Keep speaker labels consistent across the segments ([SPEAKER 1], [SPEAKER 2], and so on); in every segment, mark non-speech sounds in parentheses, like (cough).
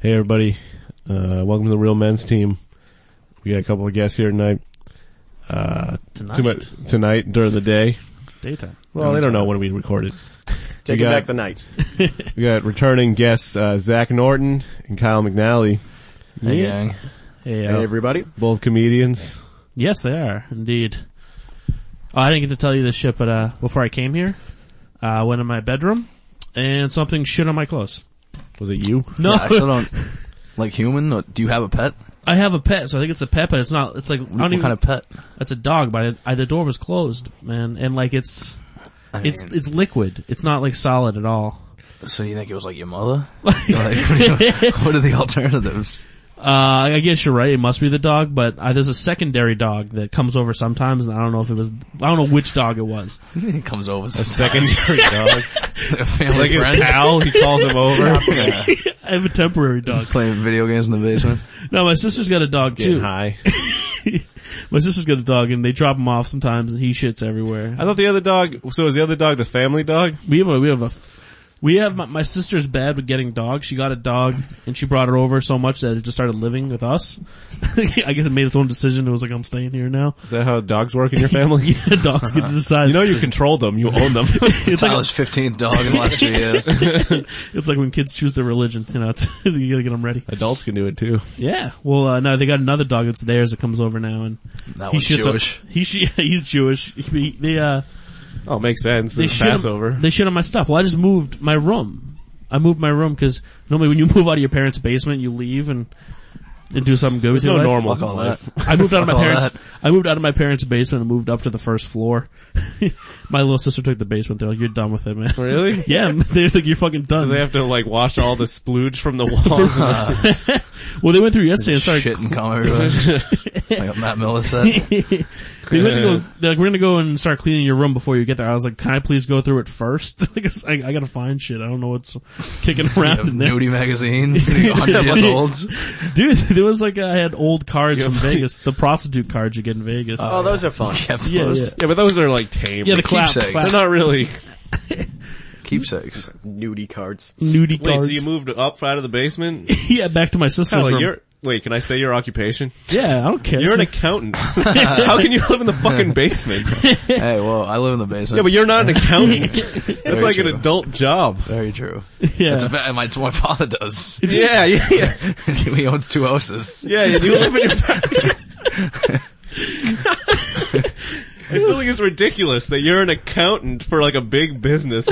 [SPEAKER 1] Hey, everybody. Uh, welcome to the Real Men's Team. We got a couple of guests here tonight. Uh,
[SPEAKER 2] Tonight.
[SPEAKER 1] too much tonight during the day.
[SPEAKER 2] It's daytime.
[SPEAKER 1] Well, they don't know when we recorded.
[SPEAKER 3] Taking
[SPEAKER 1] got-
[SPEAKER 3] back the night.
[SPEAKER 1] (laughs) We got returning guests uh, Zach Norton and Kyle McNally,
[SPEAKER 3] Hey,
[SPEAKER 2] Yeah.
[SPEAKER 3] gang.
[SPEAKER 2] Hey, uh,
[SPEAKER 3] Hey, everybody.
[SPEAKER 1] both comedians.
[SPEAKER 2] yes, they are indeed. Oh, I didn't get to tell you this shit, but uh, before I came here, uh, I went in my bedroom and something shit on my clothes.
[SPEAKER 1] Was it you?
[SPEAKER 2] No,
[SPEAKER 3] Yeah,
[SPEAKER 2] (laughs)
[SPEAKER 3] I still don't like human. Or, do you have a pet?
[SPEAKER 2] I have a pet, so I think it's a pet, but it's not. It's like I
[SPEAKER 3] What
[SPEAKER 2] don't even.
[SPEAKER 3] kind of pet?
[SPEAKER 2] it's a dog, but I, I, the door was closed, man, and like it's
[SPEAKER 3] I
[SPEAKER 2] it's
[SPEAKER 3] mean,
[SPEAKER 2] it's liquid. It's not like solid at all. (laughs)
[SPEAKER 3] so you think it was like your mother? (laughs) like, what, do you- what are the alternatives? (laughs)
[SPEAKER 2] Uh, I guess you're right. It must be the dog, but uh, there's a secondary dog that comes over sometimes, and I don't know if it was. I don't know which dog it was.
[SPEAKER 3] He comes over.
[SPEAKER 1] A (laughs) secondary dog.
[SPEAKER 3] (laughs) a family
[SPEAKER 1] Like his
[SPEAKER 3] friend.
[SPEAKER 1] pal, he calls him over.
[SPEAKER 3] (laughs) Yeah.
[SPEAKER 2] I have a temporary dog.
[SPEAKER 3] Playing video games in the basement.
[SPEAKER 2] No, my sister's got a dog
[SPEAKER 1] Getting
[SPEAKER 2] too.
[SPEAKER 1] high.
[SPEAKER 2] My sister's got a dog and they drop him off sometimes and he shits everywhere.
[SPEAKER 1] I thought the other dog, so is the other dog the family dog?
[SPEAKER 2] We have a, we have a, we have my, my sister's bad with getting dogs. She got a dog and she brought it over so much that it just started living with us. (laughs) I guess it made its own decision. It was like, I'm staying here now.
[SPEAKER 1] Is that how dogs work in your family?
[SPEAKER 2] The (laughs) dogs get to
[SPEAKER 1] (laughs)
[SPEAKER 2] decide.
[SPEAKER 1] you know you control them, you own (laughs) them.
[SPEAKER 2] (laughs) it's like,
[SPEAKER 3] Tyler's 15th dog in the last
[SPEAKER 2] (laughs)
[SPEAKER 3] two years.
[SPEAKER 2] it's like when kids choose their religion, you know, it's, (laughs) you gotta get them ready.
[SPEAKER 1] Adults can do it too.
[SPEAKER 2] Yeah. Well, uh, no, they got another dog that's theirs that comes over now and
[SPEAKER 3] That
[SPEAKER 2] he
[SPEAKER 3] one's
[SPEAKER 2] shits
[SPEAKER 3] Jewish.
[SPEAKER 2] up. He, she, (laughs) he's Jewish. He, they, uh,
[SPEAKER 1] Oh, makes sense.
[SPEAKER 2] they
[SPEAKER 1] It's
[SPEAKER 2] shit on-
[SPEAKER 1] Passover. (laughs)
[SPEAKER 2] they shit on my stuff. Well, I just moved my room. I moved my room because normally when you (laughs) move out of your parents' basement, you leave and and do something good with
[SPEAKER 1] no
[SPEAKER 2] your life.
[SPEAKER 1] normal
[SPEAKER 3] Fuck all
[SPEAKER 1] life.
[SPEAKER 3] that.
[SPEAKER 2] I moved out of my
[SPEAKER 3] Fuck all
[SPEAKER 2] parents.
[SPEAKER 3] that.
[SPEAKER 2] I moved out of my parents' basement and moved up to the first floor. (laughs) my little sister took the basement. They're like, "You're done with
[SPEAKER 1] (laughs)
[SPEAKER 2] it, man." (laughs)
[SPEAKER 1] Really?
[SPEAKER 2] yeah, they're like, "You're fucking done."
[SPEAKER 1] Do they have to like wash all the splooge from the walls? (laughs)
[SPEAKER 2] well, they went through yesterday and started. (laughs)
[SPEAKER 3] Shit and cum everywhere. like Matt Miller said.
[SPEAKER 2] They went to go. They're like, "We're gonna go and start cleaning your room before you get there." I was like, "Can I please go through it first? (laughs) like, I, I gotta find shit. I don't know what's
[SPEAKER 1] (laughs)
[SPEAKER 2] kicking
[SPEAKER 3] You
[SPEAKER 2] around
[SPEAKER 3] have
[SPEAKER 2] in there." (laughs)
[SPEAKER 3] nudie magazines. 100 years old.
[SPEAKER 2] Dude, (laughs) there was like I had old cards from Vegas, the prostitute cards you get in Vegas.
[SPEAKER 3] Oh, those are fun.
[SPEAKER 2] (laughs)
[SPEAKER 3] Kept
[SPEAKER 2] yeah, yeah,
[SPEAKER 3] those.
[SPEAKER 1] yeah, but those are like tame.
[SPEAKER 2] yeah. The clap,
[SPEAKER 3] keepsakes.
[SPEAKER 1] (laughs)
[SPEAKER 2] clap
[SPEAKER 1] They're not really.
[SPEAKER 3] Keepsakes.
[SPEAKER 4] nudie cards.
[SPEAKER 1] (laughs)
[SPEAKER 2] nudie
[SPEAKER 1] Wait,
[SPEAKER 2] cards.
[SPEAKER 1] so you moved up out of the (laughs) basement?
[SPEAKER 2] (laughs) yeah, back to my sister's
[SPEAKER 1] Tyler,
[SPEAKER 2] room.
[SPEAKER 1] you're, wait, can I say your occupation?
[SPEAKER 2] yeah, I don't care.
[SPEAKER 1] You're an (laughs) accountant. How can you live in the fucking basement? (laughs)
[SPEAKER 3] Hey, whoa, I live in the basement.
[SPEAKER 1] Yeah, but you're not an (laughs) accountant. That's like an
[SPEAKER 3] true.
[SPEAKER 1] adult job.
[SPEAKER 3] Very true.
[SPEAKER 2] (laughs) (laughs) yeah.
[SPEAKER 3] It's about, my, my
[SPEAKER 2] (laughs)
[SPEAKER 3] father does.
[SPEAKER 1] Yeah, yeah, yeah.
[SPEAKER 3] (laughs) he owns two houses.
[SPEAKER 1] Yeah, yeah, you live in your (laughs) I still think it's ridiculous that you're an accountant for like a big business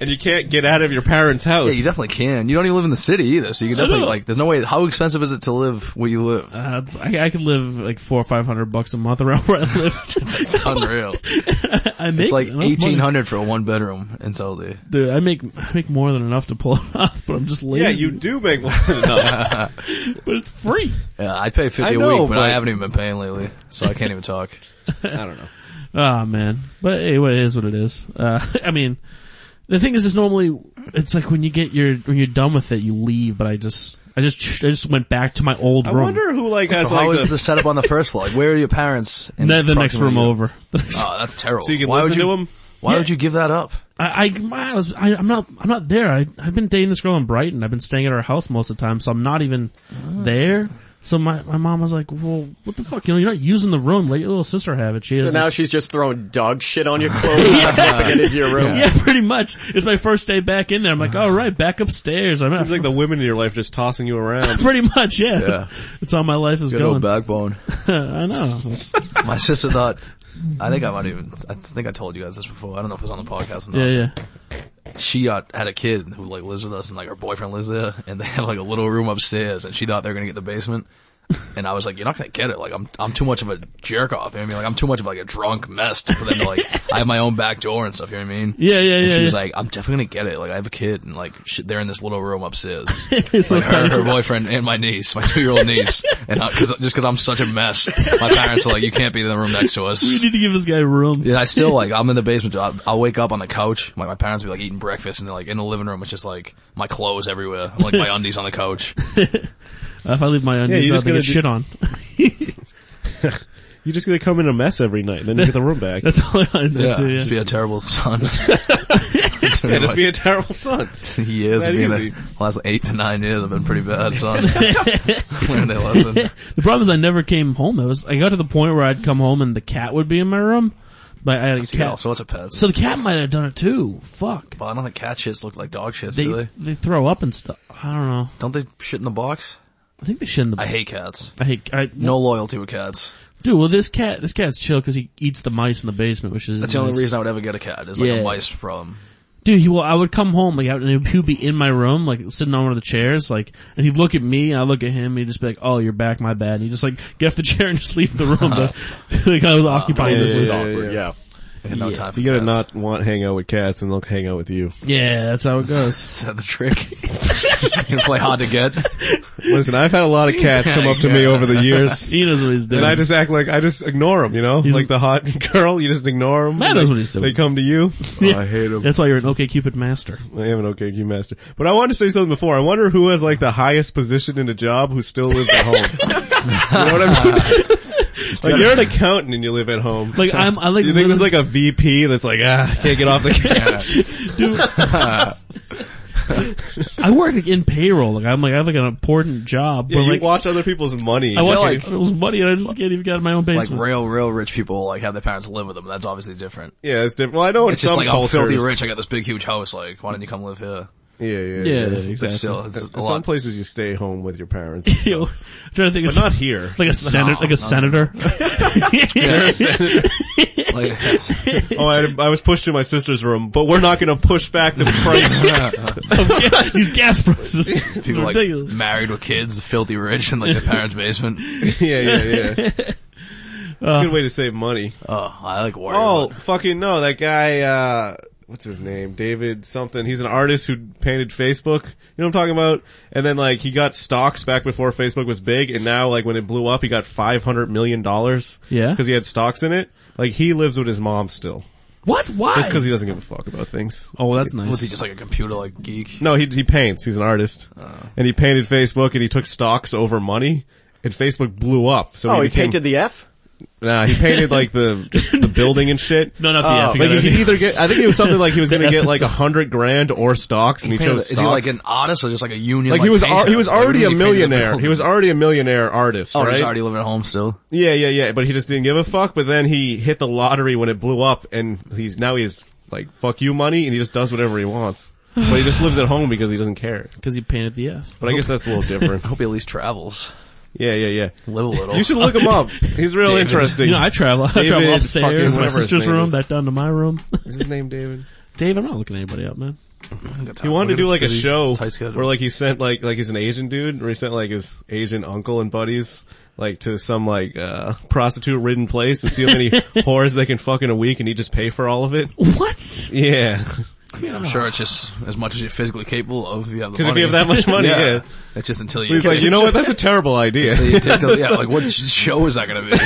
[SPEAKER 1] and you can't get out of your parents' house.
[SPEAKER 3] Yeah, you definitely can. You don't even live in the city either, so you can
[SPEAKER 2] I
[SPEAKER 3] definitely
[SPEAKER 2] know.
[SPEAKER 3] like. There's no way. How expensive is it to live where you live?
[SPEAKER 1] (laughs)
[SPEAKER 2] Uh, it's- I, I could live like four or five hundred bucks a month around where I (laughs) lived.
[SPEAKER 3] Unreal.
[SPEAKER 2] I make
[SPEAKER 3] It's like
[SPEAKER 2] enough money.
[SPEAKER 3] eighteen hundred for a one bedroom in Saudi.
[SPEAKER 2] Dude, I make I make more than enough to pull it (laughs) off, but I'm just lazy.
[SPEAKER 1] Yeah, you do make
[SPEAKER 3] (laughs)
[SPEAKER 1] more than enough.
[SPEAKER 2] But it's free.
[SPEAKER 3] Yeah, I pay fifty
[SPEAKER 1] I
[SPEAKER 3] a
[SPEAKER 1] know,
[SPEAKER 3] week, but, I
[SPEAKER 1] but-
[SPEAKER 3] haven't even been paying lately, so I can't
[SPEAKER 1] (laughs)
[SPEAKER 3] even talk.
[SPEAKER 1] I don't know.
[SPEAKER 2] Ah man, but hey, what it is what it is. Uh, (laughs) I mean, the thing is, is normally it's like when you get your when you're done with it, you leave. But I just, I just, I just went back to my old
[SPEAKER 1] I
[SPEAKER 2] room.
[SPEAKER 1] wonder who like has
[SPEAKER 3] so how
[SPEAKER 1] like
[SPEAKER 3] is
[SPEAKER 1] the,
[SPEAKER 3] the setup on the first floor? Like, where are your parents? In
[SPEAKER 2] Then the next room
[SPEAKER 1] uh,
[SPEAKER 3] proximity?
[SPEAKER 2] over. (laughs)
[SPEAKER 3] Oh, that's terrible.
[SPEAKER 1] so you can
[SPEAKER 3] why
[SPEAKER 1] listen
[SPEAKER 3] would you,
[SPEAKER 1] to him.
[SPEAKER 3] Why would you give that up?
[SPEAKER 2] I, I, I was, I, I'm not, I'm not there. I, I've been dating this girl in Brighton. I've been staying at her house most of the time, so I'm not even
[SPEAKER 1] Ah.
[SPEAKER 2] there. So my, my mom was like, well, what the fuck? You know, you're not using the room. Let your little sister have it. She
[SPEAKER 4] So
[SPEAKER 2] has
[SPEAKER 4] now
[SPEAKER 2] this-
[SPEAKER 4] she's just throwing dog shit on your clothes and dumping it into
[SPEAKER 2] (laughs)
[SPEAKER 4] your room.
[SPEAKER 2] yeah, pretty much. It's my first day back in there. I'm
[SPEAKER 4] Ah.
[SPEAKER 2] like, all right, back upstairs. I'm
[SPEAKER 1] Seems like the women in your life just tossing you around.
[SPEAKER 2] pretty much, yeah.
[SPEAKER 3] Yeah.
[SPEAKER 2] It's how my life is
[SPEAKER 3] Good
[SPEAKER 2] going.
[SPEAKER 1] (laughs)
[SPEAKER 3] old backbone.
[SPEAKER 2] (laughs) I know.
[SPEAKER 3] My sister thought. I think I might even. I think I told you guys this before. I don't know if it was on the podcast or not.
[SPEAKER 2] Yeah, yeah.
[SPEAKER 3] she got, had a kid who like lives with us and like her boyfriend lives there and they had like a little room upstairs and she thought they were gonna get the basement. And I was like, you're not gonna get it. Like I'm, I'm too much of a jerk off. You know what I mean? Like I'm too much of like a drunk mess for them to
[SPEAKER 2] (laughs)
[SPEAKER 3] like, I have my own back door and stuff. You know what I mean?
[SPEAKER 2] Yeah, yeah,
[SPEAKER 3] And
[SPEAKER 2] yeah.
[SPEAKER 3] she was
[SPEAKER 2] yeah.
[SPEAKER 3] like, I'm definitely gonna get it. Like I have a kid and like sh they're in this little room upstairs.
[SPEAKER 2] (laughs) It's so
[SPEAKER 3] Like her,
[SPEAKER 2] funny.
[SPEAKER 3] her boyfriend and my niece, my two year
[SPEAKER 2] (laughs)
[SPEAKER 3] old niece. And I, cause, just cause I'm such a mess, my parents are like, you can't be in the room next to us.
[SPEAKER 2] We need to give this guy room.
[SPEAKER 3] Yeah, I still
[SPEAKER 2] (laughs)
[SPEAKER 3] like I'm in the basement. I'll, I'll wake up on the couch. Like my parents will be like eating breakfast, and they're like in the living room. It's just like my clothes everywhere,
[SPEAKER 2] (laughs)
[SPEAKER 3] like my undies on the couch.
[SPEAKER 2] Uh, if I leave my onions
[SPEAKER 1] you're
[SPEAKER 2] out,
[SPEAKER 1] just
[SPEAKER 2] they
[SPEAKER 1] gonna
[SPEAKER 2] get
[SPEAKER 1] do-
[SPEAKER 2] shit on. (laughs)
[SPEAKER 1] You're just gonna come in a mess every night, then you get the room back.
[SPEAKER 2] That's all I end up (laughs)
[SPEAKER 3] Yeah, (laughs)
[SPEAKER 2] doing.
[SPEAKER 3] just be a terrible son. to
[SPEAKER 1] (laughs) Yeah,
[SPEAKER 3] be
[SPEAKER 1] just
[SPEAKER 3] like,
[SPEAKER 1] be a terrible son.
[SPEAKER 3] he is
[SPEAKER 1] that
[SPEAKER 3] being
[SPEAKER 1] easy.
[SPEAKER 3] a, last eight to nine years. I've been
[SPEAKER 2] (laughs)
[SPEAKER 3] pretty bad, son. Learned a lesson.
[SPEAKER 2] The problem is I never came home. I was I got to the point where I'd come home and the cat would be in my room. Like I had a
[SPEAKER 3] So you
[SPEAKER 2] cat.
[SPEAKER 3] all sorts of pets.
[SPEAKER 2] so the cat might have done it too. Fuck.
[SPEAKER 3] but I don't think cat shits look like dog shits,
[SPEAKER 2] They
[SPEAKER 3] do they?
[SPEAKER 2] they throw up and stuff. I don't know.
[SPEAKER 3] Don't they shit in the box?
[SPEAKER 2] I think they shit in the.
[SPEAKER 3] I hate cats.
[SPEAKER 2] I hate. I,
[SPEAKER 3] No loyalty with cats.
[SPEAKER 2] Dude, well this cat this cat's chill because he eats the mice in the basement, which is
[SPEAKER 3] That's the only
[SPEAKER 2] nice.
[SPEAKER 3] reason I would ever get a cat. Is like
[SPEAKER 2] Yeah.
[SPEAKER 3] a mice problem.
[SPEAKER 2] Dude, he, well, I would come home like, out, and he would be in my room, like sitting on one of the chairs, like, and he'd look at me, and I look at him, and he'd just be like, "Oh, you're back, my bad." And he'd just like get off the (laughs) chair and just leave the room. but, (laughs) like I was occupying
[SPEAKER 1] yeah,
[SPEAKER 2] this.
[SPEAKER 1] yeah,
[SPEAKER 2] was-
[SPEAKER 1] yeah.
[SPEAKER 3] I had no
[SPEAKER 2] Yeah.
[SPEAKER 3] time for
[SPEAKER 1] You gotta not
[SPEAKER 3] cats.
[SPEAKER 1] want hang out with cats and they'll hang out with you.
[SPEAKER 2] yeah, that's how it goes.
[SPEAKER 3] Is that the trick? (laughs) it's like hard to get.
[SPEAKER 1] Listen, I've had a lot of cats come up to me over the
[SPEAKER 3] (laughs)
[SPEAKER 1] years.
[SPEAKER 2] He knows what he's doing.
[SPEAKER 1] And I just act like, I just ignore them, you know?
[SPEAKER 2] He's-
[SPEAKER 1] like the hot (laughs) girl, you just ignore them.
[SPEAKER 2] Matt knows what he's doing.
[SPEAKER 1] They come to
[SPEAKER 2] (laughs)
[SPEAKER 1] you.
[SPEAKER 3] Oh,
[SPEAKER 1] I hate them.
[SPEAKER 2] that's why you're an OK Cupid master.
[SPEAKER 1] I am an okay you master. But I wanted to say something before. I wonder who has like the highest position in a job who still lives at
[SPEAKER 2] (laughs)
[SPEAKER 1] home. you know what I mean? like you're an accountant and you live at home.
[SPEAKER 2] Like I'm, I like.
[SPEAKER 1] you think there's
[SPEAKER 2] literally-
[SPEAKER 1] like a VP that's like, ah, I can't get
[SPEAKER 2] (laughs)
[SPEAKER 1] off the couch.
[SPEAKER 2] dude.
[SPEAKER 1] (laughs)
[SPEAKER 2] I work like, in payroll. Like I'm like I have like an important job,
[SPEAKER 1] Yeah,
[SPEAKER 2] but
[SPEAKER 1] you
[SPEAKER 2] like
[SPEAKER 1] watch other people's money.
[SPEAKER 2] I watch
[SPEAKER 3] feel
[SPEAKER 2] like,
[SPEAKER 3] like-
[SPEAKER 2] it was money, and I just can't even get out of my own
[SPEAKER 3] Like
[SPEAKER 2] basement.
[SPEAKER 3] real, real rich people like have their parents live with them. That's obviously different.
[SPEAKER 1] yeah, it's different. Well, I know in
[SPEAKER 3] It's just
[SPEAKER 1] some
[SPEAKER 3] like I'm
[SPEAKER 1] cultures.
[SPEAKER 3] filthy rich. I got this big, huge house. Like, why didn't you come live here?
[SPEAKER 1] Yeah, yeah,
[SPEAKER 2] yeah,
[SPEAKER 1] yeah.
[SPEAKER 3] But
[SPEAKER 2] exactly.
[SPEAKER 3] still, it's a
[SPEAKER 1] In some
[SPEAKER 3] lot.
[SPEAKER 1] places you stay home with your
[SPEAKER 2] (laughs)
[SPEAKER 1] parents.
[SPEAKER 2] Yo, I'm trying to think of
[SPEAKER 1] But not here. (laughs)
[SPEAKER 2] Like a senator, like a
[SPEAKER 3] no.
[SPEAKER 2] senator. (laughs)
[SPEAKER 1] (laughs)
[SPEAKER 3] like,
[SPEAKER 1] Oh, I, I was pushed to my sister's room, but we're not gonna push back (laughs) the price.
[SPEAKER 2] These gas prices. It's
[SPEAKER 3] people like
[SPEAKER 2] ridiculous.
[SPEAKER 3] married with kids, filthy rich, in like their
[SPEAKER 1] (laughs)
[SPEAKER 3] parents' basement.
[SPEAKER 1] yeah, yeah, yeah. It's a good way to save money.
[SPEAKER 3] Oh, I like worry.
[SPEAKER 1] Uh. Oh,
[SPEAKER 3] about-
[SPEAKER 1] fucking no, that guy, uh, what's his name? David something. He's an artist who painted Facebook. You know what I'm talking about? And then like, he got stocks back before Facebook was big, and now like when it blew up, he got 500 million dollars.
[SPEAKER 2] Yeah.
[SPEAKER 1] Cause he had stocks in it. Like, he lives with his mom still.
[SPEAKER 2] what? Why?
[SPEAKER 1] Just cause he doesn't give a fuck about things.
[SPEAKER 2] oh, that's nice.
[SPEAKER 3] was he just like a computer like geek?
[SPEAKER 1] No, he, he paints. He's an artist.
[SPEAKER 3] Oh.
[SPEAKER 1] And he painted Facebook and he took stocks over money. And Facebook blew up, so
[SPEAKER 4] Oh,
[SPEAKER 1] he
[SPEAKER 4] he
[SPEAKER 1] became,
[SPEAKER 4] painted the F?
[SPEAKER 1] Nah, he painted like the just the building and shit.
[SPEAKER 2] (laughs) No,
[SPEAKER 3] Oh.
[SPEAKER 2] not the F, you
[SPEAKER 1] Like
[SPEAKER 2] gotta
[SPEAKER 1] he
[SPEAKER 2] be-
[SPEAKER 1] either get, I think it was something like he was gonna
[SPEAKER 2] The
[SPEAKER 1] get
[SPEAKER 2] F
[SPEAKER 1] like
[SPEAKER 2] (laughs) is-
[SPEAKER 1] a hundred grand or stocks, and he, chose
[SPEAKER 3] Is
[SPEAKER 1] stocks.
[SPEAKER 3] he like an artist or just like a union?
[SPEAKER 1] Like, he was
[SPEAKER 3] painter?
[SPEAKER 1] al- he was
[SPEAKER 3] Like, what do
[SPEAKER 1] already
[SPEAKER 3] you
[SPEAKER 1] a
[SPEAKER 3] mean painted the
[SPEAKER 1] millionaire.
[SPEAKER 3] building?
[SPEAKER 1] He was already a millionaire artist,
[SPEAKER 3] Oh,
[SPEAKER 1] right?
[SPEAKER 3] he's already living at
[SPEAKER 1] (laughs)
[SPEAKER 3] home still.
[SPEAKER 1] yeah, yeah, yeah. But he just didn't give a fuck. But then he hit the lottery when it blew up, and he's now he's like fuck you money, and he just does whatever he wants. But he just lives at home because he doesn't care.
[SPEAKER 2] Because he painted the F.
[SPEAKER 1] But I guess that's a little different.
[SPEAKER 3] I hope he at least travels.
[SPEAKER 1] Yeah, yeah, yeah.
[SPEAKER 3] Live a little.
[SPEAKER 1] You should look him up. He's real
[SPEAKER 3] David.
[SPEAKER 1] interesting.
[SPEAKER 2] You know, I travel. I
[SPEAKER 1] David
[SPEAKER 2] travel
[SPEAKER 1] fucking
[SPEAKER 2] upstairs, my
[SPEAKER 1] whatever his
[SPEAKER 2] sister's
[SPEAKER 1] name
[SPEAKER 2] room,
[SPEAKER 1] is.
[SPEAKER 2] back down to
[SPEAKER 1] (laughs)
[SPEAKER 2] my room.
[SPEAKER 1] Is his name David?
[SPEAKER 2] Dave, I'm not looking anybody up, man.
[SPEAKER 1] He wanted to do like a show
[SPEAKER 3] tight schedule.
[SPEAKER 1] where like he sent like like he's an Asian dude, where he sent like his Asian uncle and buddies like to some like uh prostitute ridden place and see how many (laughs) whores they can fuck in a week, and he just pay for all of it.
[SPEAKER 2] What?
[SPEAKER 1] (laughs) Yeah,
[SPEAKER 3] I'm sure it's just as much as you're physically capable of. If you have the
[SPEAKER 1] because
[SPEAKER 3] money.
[SPEAKER 1] if you have that
[SPEAKER 3] (laughs)
[SPEAKER 1] much money, yeah.
[SPEAKER 3] It's just until you.
[SPEAKER 1] He's like, you know what? That's a terrible idea.
[SPEAKER 3] (laughs) until you take
[SPEAKER 1] (laughs)
[SPEAKER 3] those- yeah, like what show is that going to be?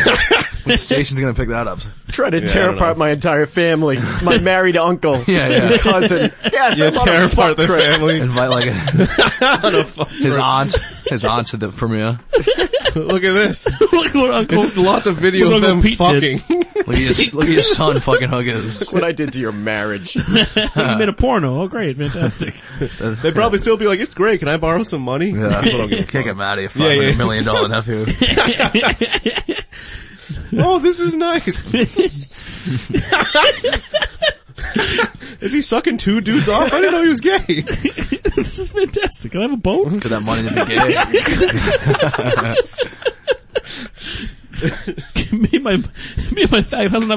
[SPEAKER 3] Which station's going to pick that up?
[SPEAKER 4] Try to
[SPEAKER 1] I
[SPEAKER 4] tear
[SPEAKER 1] don't
[SPEAKER 4] apart
[SPEAKER 1] know.
[SPEAKER 4] my entire (laughs) family. My married (laughs) uncle.
[SPEAKER 3] Yeah, yeah.
[SPEAKER 4] Cousin. Yes,
[SPEAKER 1] Yeah,
[SPEAKER 4] I love
[SPEAKER 1] tear
[SPEAKER 4] a fuck
[SPEAKER 1] apart the
[SPEAKER 4] trip.
[SPEAKER 1] family. (laughs)
[SPEAKER 3] Invite like (laughs) his aunt, his aunt to the premiere.
[SPEAKER 1] Look at this.
[SPEAKER 2] (laughs) Look what Uncle.
[SPEAKER 1] It's just lots of video
[SPEAKER 2] Look
[SPEAKER 1] of
[SPEAKER 2] what
[SPEAKER 1] them
[SPEAKER 2] Pete
[SPEAKER 1] fucking.
[SPEAKER 2] did.
[SPEAKER 3] Look at his, look at his son fucking hug his.
[SPEAKER 4] What I did to your marriage. (laughs)
[SPEAKER 1] uh,
[SPEAKER 2] he made a porno. Oh, great, fantastic.
[SPEAKER 1] (laughs) They'd probably still be like, it's great. Can I borrow some money? (laughs)
[SPEAKER 3] Yeah,
[SPEAKER 1] People don't give a fuck.
[SPEAKER 3] kick him out of your
[SPEAKER 1] Yeah, yeah.
[SPEAKER 3] fucking million dollar nephew.
[SPEAKER 1] Oh, this is (laughs) nice. is he sucking two dudes off? I didn't know he was gay.
[SPEAKER 2] this is fantastic. Can I have a boat?
[SPEAKER 3] Could that money to be
[SPEAKER 1] (laughs)
[SPEAKER 3] gay?
[SPEAKER 2] me and my me and my faggot husband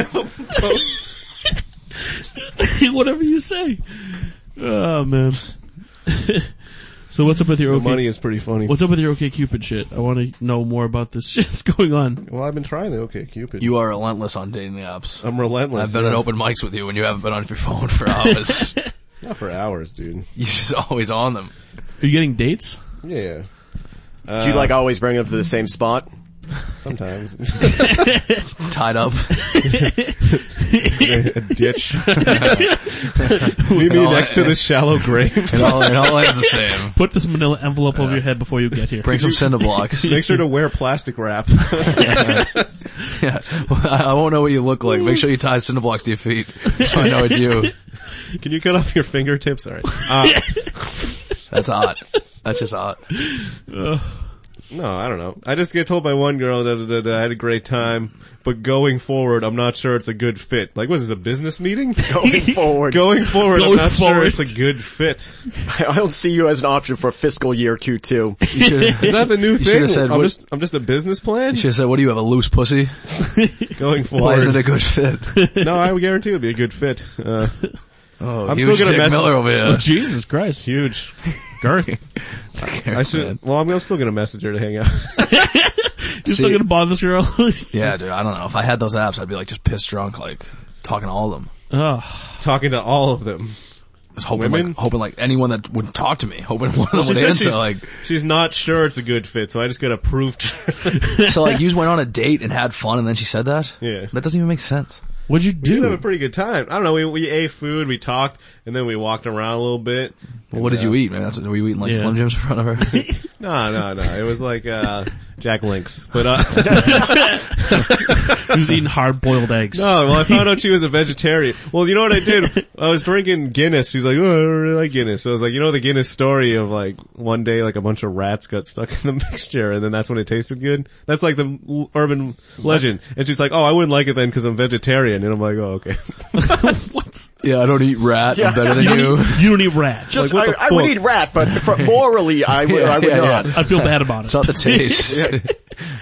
[SPEAKER 2] have a boat. (laughs) Whatever you say. Oh man. so what's up with your
[SPEAKER 1] The
[SPEAKER 2] OK?
[SPEAKER 1] money is pretty funny.
[SPEAKER 2] What's up with your OK Cupid shit? I want to know more about this (laughs) shit that's going on.
[SPEAKER 1] Well, I've been trying the OK Cupid.
[SPEAKER 3] You are relentless on dating apps.
[SPEAKER 1] I'm
[SPEAKER 3] I've
[SPEAKER 1] relentless.
[SPEAKER 3] been at open mics with you when you haven't been on your phone
[SPEAKER 1] (laughs)
[SPEAKER 3] for hours.
[SPEAKER 1] Not for hours, dude.
[SPEAKER 3] You're just always on them.
[SPEAKER 2] Are you getting dates?
[SPEAKER 1] Yeah. Uh,
[SPEAKER 4] Do you like always bring them to the same spot?
[SPEAKER 1] Sometimes.
[SPEAKER 3] tied
[SPEAKER 1] (laughs)
[SPEAKER 3] up.
[SPEAKER 1] a (laughs) ditch. Meet me
[SPEAKER 3] all
[SPEAKER 1] next to the (laughs) shallow grave.
[SPEAKER 3] It all, it all ends the same.
[SPEAKER 2] Put this manila envelope over your head before you get here.
[SPEAKER 3] Bring some cinder blocks.
[SPEAKER 1] (laughs) Make sure to wear plastic wrap.
[SPEAKER 3] Yeah. (laughs) I I won't know what you look like. Make sure you tie cinder blocks to your feet so I know it's you.
[SPEAKER 1] Can you cut off your fingertips? Alright. Uh,
[SPEAKER 3] That's hot. That's just hot.
[SPEAKER 1] no, I don't know. I just get told by one girl that I had a great time, but going forward, I'm not sure it's a good fit. Like, what is this, a business
[SPEAKER 3] (laughs)
[SPEAKER 1] meeting? (laughs)
[SPEAKER 4] Going forward,
[SPEAKER 1] going forward, I'm
[SPEAKER 2] Going
[SPEAKER 1] not sure
[SPEAKER 2] forward.
[SPEAKER 1] it's a good
[SPEAKER 3] (laughs)
[SPEAKER 1] fit.
[SPEAKER 4] I don't see you as an option for fiscal year Q2.
[SPEAKER 3] You should
[SPEAKER 1] Is that the new
[SPEAKER 3] should
[SPEAKER 1] thing?
[SPEAKER 3] have said
[SPEAKER 1] I'm
[SPEAKER 3] what-
[SPEAKER 1] just, I'm just a business plan.
[SPEAKER 3] have said, what do you have, a loose pussy?
[SPEAKER 1] Going
[SPEAKER 3] Why isn't it
[SPEAKER 1] forward,
[SPEAKER 3] a good fit?
[SPEAKER 1] no,
[SPEAKER 3] (laughs)
[SPEAKER 1] I guarantee it'll be a good fit. Uh,
[SPEAKER 3] Oh,
[SPEAKER 1] (laughs) I'm still
[SPEAKER 3] huge
[SPEAKER 1] gonna
[SPEAKER 3] Dick
[SPEAKER 1] mess-
[SPEAKER 3] Miller over here.
[SPEAKER 2] Jesus Christ.
[SPEAKER 1] huge.
[SPEAKER 3] (laughs)
[SPEAKER 2] Garth.
[SPEAKER 1] I should. Well, I'm, I'm still gonna message her to hang out. (laughs)
[SPEAKER 2] You're still
[SPEAKER 3] See-
[SPEAKER 2] gonna bother this girl? (laughs)
[SPEAKER 3] Yeah, dude, I don't know. If I had those apps, I'd be like just pissed drunk, like talking to all of them.
[SPEAKER 2] Oh.
[SPEAKER 1] Talking to all of them.
[SPEAKER 3] Just hoping
[SPEAKER 1] Women?
[SPEAKER 3] like, hoping like anyone that would talk to me, hoping (laughs) one of them
[SPEAKER 1] She
[SPEAKER 3] would
[SPEAKER 1] said
[SPEAKER 3] answer.
[SPEAKER 1] she's,
[SPEAKER 3] Like,
[SPEAKER 1] she's not sure it's a good fit, so I just gotta prove to her. (laughs)
[SPEAKER 3] so like you went on a date and had fun and then she said that?
[SPEAKER 1] Yeah.
[SPEAKER 3] That doesn't even make sense.
[SPEAKER 2] What'd you
[SPEAKER 1] We had a
[SPEAKER 2] do?
[SPEAKER 1] pretty good time. I don't know, we, we ate food, we talked, and then we walked around a little bit.
[SPEAKER 3] Well, what did you eat? Maybe that's what, were you eating like
[SPEAKER 2] Yeah.
[SPEAKER 3] Slim Jims in front
[SPEAKER 1] (laughs)
[SPEAKER 3] of her?
[SPEAKER 1] No, no, no, it was like, uh, Jack Links. But, uh,
[SPEAKER 2] He was eating hard boiled eggs.
[SPEAKER 1] no, well I found out she was a vegetarian. Well, you know what I did? I was drinking Guinness. She's like, oh, I don't really like Guinness. So I was like, you know the Guinness story of like, one day like a bunch of rats got stuck (laughs) in the mixture and then that's when it tasted good? That's like the l- urban legend. And she's like, oh, I wouldn't like it then because I'm vegetarian. And I'm like, oh, okay. (laughs)
[SPEAKER 2] (laughs) what?
[SPEAKER 3] yeah, I don't eat rat. I'm better than
[SPEAKER 2] (laughs) You
[SPEAKER 3] you.
[SPEAKER 2] don't eat, you don't eat rat.
[SPEAKER 4] Just
[SPEAKER 1] Like, what the
[SPEAKER 4] I, I would
[SPEAKER 1] fuck?
[SPEAKER 4] eat rat, but for morally, I would, I would
[SPEAKER 3] (laughs) Yeah, yeah,
[SPEAKER 4] not.
[SPEAKER 3] yeah.
[SPEAKER 2] I feel bad about it.
[SPEAKER 3] It's not the taste.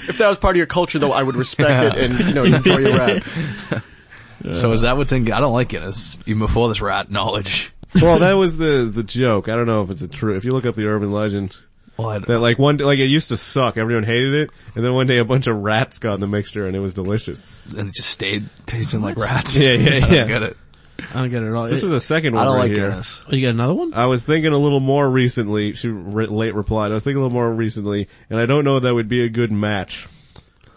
[SPEAKER 4] If that was part of your culture, though, I would respect it and you know enjoy your rat.
[SPEAKER 3] (laughs) So is that what's in? I don't like Guinness even before this rat knowledge.
[SPEAKER 1] well, that was the the joke. I don't know if it's a true. If you look up the urban legend,
[SPEAKER 3] Well, I,
[SPEAKER 1] that like one like it used to suck. Everyone hated it, and then one day a bunch of rats got in the mixture, and it was delicious.
[SPEAKER 3] (laughs) and it just stayed tasting like rats.
[SPEAKER 1] Yeah, yeah,
[SPEAKER 3] (laughs) I don't
[SPEAKER 1] yeah.
[SPEAKER 3] get it.
[SPEAKER 2] I don't get it at all.
[SPEAKER 1] This was a second one
[SPEAKER 3] I don't
[SPEAKER 1] right
[SPEAKER 3] like
[SPEAKER 1] here.
[SPEAKER 3] Guinness.
[SPEAKER 2] oh, you got another one?
[SPEAKER 1] I was thinking a little more recently. She re- late replied. I was thinking a little more recently, and I don't know if that would be a good match.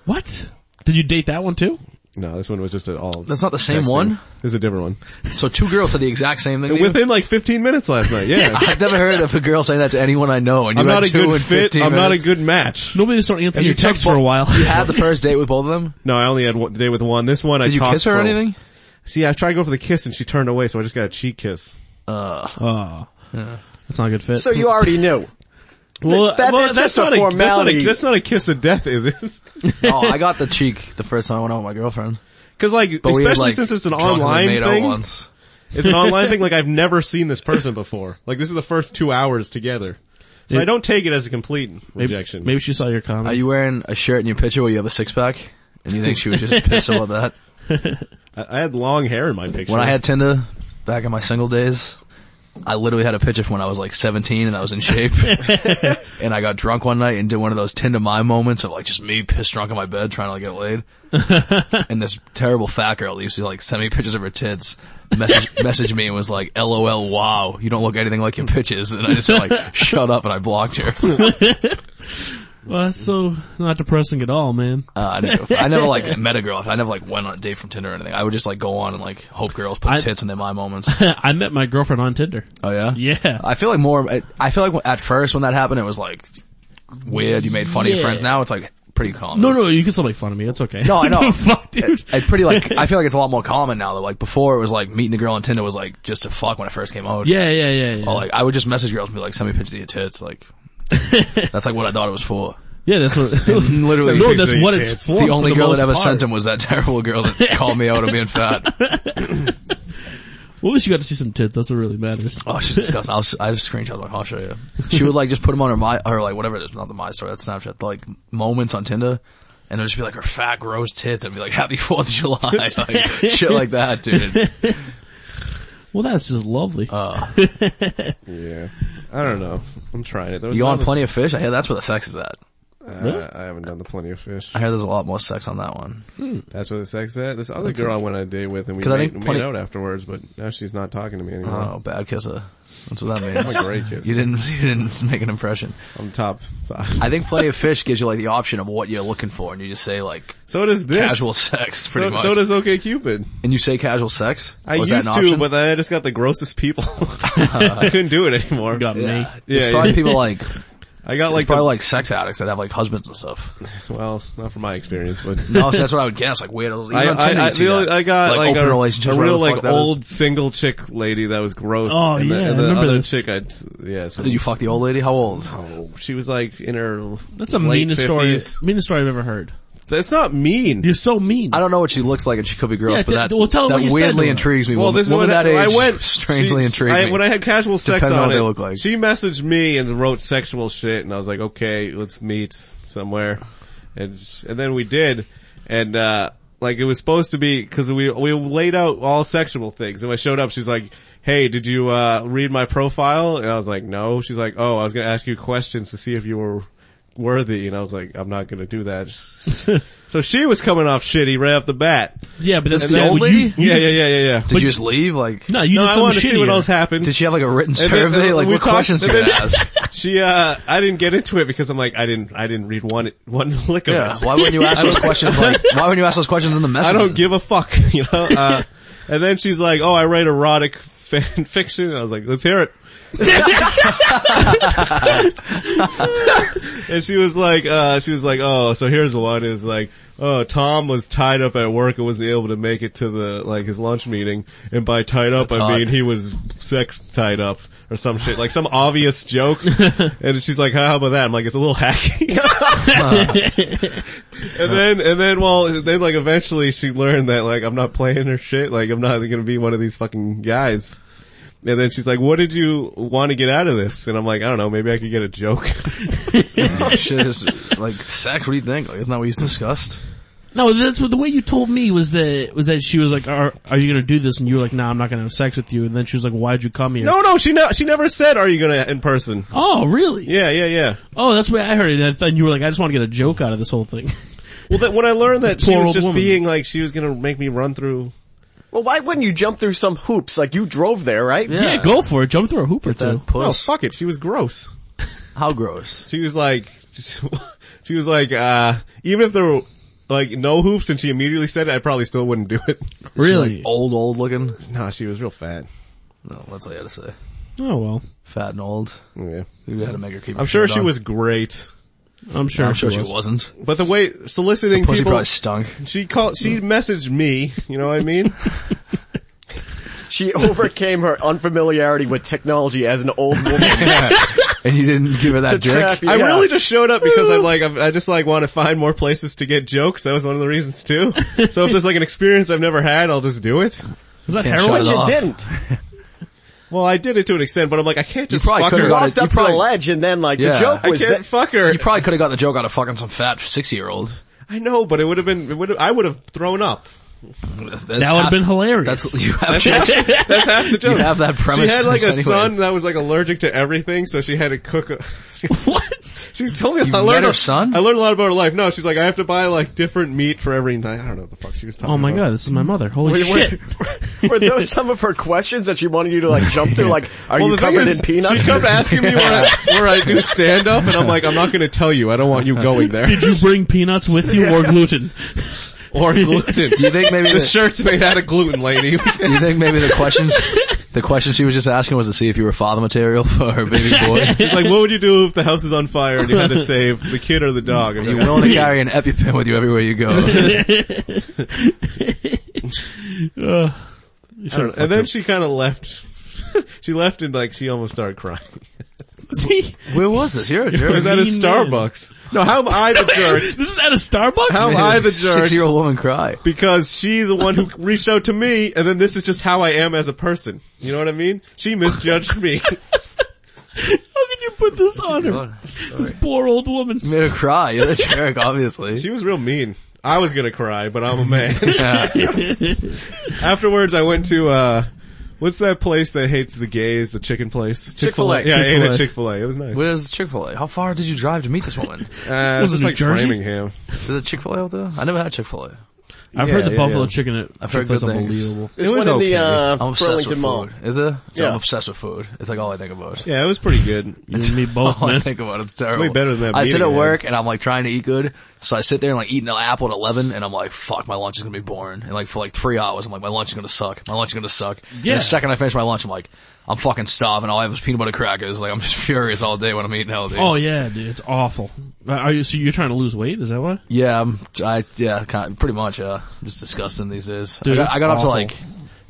[SPEAKER 2] What? Did you date that one too?
[SPEAKER 1] No, this one was just at all.
[SPEAKER 3] That's not the same one.
[SPEAKER 1] This is a different one.
[SPEAKER 3] So two girls said the exact same thing. to you?
[SPEAKER 1] Within like 15 minutes last night. Yeah,
[SPEAKER 3] (laughs) I've never heard of a girl saying that to anyone I know. And you
[SPEAKER 1] I'm
[SPEAKER 3] had
[SPEAKER 1] not a
[SPEAKER 3] two
[SPEAKER 1] good
[SPEAKER 3] in
[SPEAKER 1] fit.
[SPEAKER 3] 15
[SPEAKER 1] I'm not a
[SPEAKER 3] minutes.
[SPEAKER 1] good match.
[SPEAKER 2] Nobody started answering your
[SPEAKER 3] you took
[SPEAKER 2] text for a
[SPEAKER 3] bo-
[SPEAKER 2] while.
[SPEAKER 3] You had the first date with both of them.
[SPEAKER 1] No, I only had one day with one. This one I
[SPEAKER 3] Did you
[SPEAKER 1] talked
[SPEAKER 3] kiss her or
[SPEAKER 1] for-
[SPEAKER 3] anything?
[SPEAKER 1] See, I tried to go for the kiss and she turned away, so I just got a cheek kiss.
[SPEAKER 2] (laughs) Oh. That's not a good fit.
[SPEAKER 4] So you already knew.
[SPEAKER 1] Well,
[SPEAKER 4] That-
[SPEAKER 1] well,
[SPEAKER 4] that's just a
[SPEAKER 1] not that's not
[SPEAKER 4] formality.
[SPEAKER 1] that's not a kiss of death, is it? (laughs)
[SPEAKER 3] oh, I got the cheek the first time I went out with my girlfriend.
[SPEAKER 1] Because like,
[SPEAKER 3] But we had,
[SPEAKER 1] especially
[SPEAKER 3] like,
[SPEAKER 1] since it's an
[SPEAKER 3] drunkenly
[SPEAKER 1] online
[SPEAKER 3] made out
[SPEAKER 1] thing,
[SPEAKER 3] Once.
[SPEAKER 1] it's an online thing. Like I've never seen this person before. Like this is the first two hours together, so I don't take it as a complete
[SPEAKER 2] maybe,
[SPEAKER 1] rejection.
[SPEAKER 2] maybe she saw your comment.
[SPEAKER 3] Are you wearing a shirt in your picture where you have a six pack? And you think she was just pissed about that?
[SPEAKER 1] I, I had long hair in my picture.
[SPEAKER 3] When I had Tinder back in my single days, I literally had a picture from when I was like 17 and I was in shape. and I got drunk one night and did one of those Tinder my moments of like just me pissed drunk on my bed trying to like, get laid. and this terrible fat girl used to like send me pictures of her tits, message, message me and was like, lol wow, you don't look anything like your pictures. And I just said like, shut up and I blocked her.
[SPEAKER 2] Well, that's so not depressing at all, man.
[SPEAKER 3] Uh, I, knew. I never like (laughs) met a girl. I never like went on a date from Tinder or anything. I would just like go on and like hope girls put
[SPEAKER 2] I-
[SPEAKER 3] tits in their my moments.
[SPEAKER 2] (laughs)
[SPEAKER 3] (laughs)
[SPEAKER 2] I met my girlfriend on Tinder.
[SPEAKER 3] Oh yeah?
[SPEAKER 2] Yeah.
[SPEAKER 3] I feel like more, I, I feel like at first when that happened, it was like weird. You made fun of your
[SPEAKER 2] Yeah.
[SPEAKER 3] friends. Now it's like pretty common.
[SPEAKER 2] No, no, you can still make fun of me. It's okay.
[SPEAKER 3] No, I
[SPEAKER 2] (laughs) What the
[SPEAKER 3] know.
[SPEAKER 2] fuck, dude.
[SPEAKER 3] It's
[SPEAKER 2] (laughs)
[SPEAKER 3] pretty like, I feel like it's a lot more common now though. Like before it was like meeting a girl on Tinder was like just to fuck when I first came out.
[SPEAKER 2] yeah, yeah, yeah, yeah.
[SPEAKER 3] Or like I would just message girls and be like, send me pictures of your
[SPEAKER 2] (laughs)
[SPEAKER 3] tits. Like that's like what I thought it was for.
[SPEAKER 2] yeah, that's
[SPEAKER 3] (laughs)
[SPEAKER 2] what.
[SPEAKER 3] And literally
[SPEAKER 2] (laughs) no,
[SPEAKER 1] Usually
[SPEAKER 2] that's
[SPEAKER 1] you
[SPEAKER 2] what
[SPEAKER 1] can't.
[SPEAKER 2] it's
[SPEAKER 1] It's
[SPEAKER 2] for.
[SPEAKER 3] the only
[SPEAKER 2] for the
[SPEAKER 3] girl
[SPEAKER 2] most
[SPEAKER 3] that ever
[SPEAKER 2] part.
[SPEAKER 3] sent him was that (laughs) terrible girl that called me out of being fat.
[SPEAKER 2] Well, at least you got to see some tits. That's what really matters.
[SPEAKER 3] Oh, she's disgusting. I'll, I have screenshots. Like, I'll show you. She would like just put them on her my or like whatever it is, not the my story, that's Snapchat. Like moments on Tinder, and it'll just be like her fat, gross tits, and be like Happy Fourth of July, (laughs) like, shit like that, dude.
[SPEAKER 2] Well, that's just lovely.
[SPEAKER 3] uh,
[SPEAKER 1] yeah, I don't know. I'm trying it. There was
[SPEAKER 3] You on
[SPEAKER 1] another-
[SPEAKER 3] Plenty of Fish? I hear that's where the sex is at.
[SPEAKER 1] Uh,
[SPEAKER 2] Really?
[SPEAKER 1] I haven't done the plenty of fish.
[SPEAKER 3] I hear there's a lot more sex on that one.
[SPEAKER 1] That's where the sex at. This other girl I went on a date with and we
[SPEAKER 3] 'Cause I
[SPEAKER 1] made,
[SPEAKER 3] think
[SPEAKER 1] made
[SPEAKER 3] plenty-
[SPEAKER 1] out afterwards, but now she's not talking to me anymore.
[SPEAKER 3] Oh, bad kisser. That's what that
[SPEAKER 1] I'm
[SPEAKER 3] means.
[SPEAKER 1] Uh-huh. a great kiss.
[SPEAKER 3] You didn't, (laughs) you didn't make an impression.
[SPEAKER 1] I'm top five. (laughs)
[SPEAKER 3] I think plenty of fish gives you like the option of what you're looking for and you just say like
[SPEAKER 1] So does this.
[SPEAKER 3] casual sex pretty
[SPEAKER 1] so,
[SPEAKER 3] much.
[SPEAKER 1] so does OK Cupid.
[SPEAKER 3] and you say casual sex?
[SPEAKER 1] I
[SPEAKER 3] Was that
[SPEAKER 1] used
[SPEAKER 3] an
[SPEAKER 1] to,
[SPEAKER 3] option?
[SPEAKER 1] but then I just got the grossest people. (laughs) I couldn't do it
[SPEAKER 3] (laughs)
[SPEAKER 1] anymore.
[SPEAKER 2] Got me.
[SPEAKER 3] yeah.
[SPEAKER 1] Yeah,
[SPEAKER 3] It's
[SPEAKER 1] yeah.
[SPEAKER 3] probably people like,
[SPEAKER 1] I got like,
[SPEAKER 3] probably
[SPEAKER 1] the,
[SPEAKER 3] like sex addicts that have like husbands and stuff.
[SPEAKER 1] well, not from my experience,
[SPEAKER 3] (laughs)
[SPEAKER 1] but
[SPEAKER 3] No, so that's what I would guess. Like weird. you
[SPEAKER 1] I,
[SPEAKER 3] don't tend to
[SPEAKER 1] I, I,
[SPEAKER 3] see
[SPEAKER 1] the only,
[SPEAKER 3] that.
[SPEAKER 1] I got like,
[SPEAKER 3] open
[SPEAKER 1] a,
[SPEAKER 3] relationships,
[SPEAKER 1] a
[SPEAKER 3] whatever
[SPEAKER 1] real
[SPEAKER 3] the
[SPEAKER 1] like
[SPEAKER 3] fuck that is.
[SPEAKER 1] old single chick lady that was gross.
[SPEAKER 2] Oh,
[SPEAKER 1] and the,
[SPEAKER 2] yeah,
[SPEAKER 1] and
[SPEAKER 2] I
[SPEAKER 1] the
[SPEAKER 2] remember
[SPEAKER 1] other
[SPEAKER 2] this.
[SPEAKER 1] chick I, yeah, so
[SPEAKER 3] Did you fuck the old lady? How old?
[SPEAKER 1] she was like in her,
[SPEAKER 2] That's the
[SPEAKER 1] late
[SPEAKER 2] meanest story,
[SPEAKER 1] 50s.
[SPEAKER 2] meanest story I've ever heard.
[SPEAKER 1] that's not mean.
[SPEAKER 2] You're so mean.
[SPEAKER 3] I don't know what she looks like, and she could be gross,
[SPEAKER 2] Yeah,
[SPEAKER 3] but
[SPEAKER 2] t-
[SPEAKER 3] that,
[SPEAKER 2] well, tell them what
[SPEAKER 3] that
[SPEAKER 2] you said
[SPEAKER 3] weirdly
[SPEAKER 2] to her.
[SPEAKER 3] intrigues me.
[SPEAKER 1] Well,
[SPEAKER 3] women
[SPEAKER 1] this is what
[SPEAKER 3] that age
[SPEAKER 1] I went
[SPEAKER 3] strangely
[SPEAKER 1] she-
[SPEAKER 3] intrigued
[SPEAKER 1] I-
[SPEAKER 3] me.
[SPEAKER 1] When I had casual sex
[SPEAKER 3] Depends on
[SPEAKER 1] on
[SPEAKER 3] what
[SPEAKER 1] it,
[SPEAKER 3] they look like.
[SPEAKER 1] she messaged me and wrote sexual shit, and I was like, okay, let's meet somewhere, and s- and then we did, and uh like it was supposed to be because we we laid out all sexual things, and when I showed up, she's like. Hey, did you uh read my profile? And I was like, no. She's like, oh, I was gonna ask you questions to see if you were worthy, and I was like, I'm not gonna do that. (laughs) so she was coming off shitty right off the bat.
[SPEAKER 2] yeah, but that's
[SPEAKER 1] And then-
[SPEAKER 2] well,
[SPEAKER 3] old
[SPEAKER 2] you-
[SPEAKER 3] lady?
[SPEAKER 1] Yeah, yeah, yeah, yeah, yeah.
[SPEAKER 3] Did you just leave? Like,
[SPEAKER 2] No, you
[SPEAKER 1] no,
[SPEAKER 2] did
[SPEAKER 1] I
[SPEAKER 2] something
[SPEAKER 1] wanted to
[SPEAKER 2] shitty.
[SPEAKER 1] see what else happened.
[SPEAKER 3] did she have like a written
[SPEAKER 1] And then,
[SPEAKER 3] survey?
[SPEAKER 1] uh,
[SPEAKER 3] Like,
[SPEAKER 1] we
[SPEAKER 3] what
[SPEAKER 1] talked-
[SPEAKER 3] questions you
[SPEAKER 1] and
[SPEAKER 3] gonna
[SPEAKER 1] then-
[SPEAKER 3] ask?
[SPEAKER 1] (laughs) She, uh, I didn't get into it because I'm like, I didn't, I didn't read one, one (laughs) lick of
[SPEAKER 3] Yeah.
[SPEAKER 1] it.
[SPEAKER 3] Why wouldn't you ask those questions? Like, why wouldn't you ask those questions in the
[SPEAKER 1] I
[SPEAKER 3] message?
[SPEAKER 1] don't give a fuck, (laughs) you know? Uh, and then she's like, oh, I write erotic (laughs) fan fiction. And I was like, let's hear it. and she was like, uh, she was like, oh, so here's one is like, oh, Tom was tied up at work and wasn't able to make it to the, like his lunch meeting. And by tied up,
[SPEAKER 3] That's
[SPEAKER 1] I
[SPEAKER 3] hot.
[SPEAKER 1] mean he was sex tied up or some shit, like some obvious joke. and she's like, how about that? I'm like, it's a little hacky. and then, and then, well, then like eventually she learned that like I'm not playing her shit. Like I'm not gonna be one of these fucking guys. And then she's like, what did you want to get out of this? And I'm like, I don't know, maybe I could get a joke.
[SPEAKER 3] Oh, shit, it's, like sex. What do you think? Like, isn't that what you discussed?
[SPEAKER 2] No, that's what the way you told me was that was that she was like, "Are are you gonna do this?" And you were like, "No, nah, I'm not gonna have sex with you." And then she was like, "Why'd you come here?"
[SPEAKER 1] no, no, she ne- she never said, are you gonna in person?
[SPEAKER 2] Oh, really?
[SPEAKER 1] Yeah, yeah, yeah.
[SPEAKER 2] Oh, that's the way I heard it. And I thought- And you were like, "I just want to get a joke out of this whole thing." (laughs)
[SPEAKER 1] Well, that when I learned that
[SPEAKER 2] This
[SPEAKER 1] she
[SPEAKER 2] poor
[SPEAKER 1] was
[SPEAKER 2] old
[SPEAKER 1] just
[SPEAKER 2] woman.
[SPEAKER 1] being like, she was gonna make me run through.
[SPEAKER 4] Well, why wouldn't you jump through some hoops? Like you drove there, right?
[SPEAKER 2] yeah. go for it. Jump through a hoop or two.
[SPEAKER 3] That
[SPEAKER 1] Oh
[SPEAKER 3] puss.
[SPEAKER 1] fuck it, she was gross.
[SPEAKER 3] How gross.
[SPEAKER 1] She was like, (laughs) she was like, uh, even if there were like no hoops and she immediately said it, I probably still wouldn't do it. (laughs)
[SPEAKER 2] Really?
[SPEAKER 3] Old, old looking.
[SPEAKER 1] no, she was real fat.
[SPEAKER 3] No, that's all you had to say.
[SPEAKER 2] Oh well,
[SPEAKER 3] Fat and old.
[SPEAKER 1] Yeah.
[SPEAKER 3] You had to make her keep. her
[SPEAKER 1] I'm sure
[SPEAKER 3] shirt
[SPEAKER 1] she
[SPEAKER 3] on.
[SPEAKER 1] was great.
[SPEAKER 2] I'm sure.
[SPEAKER 3] I'm sure she
[SPEAKER 1] (laughs)
[SPEAKER 2] was.
[SPEAKER 3] wasn't.
[SPEAKER 1] But the way soliciting
[SPEAKER 3] Pussy
[SPEAKER 1] people,
[SPEAKER 3] probably stunk. (laughs)
[SPEAKER 1] she called, she messaged me, you know what I mean?
[SPEAKER 4] She (laughs) overcame her unfamiliarity with technology as an old (laughs) woman.
[SPEAKER 3] and you didn't give her that dick.
[SPEAKER 4] Trap you.
[SPEAKER 1] I
[SPEAKER 4] Yeah.
[SPEAKER 1] really just showed up because
[SPEAKER 2] (laughs)
[SPEAKER 1] I'm like, I'm, I just like want to find more places to get jokes. That was one of the reasons too. So if there's like an experience I've never had, I'll just do it.
[SPEAKER 2] Is that
[SPEAKER 3] Can't
[SPEAKER 2] heroin?
[SPEAKER 3] shut it
[SPEAKER 4] She
[SPEAKER 3] off.
[SPEAKER 4] didn't.
[SPEAKER 1] Well, I did it to an extent, but I'm like, I can't just
[SPEAKER 3] probably
[SPEAKER 1] fuck
[SPEAKER 3] could've
[SPEAKER 1] her.
[SPEAKER 3] got it.
[SPEAKER 4] Walked
[SPEAKER 3] You
[SPEAKER 4] up to
[SPEAKER 3] probably-
[SPEAKER 4] the ledge and then like
[SPEAKER 3] Yeah.
[SPEAKER 4] the joke
[SPEAKER 1] I
[SPEAKER 4] was
[SPEAKER 1] can't
[SPEAKER 4] that
[SPEAKER 1] fuck her.
[SPEAKER 3] You probably could have got the joke out of fucking some fat sixty year old.
[SPEAKER 1] I know, but it would have been, it would have, I would have thrown up.
[SPEAKER 2] That would have been hilarious. (laughs)
[SPEAKER 3] That's (laughs) you have,
[SPEAKER 1] That's half the
[SPEAKER 3] you
[SPEAKER 1] joke.
[SPEAKER 3] have that
[SPEAKER 1] She
[SPEAKER 3] premise.
[SPEAKER 1] had like a
[SPEAKER 3] anyways.
[SPEAKER 1] son that was like allergic to everything, so she had to cook. A, (laughs) she,
[SPEAKER 2] what?
[SPEAKER 1] she told me
[SPEAKER 3] You
[SPEAKER 1] I
[SPEAKER 3] met
[SPEAKER 1] learned
[SPEAKER 3] her
[SPEAKER 1] a-
[SPEAKER 3] son?
[SPEAKER 1] I learned a lot about her life. No, she's like I have to buy like different meat for every night. I don't know what the fuck she was talking.
[SPEAKER 2] Oh my god,
[SPEAKER 1] about.
[SPEAKER 2] this is my mother. Holy
[SPEAKER 4] Wait, wait.
[SPEAKER 2] shit.
[SPEAKER 1] (laughs)
[SPEAKER 4] Were those some of her questions that she wanted you to like jump through? (laughs) Like, are
[SPEAKER 1] Well,
[SPEAKER 4] you
[SPEAKER 1] the thing
[SPEAKER 4] covered
[SPEAKER 1] is,
[SPEAKER 4] in peanuts?
[SPEAKER 1] She kept asking
[SPEAKER 4] (laughs)
[SPEAKER 1] me where I, where I do stand up, and I'm like, I'm not going to tell you. I don't want you going there
[SPEAKER 2] Did you bring peanuts with you or gluten?
[SPEAKER 1] (laughs) or gluten.
[SPEAKER 3] Do you think
[SPEAKER 1] (laughs)
[SPEAKER 3] maybe
[SPEAKER 1] the
[SPEAKER 3] the,
[SPEAKER 1] shirt's made out of gluten, lady.
[SPEAKER 3] do you think maybe the questions the question she was just asking was to see if you were father material (laughs) for her baby boy?
[SPEAKER 1] (laughs) She's like, what would you do if the house is on fire and you had to save the kid or the dog? I'm
[SPEAKER 3] You're
[SPEAKER 1] like,
[SPEAKER 3] willing to carry an EpiPen with you everywhere you go.
[SPEAKER 2] Ugh.
[SPEAKER 1] I don't know. and then she kind of left. (laughs) she left and like she almost started crying.
[SPEAKER 2] (laughs) See?
[SPEAKER 3] Where was this? (laughs) You're a
[SPEAKER 1] It was
[SPEAKER 3] jerk.
[SPEAKER 1] at a
[SPEAKER 2] Mean man.
[SPEAKER 1] Starbucks. No, how am I (laughs) the jerk?
[SPEAKER 2] this is at a Starbucks?
[SPEAKER 1] How am I the
[SPEAKER 3] Six
[SPEAKER 1] jerk?
[SPEAKER 3] year old woman cry.
[SPEAKER 1] Because she the one who reached out to me, and then this is just how I am as a person. You know what I mean? She misjudged me. (laughs)
[SPEAKER 2] How can you put this on her?
[SPEAKER 3] You
[SPEAKER 2] This poor old woman.
[SPEAKER 3] made her cry. You're the jerk, obviously.
[SPEAKER 1] She was real mean. I was gonna cry, but I'm a man.
[SPEAKER 3] (laughs) Yeah.
[SPEAKER 1] Afterwards, I went to uh What's that place that hates the gays? The chicken place?
[SPEAKER 4] Chick-fil-A.
[SPEAKER 1] Yeah, I ate at
[SPEAKER 2] Chick-fil-A.
[SPEAKER 1] Chick-fil-A. It was nice.
[SPEAKER 3] Where's Chick Fil A? How far did you drive to meet this woman?
[SPEAKER 1] Uh,
[SPEAKER 2] Was
[SPEAKER 1] just
[SPEAKER 2] it New
[SPEAKER 1] like
[SPEAKER 2] Jersey?
[SPEAKER 1] Framingham.
[SPEAKER 3] Is it Chick Fil A out there? I never had Chick Fil A.
[SPEAKER 2] I've
[SPEAKER 1] Yeah,
[SPEAKER 2] heard the
[SPEAKER 1] yeah,
[SPEAKER 2] buffalo
[SPEAKER 1] yeah.
[SPEAKER 2] chicken at
[SPEAKER 3] I've heard
[SPEAKER 2] Chick-fil-A's
[SPEAKER 3] good things.
[SPEAKER 2] unbelievable.
[SPEAKER 4] There's
[SPEAKER 1] It was
[SPEAKER 4] one in
[SPEAKER 1] okay.
[SPEAKER 4] the uh,
[SPEAKER 3] I'm obsessed
[SPEAKER 4] Burlington
[SPEAKER 3] with
[SPEAKER 4] Mall.
[SPEAKER 3] food. Is it?
[SPEAKER 4] Yeah.
[SPEAKER 3] I'm obsessed with food. It's like all I think about.
[SPEAKER 1] Yeah, it was pretty good.
[SPEAKER 2] You and me both,
[SPEAKER 3] (laughs) All Oh, I
[SPEAKER 2] man.
[SPEAKER 3] think about it's terrible.
[SPEAKER 1] way better than that
[SPEAKER 3] I sit
[SPEAKER 1] meeting
[SPEAKER 3] at
[SPEAKER 1] I had.
[SPEAKER 3] work and I'm like trying to eat good, so I sit there and like eating an apple at eleven, and I'm like, "Fuck, my lunch is gonna be boring." And like for like three hours, I'm like, "My lunch is gonna suck. My lunch is gonna suck."
[SPEAKER 2] Yeah.
[SPEAKER 3] And the second I finish my lunch, I'm like, "I'm fucking starving. All I have is peanut butter crackers. Like I'm just (laughs) furious all day when I'm eating healthy."
[SPEAKER 2] Oh yeah, dude, it's awful. Uh, Are you? So you're trying to lose weight? Is that why?
[SPEAKER 3] Yeah, I'm, I yeah, kind pretty much. Uh, I'm just disgusting these days.
[SPEAKER 2] Dude,
[SPEAKER 3] I got,
[SPEAKER 2] it's
[SPEAKER 3] I got up to
[SPEAKER 2] awful.
[SPEAKER 3] like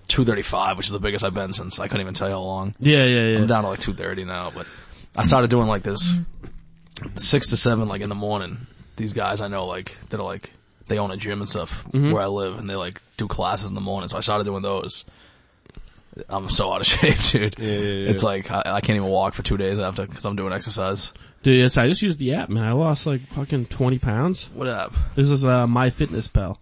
[SPEAKER 3] 235, which is the biggest I've been since I couldn't even tell you how long.
[SPEAKER 2] Yeah, yeah, yeah.
[SPEAKER 3] I'm down to like 230 now, but I started doing like this six to seven, like in the morning. These guys I know, like that are like they own a gym and stuff where I live, and they like do classes in the morning. So I started doing those. I'm so out of (laughs) shape, dude.
[SPEAKER 1] yeah, yeah.
[SPEAKER 3] It's like I, I can't even walk for two days after because I'm doing exercise.
[SPEAKER 2] Dude, yes, I just used the app, man. I lost like fucking 20 pounds.
[SPEAKER 3] What up?
[SPEAKER 2] This is, uh, MyFitnessPal.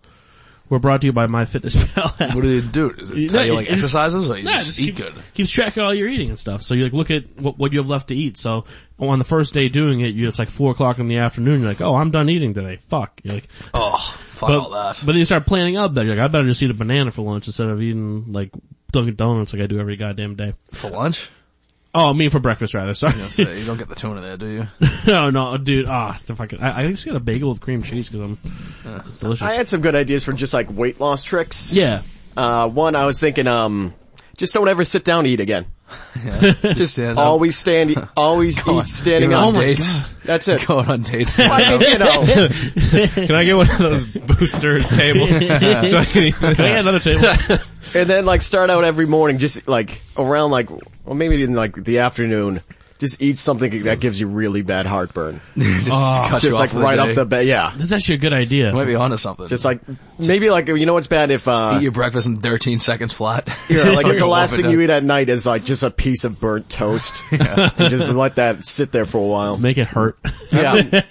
[SPEAKER 2] We're brought to you by MyFitnessPal (laughs) app.
[SPEAKER 3] What do they do? Is
[SPEAKER 2] You
[SPEAKER 3] it tell
[SPEAKER 2] know,
[SPEAKER 3] you like
[SPEAKER 2] it- it's-
[SPEAKER 3] exercises or you
[SPEAKER 2] Nah,
[SPEAKER 3] just,
[SPEAKER 2] just keep-
[SPEAKER 3] eat good?
[SPEAKER 2] Keeps track of all your eating and stuff. So you like look at what, what you have left to eat. So on the first day doing it, you it's like four o'clock in the afternoon. You're like, oh, I'm done eating today. Fuck. You're like,
[SPEAKER 3] Oh, fuck
[SPEAKER 2] but,
[SPEAKER 3] all that.
[SPEAKER 2] but then you start planning up that you're like, I better just eat a banana for lunch instead of eating like Dunkin' Donuts like I do every goddamn day.
[SPEAKER 3] For lunch?
[SPEAKER 2] Oh, I mean for breakfast rather. Sorry.
[SPEAKER 3] So (laughs) you don't get the tuna there, do
[SPEAKER 4] (laughs)
[SPEAKER 3] you?
[SPEAKER 2] (laughs) no, no, dude. Ah, the fucking. I, I just got a bagel with cream cheese because I'm
[SPEAKER 1] Uh,
[SPEAKER 2] it's delicious.
[SPEAKER 4] I had some good ideas for just like weight loss tricks.
[SPEAKER 2] yeah.
[SPEAKER 4] Uh, one, I was thinking, um, just don't ever sit down to eat again.
[SPEAKER 3] Just stand up.
[SPEAKER 4] Always stand,
[SPEAKER 3] (laughs)
[SPEAKER 4] always eat standing
[SPEAKER 3] Even
[SPEAKER 2] Oh
[SPEAKER 4] up.
[SPEAKER 3] on
[SPEAKER 2] my
[SPEAKER 3] dates. (laughs)
[SPEAKER 4] That's it.
[SPEAKER 3] Going on dates. (laughs)
[SPEAKER 4] I think, you
[SPEAKER 1] (laughs)
[SPEAKER 4] know,
[SPEAKER 1] Can I get one of those
[SPEAKER 2] (laughs)
[SPEAKER 1] booster tables? (laughs) so I can eat this?
[SPEAKER 2] Can I get
[SPEAKER 1] (laughs)
[SPEAKER 2] another table?
[SPEAKER 4] and then like start out every morning, just like around like, or maybe in like the afternoon, just eat something that gives you really bad heartburn.
[SPEAKER 3] just (laughs) cut you
[SPEAKER 4] Oh, Just
[SPEAKER 3] off
[SPEAKER 4] like
[SPEAKER 3] for the
[SPEAKER 4] right
[SPEAKER 3] day.
[SPEAKER 4] up the bed, yeah.
[SPEAKER 2] That's actually a good idea.
[SPEAKER 3] Might be onto something.
[SPEAKER 4] Just like, maybe like, you know what's bad if, uh,
[SPEAKER 3] eat your breakfast in 13 seconds
[SPEAKER 4] (laughs)
[SPEAKER 3] flat. (laughs)
[SPEAKER 4] Yeah, like if
[SPEAKER 3] Fucking
[SPEAKER 4] the last
[SPEAKER 3] wolf it
[SPEAKER 4] thing you
[SPEAKER 3] down.
[SPEAKER 4] eat at night is like just a piece of
[SPEAKER 3] (laughs)
[SPEAKER 4] burnt toast. And just let that sit there for a while.
[SPEAKER 2] Make it hurt.
[SPEAKER 4] Yeah. Oh,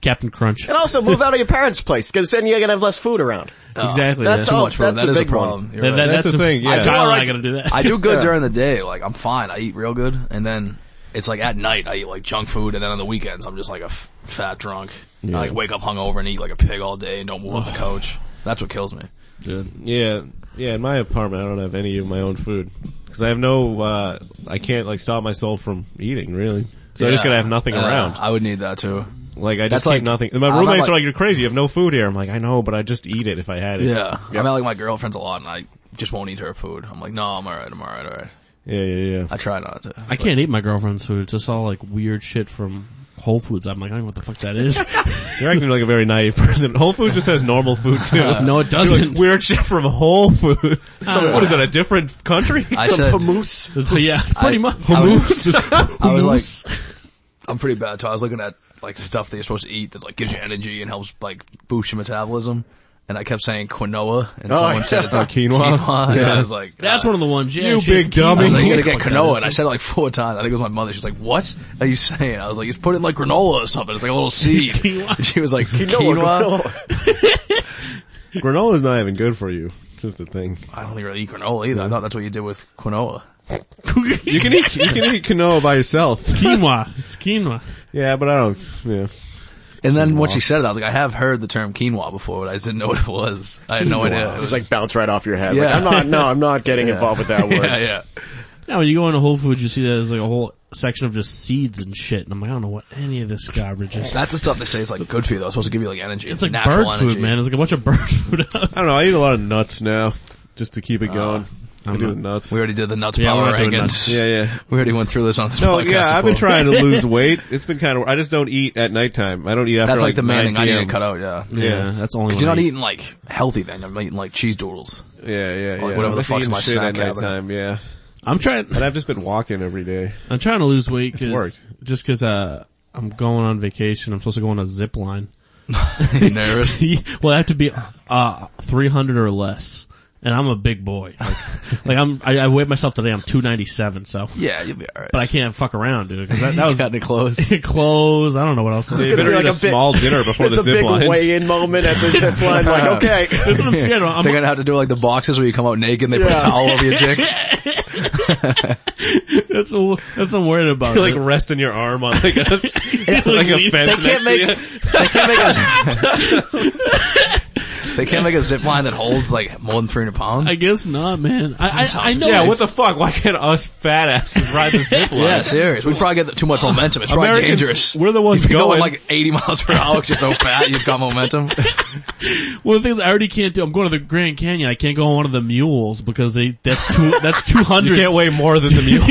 [SPEAKER 2] (laughs) Captain Crunch.
[SPEAKER 4] also move out of your parents' place, cause then you're gonna have less food around.
[SPEAKER 2] exactly.
[SPEAKER 4] That's
[SPEAKER 2] yeah.
[SPEAKER 3] Too
[SPEAKER 4] all-
[SPEAKER 3] much, bro.
[SPEAKER 4] that's
[SPEAKER 3] That
[SPEAKER 4] a
[SPEAKER 3] is a
[SPEAKER 4] big one.
[SPEAKER 3] problem. You're
[SPEAKER 2] That-
[SPEAKER 3] right.
[SPEAKER 2] that-
[SPEAKER 1] That's the thing, yeah.
[SPEAKER 2] I, Kyle and I
[SPEAKER 3] I-
[SPEAKER 2] gotta do that. (laughs)
[SPEAKER 3] I do good
[SPEAKER 4] Yeah.
[SPEAKER 3] during the day. Like I'm fine. I eat real good, and then it's like at night I eat like junk food, and then on the weekends I'm just like a f- fat drunk. I like wake up hungover and eat like a pig all day and don't move off the couch. That's what kills me.
[SPEAKER 1] Yeah, yeah. In my apartment, I don't have any of my own food because I have no. uh I can't like stop myself from eating really. So I just
[SPEAKER 3] Yeah.
[SPEAKER 1] gotta have nothing
[SPEAKER 3] Yeah,
[SPEAKER 1] around.
[SPEAKER 3] I would need that too.
[SPEAKER 1] Like I
[SPEAKER 3] That's
[SPEAKER 1] just keep
[SPEAKER 3] like-
[SPEAKER 1] nothing. My
[SPEAKER 3] I'm not
[SPEAKER 1] roommates are
[SPEAKER 3] like-
[SPEAKER 1] like, "You're crazy. You have no food here." I'm like, "I know, but I just eat it if I had it."
[SPEAKER 3] Yeah, I'm at like my girlfriend's a lot, and I just won't eat her food. I'm like, no, I'm all right. I'm all right. All right.
[SPEAKER 1] yeah, yeah, yeah.
[SPEAKER 3] I try not to.
[SPEAKER 2] I can't eat my girlfriend's food. It's just all like weird shit from Whole Foods. I'm like, I don't know what the fuck that is.
[SPEAKER 1] You're acting like a very naive person. Whole Foods just has normal food too.
[SPEAKER 2] (laughs) no, it
[SPEAKER 1] You're like,
[SPEAKER 2] doesn't.
[SPEAKER 1] weird shit from Whole
[SPEAKER 3] (laughs)
[SPEAKER 1] Foods. So
[SPEAKER 2] Uh,
[SPEAKER 1] what is that? A different country?
[SPEAKER 3] I
[SPEAKER 4] Some
[SPEAKER 3] said,
[SPEAKER 4] hummus.
[SPEAKER 2] So, yeah, pretty much.
[SPEAKER 3] I was,
[SPEAKER 1] Hummus?
[SPEAKER 3] (laughs) I was like, I'm pretty bad. So I was looking at like stuff that you're supposed to eat that like gives you energy and helps like boost your metabolism. And I kept saying quinoa, and someone said it's
[SPEAKER 1] Oh, (laughs) quinoa.
[SPEAKER 3] quinoa, and I was like,
[SPEAKER 2] (laughs) That's
[SPEAKER 3] "Ah."
[SPEAKER 2] one of the ones. Yeah,
[SPEAKER 1] You
[SPEAKER 2] she has
[SPEAKER 1] big
[SPEAKER 2] keto.
[SPEAKER 1] dummy.
[SPEAKER 3] I was like, you're gonna
[SPEAKER 2] Fuck
[SPEAKER 3] get
[SPEAKER 2] that
[SPEAKER 3] quinoa,
[SPEAKER 2] is.
[SPEAKER 3] and I said it like four times. I think it was my mother. She's like, "What are you saying?" I was like, "Just put it in like granola or something. It's like a little seed."
[SPEAKER 2] Quinoa.
[SPEAKER 3] she was like, "Quinoa."
[SPEAKER 1] (laughs) granola is not even good for you. Just a thing.
[SPEAKER 3] I don't really eat granola either. I thought that's what you did with quinoa.
[SPEAKER 1] (laughs) You can eat. You can eat quinoa by yourself.
[SPEAKER 2] (laughs) quinoa. It's quinoa.
[SPEAKER 1] Yeah, but I don't. Yeah.
[SPEAKER 3] And then when she said that, I was like, "I have heard the term quinoa before, but I just didn't know what it was. I had no idea." It was (laughs)
[SPEAKER 4] Just like bounce right off your head. Like,
[SPEAKER 3] Yeah.
[SPEAKER 4] I'm not, no, I'm not getting involved with that word.
[SPEAKER 3] (laughs) yeah, yeah.
[SPEAKER 2] Now when you go into Whole Foods, you see that there's like a whole section of just seeds and shit, and I'm like, I don't know what any of this garbage is.
[SPEAKER 3] That's the stuff they say is like good for you though. It's supposed to give you like energy.
[SPEAKER 2] It's like
[SPEAKER 3] natural
[SPEAKER 2] bird
[SPEAKER 3] energy.
[SPEAKER 2] food, man. It's like a bunch of (laughs) bird food. out.
[SPEAKER 1] I don't know. I eat a lot of nuts now, just to
[SPEAKER 3] Uh,
[SPEAKER 1] keep it going. I do the nuts.
[SPEAKER 3] We already did the nuts
[SPEAKER 2] Yeah, we're
[SPEAKER 3] power
[SPEAKER 2] not doing nuts.
[SPEAKER 3] rankings.
[SPEAKER 1] Yeah,
[SPEAKER 3] (laughs)
[SPEAKER 1] yeah.
[SPEAKER 3] We already went through this on this
[SPEAKER 1] No,
[SPEAKER 3] podcast.
[SPEAKER 1] yeah. I've been
[SPEAKER 3] before.
[SPEAKER 1] trying to lose
[SPEAKER 3] (laughs)
[SPEAKER 1] weight. It's been kind of. I just don't eat at nighttime. I don't eat after.
[SPEAKER 3] That's
[SPEAKER 1] (laughs)
[SPEAKER 3] like the main thing I
[SPEAKER 1] 9
[SPEAKER 3] need to
[SPEAKER 1] PM.
[SPEAKER 3] cut out. Yeah, because
[SPEAKER 1] Yeah.
[SPEAKER 2] yeah, that's the only.
[SPEAKER 3] you're
[SPEAKER 2] one
[SPEAKER 3] not
[SPEAKER 2] I eat.
[SPEAKER 3] eating like healthy then. I'm eating like cheese doodles.
[SPEAKER 1] Yeah, yeah, yeah.
[SPEAKER 3] whatever the
[SPEAKER 1] I've
[SPEAKER 3] fuck's
[SPEAKER 1] eaten
[SPEAKER 3] my
[SPEAKER 1] shit
[SPEAKER 3] snack
[SPEAKER 1] at
[SPEAKER 3] cabinet.
[SPEAKER 1] nighttime. Yeah,
[SPEAKER 2] I'm trying.
[SPEAKER 1] but I've just been walking every day.
[SPEAKER 2] I'm trying to lose weight. Cause,
[SPEAKER 1] worked.
[SPEAKER 2] Just because uh, I'm going on vacation. I'm supposed to go on a zip line. (laughs)
[SPEAKER 3] (laughs) You nervous?
[SPEAKER 2] well, I have to be uh 300 or less. and I'm a big boy.
[SPEAKER 1] (laughs)
[SPEAKER 2] Like, like I'm, I, I weighed myself today. I'm 297, so,
[SPEAKER 3] Yeah, you'll be alright.
[SPEAKER 2] but I can't fuck around, dude.
[SPEAKER 1] (laughs)
[SPEAKER 2] 'cause that, that was
[SPEAKER 3] got any clothes.
[SPEAKER 2] (laughs) clothes. I don't know what else.
[SPEAKER 1] They (laughs)
[SPEAKER 2] That's
[SPEAKER 4] gonna
[SPEAKER 1] better
[SPEAKER 4] be
[SPEAKER 1] eat
[SPEAKER 4] like
[SPEAKER 1] a,
[SPEAKER 4] a big-
[SPEAKER 1] small dinner before
[SPEAKER 4] It's
[SPEAKER 1] the
[SPEAKER 4] a
[SPEAKER 1] zip
[SPEAKER 4] big
[SPEAKER 1] line.
[SPEAKER 4] weigh-in
[SPEAKER 3] (laughs)
[SPEAKER 4] moment at the zip line. Like, okay,
[SPEAKER 2] what I'm scared of. I'm,
[SPEAKER 3] They're gonna have to do like the boxes where you come out naked and they put
[SPEAKER 4] Yeah.
[SPEAKER 3] a towel over your dick.
[SPEAKER 2] (laughs) that's what, that's what I'm worried about.
[SPEAKER 1] You're, (laughs) like resting your arm on like a, (laughs) like a
[SPEAKER 2] They
[SPEAKER 1] fence
[SPEAKER 2] can't
[SPEAKER 1] next
[SPEAKER 3] make-
[SPEAKER 1] to you.
[SPEAKER 3] They can't make a, (laughs) they can't make a zip line that holds like more than 300 pounds.
[SPEAKER 2] I guess not, man. I, I, I know.
[SPEAKER 1] Yeah,
[SPEAKER 2] it's-
[SPEAKER 1] what the fuck? Why can't us fat asses ride
[SPEAKER 2] (laughs)
[SPEAKER 1] the zip line?
[SPEAKER 3] yeah, serious. We probably get too much momentum. It's probably
[SPEAKER 1] Americans,
[SPEAKER 3] dangerous.
[SPEAKER 1] we're the ones
[SPEAKER 3] if you're
[SPEAKER 1] going.
[SPEAKER 3] going like 80 miles per hour because you're so fat, you just got momentum.
[SPEAKER 2] Well, the thing is, I already can't do. I'm going to the Grand Canyon. I can't go on one of the mules because they that's two
[SPEAKER 1] (laughs)
[SPEAKER 2] that's two
[SPEAKER 1] You
[SPEAKER 2] hundred.
[SPEAKER 1] can't weigh more than the
[SPEAKER 2] (laughs)
[SPEAKER 1] mule.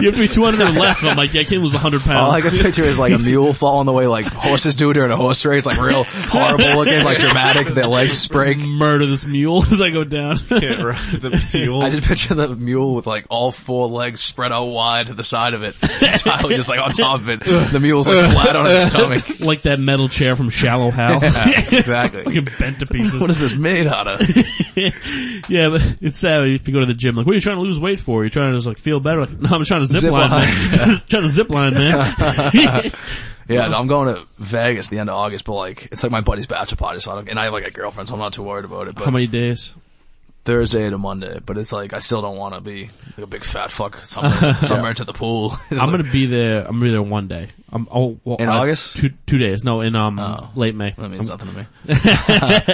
[SPEAKER 2] you have to be two hundred or less. And I'm like, yeah, I can't lose hundred
[SPEAKER 3] All Oh, I
[SPEAKER 2] pounds.
[SPEAKER 1] (laughs)
[SPEAKER 3] can picture is like a mule falling the way like horses do during a horse race, like real horrible looking, like dramatic, their legs break.
[SPEAKER 2] Murder this mule (laughs) as I go down.
[SPEAKER 1] can't (laughs) ride the mule.
[SPEAKER 3] I just picture the mule with like all four legs spread out wide to the side of it. (laughs) Tyler just like on top of it. The mule's like flat on its
[SPEAKER 2] (laughs) (laughs)
[SPEAKER 3] stomach.
[SPEAKER 2] like that metal chair from Shallow Hal. (laughs)
[SPEAKER 3] exactly.
[SPEAKER 2] Fucking bent to pieces. (laughs)
[SPEAKER 3] What is this made out of?
[SPEAKER 2] yeah, but it's sad if you go to the gym. Like, what are you trying to lose weight for? You're trying to just like feel better. Like, no, I'm just trying to zip,
[SPEAKER 3] Zip
[SPEAKER 2] line,
[SPEAKER 3] line.
[SPEAKER 2] man. (laughs) trying to zip line,
[SPEAKER 3] (laughs)
[SPEAKER 2] man. (laughs)
[SPEAKER 3] Yeah, no, I'm going to Vegas the end of August, but like, it's like my buddy's bachelor party, so I don't, and I have like a girlfriend, so I'm not too worried about it,
[SPEAKER 2] How
[SPEAKER 3] but
[SPEAKER 2] many days?
[SPEAKER 3] Thursday to Monday, but it's like, I still don't want to be like a big fat fuck
[SPEAKER 2] (laughs)
[SPEAKER 3] somewhere, somewhere to the pool.
[SPEAKER 2] I'm gonna be there. I'm gonna be there one day. I'm oh, well,
[SPEAKER 3] In
[SPEAKER 2] uh,
[SPEAKER 3] August?
[SPEAKER 2] Two two days. No, in um
[SPEAKER 3] Oh.
[SPEAKER 2] late May.
[SPEAKER 3] (laughs) That
[SPEAKER 2] I'm-
[SPEAKER 3] means nothing to me.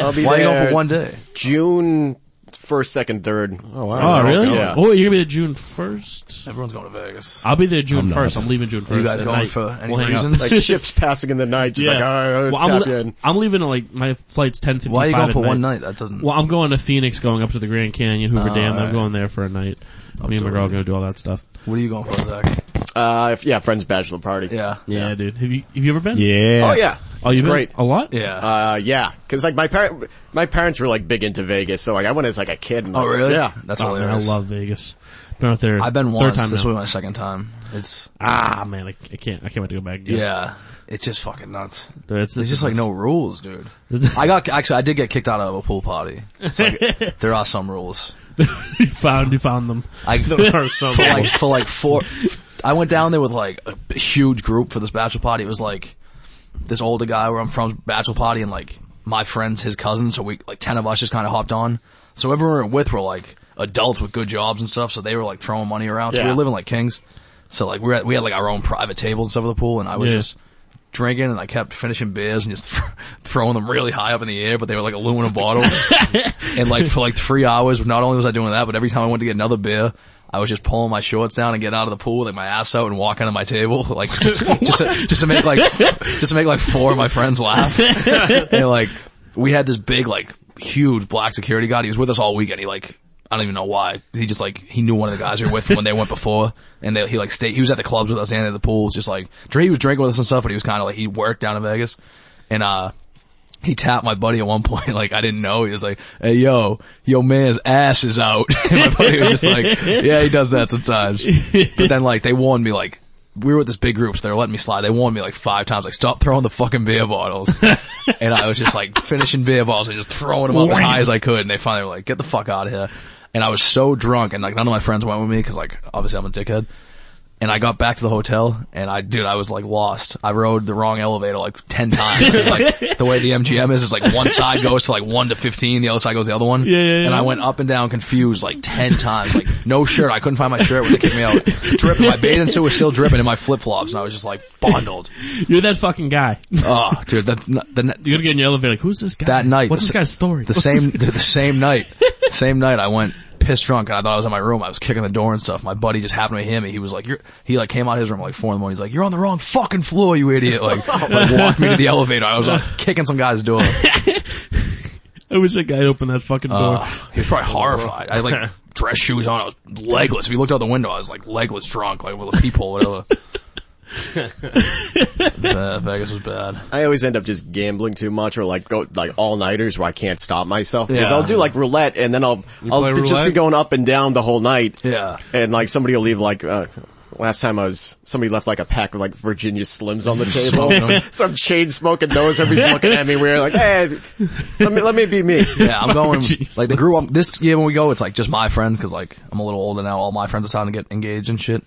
[SPEAKER 4] I'll be
[SPEAKER 3] Why you going
[SPEAKER 4] there
[SPEAKER 3] for one day?
[SPEAKER 4] June first, second, third.
[SPEAKER 1] oh, wow.
[SPEAKER 2] Oh, really?
[SPEAKER 4] Yeah.
[SPEAKER 2] Oh, you're gonna be there June first.
[SPEAKER 3] Everyone's going to Vegas.
[SPEAKER 2] I'll be there June
[SPEAKER 5] I'm not.
[SPEAKER 2] first. I'm leaving June first.
[SPEAKER 3] you guys going for any reasons?
[SPEAKER 4] Like ships passing in the night, just
[SPEAKER 2] yeah.
[SPEAKER 4] like uh, all right,
[SPEAKER 2] well,
[SPEAKER 4] I'll
[SPEAKER 2] I'm,
[SPEAKER 4] tap
[SPEAKER 2] li-
[SPEAKER 4] in.
[SPEAKER 2] I'm leaving at like my flight's ten fifty.
[SPEAKER 3] Why are you going for one night? That doesn't,
[SPEAKER 2] Well, I'm going to Phoenix, going up to the Grand Canyon, Hoover
[SPEAKER 3] Oh,
[SPEAKER 2] Dam. I'm
[SPEAKER 3] alright.
[SPEAKER 2] going there for a night. Me and my
[SPEAKER 3] doing
[SPEAKER 2] girl
[SPEAKER 3] it.
[SPEAKER 2] are gonna do all that stuff.
[SPEAKER 3] what are you going for, Zach?
[SPEAKER 4] Uh, if, yeah, friend's bachelor party.
[SPEAKER 3] Yeah.
[SPEAKER 2] Yeah, dude. Have you have you ever been?
[SPEAKER 1] Yeah.
[SPEAKER 4] Oh yeah.
[SPEAKER 2] Oh, you've
[SPEAKER 4] It's
[SPEAKER 2] been
[SPEAKER 4] great.
[SPEAKER 2] a lot.
[SPEAKER 3] Yeah.
[SPEAKER 4] Uh, yeah, cause like my parent, my parents were like big into Vegas, so like I went as like a kid. And,
[SPEAKER 3] oh
[SPEAKER 4] like,
[SPEAKER 3] really?
[SPEAKER 4] Yeah.
[SPEAKER 3] That's
[SPEAKER 2] Oh, man, I
[SPEAKER 3] hilarious.
[SPEAKER 2] love Vegas. Been out there.
[SPEAKER 3] I've been
[SPEAKER 2] third
[SPEAKER 3] once.
[SPEAKER 2] time
[SPEAKER 3] this
[SPEAKER 2] now.
[SPEAKER 3] was my second time. It's,
[SPEAKER 2] Ah, man, I, I can't. I can't wait to go back. Again.
[SPEAKER 3] yeah. It's just fucking nuts.
[SPEAKER 2] Dude, it's, (laughs)
[SPEAKER 3] There's just like no rules, dude.
[SPEAKER 2] Is-
[SPEAKER 3] I got, actually I did get kicked out of a pool party. It's like, there are some rules.
[SPEAKER 2] (laughs) you found you
[SPEAKER 1] (laughs)
[SPEAKER 2] found them. (laughs)
[SPEAKER 3] I,
[SPEAKER 1] There are some.
[SPEAKER 3] for like for like four. I went down there with like a b- huge group for this bachelor party. It was like this older guy where I'm from bachelor party and like my friends, his cousin. So we like ten of us just kind of hopped on. So everyone we were with were like adults with good jobs and stuff. So they were like throwing money around. So we
[SPEAKER 4] Yeah.
[SPEAKER 3] were living like kings. So like we were at, we had like our own private tables and stuff at the pool, and I was
[SPEAKER 2] Yeah.
[SPEAKER 3] just drinking and I kept finishing beers and just (laughs) throwing them really high up in the air, but they were like aluminum bottles. and like for like three hours, not only was I doing that, but every time I went to get another beer, I was just pulling my shorts down and getting out of the pool, with, like my ass out and walking to my table, (laughs) like just, just, to, just to make like, just to make like four of my friends laugh. and like, we had this big like huge black security guard. He was with us all weekend. He like, I don't even know why. He just like, he knew one of the guys we were with when they went before and they, he like stayed, he was at the clubs with us and at the pools, just like, drink, he was drinking with us and stuff, but he was kind of like, he worked down in Vegas and uh, he tapped my buddy at one point, (laughs) like I didn't know. He was like, "Hey, yo, yo, man's ass is out." (laughs) and my buddy was just like, "Yeah, he does that sometimes." But then, like, they warned me, like, we were with this big group, so they were letting me slide. They warned me like five times, like, "Stop throwing the fucking beer bottles." and I was just like finishing beer bottles and just throwing them up as high as I could. And they finally were like, "Get the fuck out of here." And I was so drunk, and like none of my friends went with me because, like, obviously I'm a dickhead. And I got back to the hotel and I, dude, I was like lost. I rode the wrong elevator like 10 times.
[SPEAKER 2] (laughs)
[SPEAKER 3] It's like the way the MGM is, is like one side goes to like 1 to 15, the other side goes to the other one.
[SPEAKER 2] Yeah, yeah,
[SPEAKER 3] And
[SPEAKER 2] yeah.
[SPEAKER 3] I went up and down confused like 10 times. Like no shirt. I couldn't find my shirt when they kicked me out. Dripping. My bathing suit was still dripping in my flip flops and I was just like bundled.
[SPEAKER 2] (laughs) You're that fucking guy. (laughs)
[SPEAKER 3] Oh, dude, that, the,
[SPEAKER 2] You're gonna get in your elevator. Like, who's this guy?
[SPEAKER 3] That night,
[SPEAKER 2] What's this (laughs)
[SPEAKER 3] the sa-
[SPEAKER 2] guy's story?
[SPEAKER 3] the same (laughs) the same night, same night I went pissed drunk and I thought I was in my room. I was kicking the door and stuff. My buddy just happened to hit me. He was like, "You're," he like came out of his room at like four in the morning. He's like, "You're on the wrong fucking floor, you idiot!" Like, like walked me to the elevator. I was like kicking some guy's door.
[SPEAKER 2] I wish that guy had opened that fucking door.
[SPEAKER 3] Uh, he was probably horrified. I had, like dress shoes on. I was legless. If you looked out the window, I was like legless drunk, like with a peephole, whatever. Uh, Vegas was bad.
[SPEAKER 4] I always end up just gambling too much or like go like all nighters where I can't stop myself because
[SPEAKER 3] Yeah.
[SPEAKER 4] I'll do like roulette and then I'll I'll
[SPEAKER 1] play
[SPEAKER 4] just be
[SPEAKER 1] roulette?
[SPEAKER 4] going up and down the whole night
[SPEAKER 3] Yeah.
[SPEAKER 4] and like somebody will leave like uh, last time I was, somebody left like a pack of like Virginia Slims on the (laughs) table. so I'm chain smoking those. Everybody's looking at me weird like, hey, let me, let me be me.
[SPEAKER 3] Yeah,
[SPEAKER 2] (laughs)
[SPEAKER 3] I'm going,
[SPEAKER 2] Oh, Jesus.
[SPEAKER 3] like, the group, I'm, this year when we go, it's like just my friends, cause like, I'm a little older now, all my friends are starting to get engaged and shit.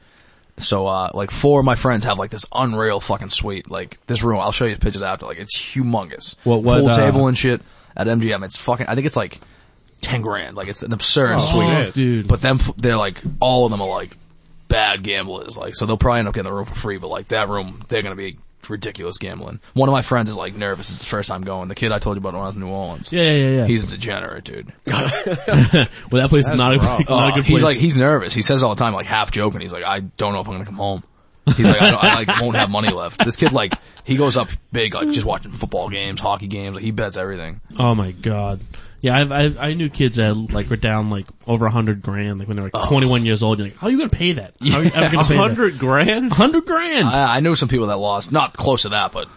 [SPEAKER 3] So, uh, like four of my friends have like this unreal fucking suite, like this room, I'll show you pictures after, like it's humongous.
[SPEAKER 2] What- what,
[SPEAKER 3] Pool
[SPEAKER 2] uh,
[SPEAKER 3] table and shit at MGM, it's fucking, I think it's like 10 grand, like it's an absurd suite.
[SPEAKER 1] shit.
[SPEAKER 2] Oh, dude.
[SPEAKER 3] But them, f- they're like, all of them are like bad gamblers, like, so they'll probably end up getting the room for free, but like that room, they're gonna be ridiculous gambling. One of my friends is like nervous, it's his first time going. The kid I told you about when I was in New Orleans.
[SPEAKER 2] yeah, yeah, yeah.
[SPEAKER 3] He's a degenerate, dude.
[SPEAKER 2] well, that place is not a, (laughs) not a
[SPEAKER 3] Uh,
[SPEAKER 2] good
[SPEAKER 3] he's
[SPEAKER 2] place.
[SPEAKER 3] like, he's nervous. He says all the time, like half joking. He's like, I don't know if I'm gonna come home. He's like, I, don't, I like won't have money left. This kid, like, he goes up big, like just watching football games, hockey games. Like, he bets everything.
[SPEAKER 2] oh my god. Yeah, I've, I've, I knew kids that like were down like over a hundred grand, like when they were like 21 years old. You're like, how are you gonna pay that? How are you ever gonna pay that?
[SPEAKER 1] Hundred grand?
[SPEAKER 2] Hundred grand.
[SPEAKER 3] I, I know some people that lost, not close to that, but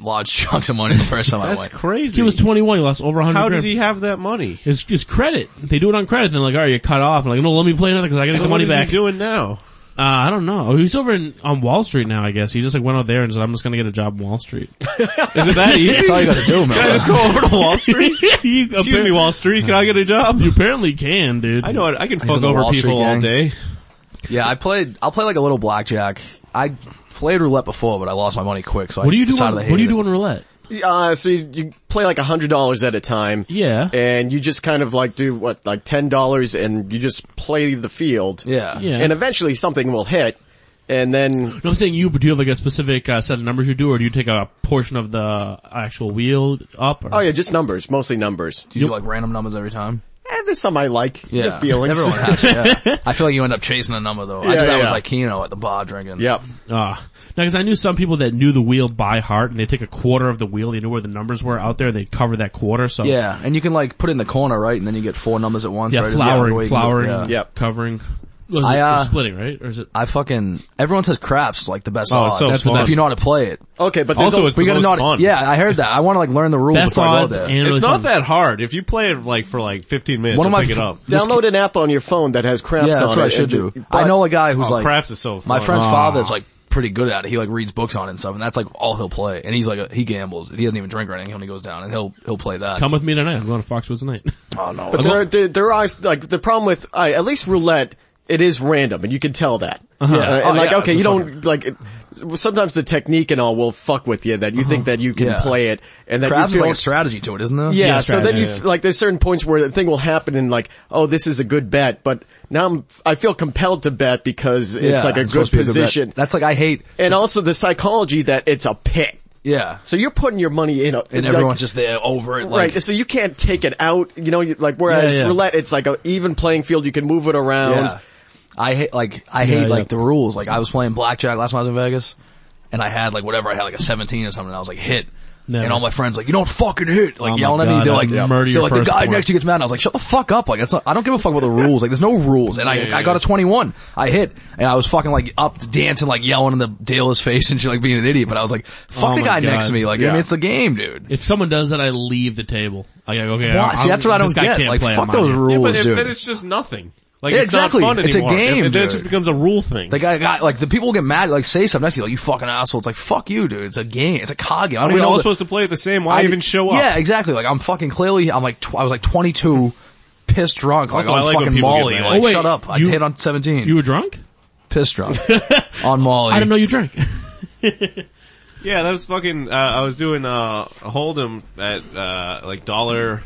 [SPEAKER 3] large (laughs) chunks of money the first time I
[SPEAKER 1] That's
[SPEAKER 3] went.
[SPEAKER 1] crazy.
[SPEAKER 2] he was 21. He lost over 100
[SPEAKER 1] How
[SPEAKER 2] grand.
[SPEAKER 1] did he have that money?
[SPEAKER 2] It's, it's credit. They do it on credit. Then like, all right, you're cut off. like, no, let me play another because I gotta get the
[SPEAKER 1] What
[SPEAKER 2] money
[SPEAKER 1] is
[SPEAKER 2] back.
[SPEAKER 1] he doing now?
[SPEAKER 2] Uh, I don't know. Oh, he's over in, on Wall Street now, I guess. He just like went out there and said, I'm just gonna get a job on Wall Street. (laughs)
[SPEAKER 1] Is it that easy?
[SPEAKER 3] That's all you gotta
[SPEAKER 1] (laughs)
[SPEAKER 3] do, man.
[SPEAKER 1] Let's go over to Wall Street.
[SPEAKER 2] you,
[SPEAKER 1] (laughs) Excuse me,
[SPEAKER 2] apparently,
[SPEAKER 1] Wall Street. Can I get a job?
[SPEAKER 2] you apparently can, dude.
[SPEAKER 1] I know I can fuck
[SPEAKER 3] in the
[SPEAKER 1] over
[SPEAKER 3] Wall Street
[SPEAKER 1] people all
[SPEAKER 3] gang.
[SPEAKER 1] day.
[SPEAKER 3] Yeah, I played. I'll play like a little blackjack. I played roulette before, but I lost my money quick. So I
[SPEAKER 2] What do you do
[SPEAKER 3] decided
[SPEAKER 2] on,
[SPEAKER 3] I
[SPEAKER 2] what do you
[SPEAKER 3] hated
[SPEAKER 2] do
[SPEAKER 3] it.
[SPEAKER 2] on roulette?
[SPEAKER 4] Uh, so you, you play like a hundred dollars at a time.
[SPEAKER 2] Yeah.
[SPEAKER 4] And you just kind of like do what, like ten dollars and you just play the field.
[SPEAKER 3] Yeah,
[SPEAKER 2] Yeah.
[SPEAKER 4] And eventually something will hit. And then
[SPEAKER 2] No, I'm saying you, but do you have like a specific uh, set of numbers you do, or do you take a portion of the actual wheel up? Or?
[SPEAKER 4] Oh yeah, just numbers, mostly numbers.
[SPEAKER 3] Do you do like random numbers every time?
[SPEAKER 4] Eh, there's some I like.
[SPEAKER 3] Yeah,
[SPEAKER 4] The feelings. (laughs)
[SPEAKER 3] Everyone has. Yeah, I feel like you end up chasing a number though. I
[SPEAKER 4] Yeah,
[SPEAKER 3] did that
[SPEAKER 4] yeah,
[SPEAKER 3] with
[SPEAKER 4] yeah.
[SPEAKER 3] like Keno at the bar drinking.
[SPEAKER 4] yep.
[SPEAKER 2] Ah. now, because I knew some people that knew the wheel by heart, and they take a quarter of the wheel, they knew where the numbers were out there, they cover that quarter. So
[SPEAKER 3] yeah, and you can like put it in the corner, right, and then you get four numbers at once.
[SPEAKER 2] yeah,
[SPEAKER 3] right? Is the other way
[SPEAKER 2] flowering,
[SPEAKER 3] you can go-
[SPEAKER 2] flowering,
[SPEAKER 3] yeah.
[SPEAKER 4] Yep.
[SPEAKER 2] covering. Was
[SPEAKER 3] I,
[SPEAKER 2] it-
[SPEAKER 3] uh,
[SPEAKER 2] it's splitting, right? Or is it?
[SPEAKER 3] I fucking everyone says craps like the best
[SPEAKER 1] Oh, it's
[SPEAKER 3] odds.
[SPEAKER 1] so
[SPEAKER 3] That's
[SPEAKER 1] fun.
[SPEAKER 3] If you know how to play it,
[SPEAKER 4] Okay, but there's
[SPEAKER 1] Also,
[SPEAKER 4] al-
[SPEAKER 1] it's the
[SPEAKER 3] gotta
[SPEAKER 1] most
[SPEAKER 3] know. how to-
[SPEAKER 1] fun.
[SPEAKER 3] Yeah, I heard that. I want to like learn the rules
[SPEAKER 2] Best
[SPEAKER 3] before
[SPEAKER 2] odds
[SPEAKER 3] I go there.
[SPEAKER 2] and really
[SPEAKER 1] It's not
[SPEAKER 2] fun.
[SPEAKER 1] that hard. If you play it like for like 15 minutes,
[SPEAKER 3] One
[SPEAKER 1] you'll
[SPEAKER 3] of my
[SPEAKER 1] pick it
[SPEAKER 3] fr-
[SPEAKER 1] up.
[SPEAKER 3] this
[SPEAKER 4] download an app on your phone that has craps
[SPEAKER 3] yeah, that's
[SPEAKER 4] on
[SPEAKER 3] what
[SPEAKER 4] it.
[SPEAKER 3] I should
[SPEAKER 4] and-
[SPEAKER 3] do.
[SPEAKER 4] but-
[SPEAKER 3] I know a guy who's
[SPEAKER 1] Oh,
[SPEAKER 3] like
[SPEAKER 1] craps is so fun. Oh.
[SPEAKER 3] My friend's father's like pretty good at it. He like reads books on it and stuff, and that's like all he'll play. And he's like, a, he gambles. He doesn't even drink or anything when he goes down, and he'll he'll play that.
[SPEAKER 2] Come with me tonight. I'm going to Foxwoods tonight. (laughs)
[SPEAKER 3] oh no!
[SPEAKER 4] But there, are- there, there are like the problem with uh, at least roulette. It is random, and you can tell that. Uh, and
[SPEAKER 3] Oh,
[SPEAKER 4] like,
[SPEAKER 3] yeah,
[SPEAKER 4] okay,
[SPEAKER 3] it's
[SPEAKER 4] you
[SPEAKER 3] a
[SPEAKER 4] don't like. It, sometimes the technique and all will fuck with you that you think that you can
[SPEAKER 3] Uh-huh. Yeah.
[SPEAKER 4] play it, and that
[SPEAKER 3] Crabs
[SPEAKER 4] you
[SPEAKER 3] is
[SPEAKER 4] feel
[SPEAKER 3] like a strategy to it, isn't there?
[SPEAKER 4] Yeah,
[SPEAKER 2] Yeah,
[SPEAKER 4] so then
[SPEAKER 2] strategy,
[SPEAKER 4] you
[SPEAKER 2] yeah.
[SPEAKER 4] f like there's certain points where the thing will happen and like, oh, this is a good bet, but now I'm I feel compelled to bet because it's like a good
[SPEAKER 3] supposed to be a bet.
[SPEAKER 4] position.
[SPEAKER 3] That's like I hate.
[SPEAKER 4] and also the psychology that it's a pick.
[SPEAKER 3] Yeah,
[SPEAKER 4] So you're putting your money in a
[SPEAKER 3] and
[SPEAKER 4] like-
[SPEAKER 3] everyone's just there over it. Like,
[SPEAKER 4] right. So you can't take it out, you know, you, like whereas
[SPEAKER 2] Yeah, yeah.
[SPEAKER 4] roulette it's like a even playing field, you can move it around.
[SPEAKER 3] yeah. I hate like I hate
[SPEAKER 2] yeah.
[SPEAKER 3] like the rules. Like I was playing blackjack last time I was in Vegas, and I had like whatever I had like a seventeen or something. And I was like hit.
[SPEAKER 2] Never.
[SPEAKER 3] And all my friends like, you don't fucking hit, like
[SPEAKER 2] Oh my
[SPEAKER 3] yelling at me.
[SPEAKER 2] God,
[SPEAKER 3] They're
[SPEAKER 2] I'd murder
[SPEAKER 3] like, they're
[SPEAKER 2] your
[SPEAKER 3] like the
[SPEAKER 2] first
[SPEAKER 3] guy
[SPEAKER 2] one."
[SPEAKER 3] next to you gets mad. And I was like, shut the fuck up. Like, that's not, I don't give a fuck (laughs) about the rules. Like, there's no rules. And I, I got a 21. I hit and I was fucking like up dancing, like yelling in the dealer's face and shit, like being an idiot. But I was like, fuck
[SPEAKER 2] Oh
[SPEAKER 3] the
[SPEAKER 2] my
[SPEAKER 3] guy next
[SPEAKER 2] God.
[SPEAKER 3] to me. Like, I
[SPEAKER 4] Yeah.
[SPEAKER 3] mean, it's the game, dude.
[SPEAKER 2] if someone does that, I leave the table. I go, okay,
[SPEAKER 3] Why?
[SPEAKER 2] I'm-
[SPEAKER 3] See, that's what I
[SPEAKER 2] this
[SPEAKER 3] don't
[SPEAKER 2] guy
[SPEAKER 3] get.
[SPEAKER 2] can't
[SPEAKER 3] Like,
[SPEAKER 2] play,
[SPEAKER 3] fuck
[SPEAKER 2] I'm out of
[SPEAKER 3] those
[SPEAKER 2] here.
[SPEAKER 1] Yeah, but
[SPEAKER 3] rules,
[SPEAKER 1] if,
[SPEAKER 3] dude.
[SPEAKER 1] then it's just nothing. Like
[SPEAKER 3] Yeah,
[SPEAKER 1] it's
[SPEAKER 3] exactly.
[SPEAKER 1] not fun
[SPEAKER 3] It's a
[SPEAKER 1] anymore.
[SPEAKER 3] game,
[SPEAKER 1] If- then it
[SPEAKER 3] dude.
[SPEAKER 1] just becomes a rule thing.
[SPEAKER 3] The guy got like the people get mad, like say something next to you, like you fucking asshole. It's like fuck you, dude. It's a game. It's a card game. I don't
[SPEAKER 1] We're
[SPEAKER 3] even know
[SPEAKER 1] all
[SPEAKER 3] the-
[SPEAKER 1] supposed to play it the same. Why
[SPEAKER 3] I-
[SPEAKER 1] even show up?
[SPEAKER 3] Yeah, exactly. Like I'm fucking clearly, I'm like tw- I was like 22, pissed drunk, like
[SPEAKER 1] Also, I
[SPEAKER 3] on
[SPEAKER 1] like when
[SPEAKER 3] fucking
[SPEAKER 1] people get
[SPEAKER 3] Molly.
[SPEAKER 1] mad.
[SPEAKER 3] Like
[SPEAKER 2] Oh, wait,
[SPEAKER 3] shut up. I
[SPEAKER 2] you-
[SPEAKER 3] hit on 17,
[SPEAKER 2] You were drunk?
[SPEAKER 3] pissed drunk
[SPEAKER 1] (laughs)
[SPEAKER 3] on Molly.
[SPEAKER 2] I didn't know you drank.
[SPEAKER 1] Yeah, that was fucking. Uh, I was doing uh, Hold'em at uh, like dollar.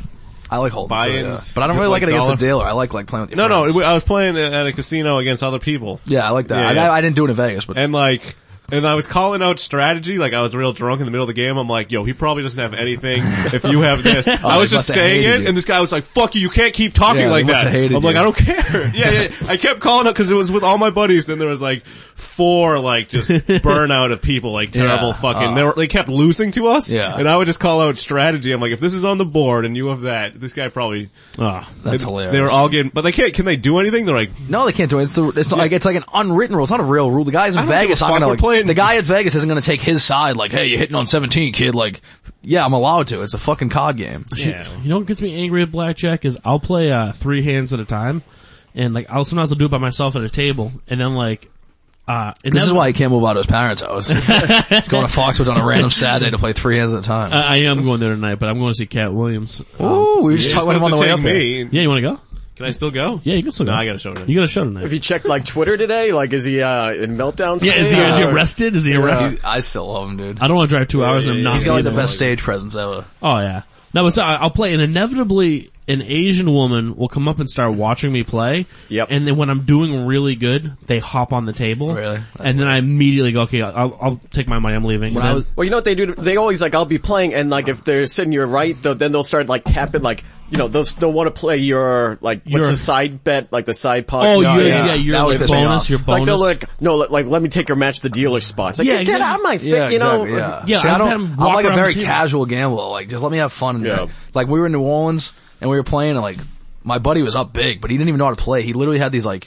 [SPEAKER 3] I like holding
[SPEAKER 1] Buy-ins.
[SPEAKER 3] too, yeah. but I
[SPEAKER 1] Is
[SPEAKER 3] don't
[SPEAKER 1] it
[SPEAKER 3] really like
[SPEAKER 1] like
[SPEAKER 3] it against
[SPEAKER 1] dollar?
[SPEAKER 3] the dealer. I like like playing with your
[SPEAKER 1] No, no,
[SPEAKER 3] friends.
[SPEAKER 1] it- I was playing at a casino against other people.
[SPEAKER 3] yeah, I like that.
[SPEAKER 1] Yeah,
[SPEAKER 3] I,
[SPEAKER 1] yeah.
[SPEAKER 3] I, I didn't do it in Vegas, but
[SPEAKER 1] and like, and I was calling out strategy, like I was real drunk in the middle of the game. I'm like, yo, he probably doesn't have anything if you have
[SPEAKER 3] (laughs)
[SPEAKER 1] this. I was
[SPEAKER 3] they
[SPEAKER 1] just
[SPEAKER 3] Oh, must have
[SPEAKER 1] saying
[SPEAKER 3] hated
[SPEAKER 1] it,
[SPEAKER 3] you.
[SPEAKER 1] and this guy was like, fuck you, you can't keep talking
[SPEAKER 3] Yeah, they
[SPEAKER 1] like
[SPEAKER 3] must
[SPEAKER 1] that.
[SPEAKER 3] have hated
[SPEAKER 1] I'm like,
[SPEAKER 3] you.
[SPEAKER 1] I don't care. (laughs) yeah, yeah. I kept calling out cause it was with all my buddies, then there was like four like
[SPEAKER 3] (laughs)
[SPEAKER 1] just burnout of people, like terrible
[SPEAKER 3] Yeah,
[SPEAKER 1] fucking,
[SPEAKER 3] uh.
[SPEAKER 1] they were, they kept losing to us.
[SPEAKER 3] Yeah.
[SPEAKER 1] And I would just call out strategy. I'm like, if this is on the board and you have that, this guy probably,
[SPEAKER 2] Ah.
[SPEAKER 3] that's
[SPEAKER 1] uh, they-
[SPEAKER 3] hilarious.
[SPEAKER 1] they were all getting, but they can't, can they do anything? They're like,
[SPEAKER 3] No, they can't do it. It's, the, it's not like it's like an unwritten rule. It's not a real rule. The guys in
[SPEAKER 1] don't give a
[SPEAKER 3] Vegas
[SPEAKER 1] fuck.
[SPEAKER 3] aren't gonna
[SPEAKER 1] We're
[SPEAKER 3] like
[SPEAKER 1] playing-
[SPEAKER 3] the guy at Vegas isn't gonna take his side. Like, hey, you're hitting on 17, kid. Like, yeah, I'm allowed to. It's a fucking card game. (laughs)
[SPEAKER 1] yeah.
[SPEAKER 2] You know what gets me angry at blackjack is I'll play uh, three hands at a time, and like I'll sometimes I'll do it by myself at a table, and then like Uh, and
[SPEAKER 3] This
[SPEAKER 2] that-
[SPEAKER 3] is why he can't move out of his
[SPEAKER 1] (laughs)
[SPEAKER 3] parents' house. He's going to Foxwoods on a random Saturday to play three hands at a time.
[SPEAKER 2] I, I am going there tonight, but I'm going to see Cat Williams. Um,
[SPEAKER 3] Ooh, we were just
[SPEAKER 1] You're
[SPEAKER 3] talking about him on
[SPEAKER 1] Uh, supposed
[SPEAKER 3] the
[SPEAKER 1] to
[SPEAKER 3] way
[SPEAKER 1] take
[SPEAKER 3] up there.
[SPEAKER 1] me.
[SPEAKER 2] yeah, you want to go?
[SPEAKER 1] Can I still go?
[SPEAKER 2] Yeah, you can still go.
[SPEAKER 1] No, I got a show tonight.
[SPEAKER 2] You got a show tonight.
[SPEAKER 4] If you checked like Twitter today, like is he uh in meltdown?
[SPEAKER 2] yeah, is he,
[SPEAKER 4] state,
[SPEAKER 2] is he
[SPEAKER 4] or-
[SPEAKER 2] arrested? Is he arrested?
[SPEAKER 3] He's- I still love him, dude.
[SPEAKER 2] I don't want to drive two hours and I'm
[SPEAKER 1] yeah,
[SPEAKER 2] not
[SPEAKER 3] He's got
[SPEAKER 2] gonna
[SPEAKER 3] like
[SPEAKER 2] be
[SPEAKER 3] the
[SPEAKER 2] there.
[SPEAKER 3] best stage presence ever.
[SPEAKER 2] Oh yeah. No, but so I- I'll play and inevitably an Asian woman will come up and start watching me play.
[SPEAKER 4] Yep.
[SPEAKER 2] And then when I'm doing really good, they hop on the table.
[SPEAKER 3] Really? That's
[SPEAKER 2] and then I immediately go, okay, I'll, I'll take my money, I'm leaving. And
[SPEAKER 3] When I
[SPEAKER 2] then-
[SPEAKER 3] was,
[SPEAKER 4] Well, you know what they do? They always like, I'll be playing and like if they're sitting your right, they'll, then they'll start like tapping like, you know, they'll, they'll want to play your like, what's
[SPEAKER 2] Your-
[SPEAKER 4] a side bet, like the side pot.
[SPEAKER 2] oh,
[SPEAKER 4] No,
[SPEAKER 2] you're,
[SPEAKER 3] yeah.
[SPEAKER 2] yeah, you're
[SPEAKER 3] That would
[SPEAKER 2] like
[SPEAKER 3] piss me
[SPEAKER 2] bonus,
[SPEAKER 3] off.
[SPEAKER 2] you're
[SPEAKER 4] Like
[SPEAKER 2] bonus.
[SPEAKER 4] they'll like, no, like, like, let me take your match to dealer spots. Like,
[SPEAKER 2] Yeah,
[SPEAKER 4] yeah, get
[SPEAKER 2] exactly.
[SPEAKER 4] out of my face,
[SPEAKER 3] yeah,
[SPEAKER 4] you know?
[SPEAKER 3] exactly. Yeah,
[SPEAKER 2] Yeah,
[SPEAKER 3] See,
[SPEAKER 2] I've
[SPEAKER 3] I
[SPEAKER 2] had
[SPEAKER 3] don't.
[SPEAKER 2] him walk
[SPEAKER 3] I'm like a
[SPEAKER 2] around
[SPEAKER 3] very
[SPEAKER 2] the team.
[SPEAKER 3] casual gambler. Like, just let me have fun.
[SPEAKER 4] Yeah.
[SPEAKER 3] Like we were in New Orleans and we were playing, and like my buddy was up big, but he didn't even know how to play. He literally had these like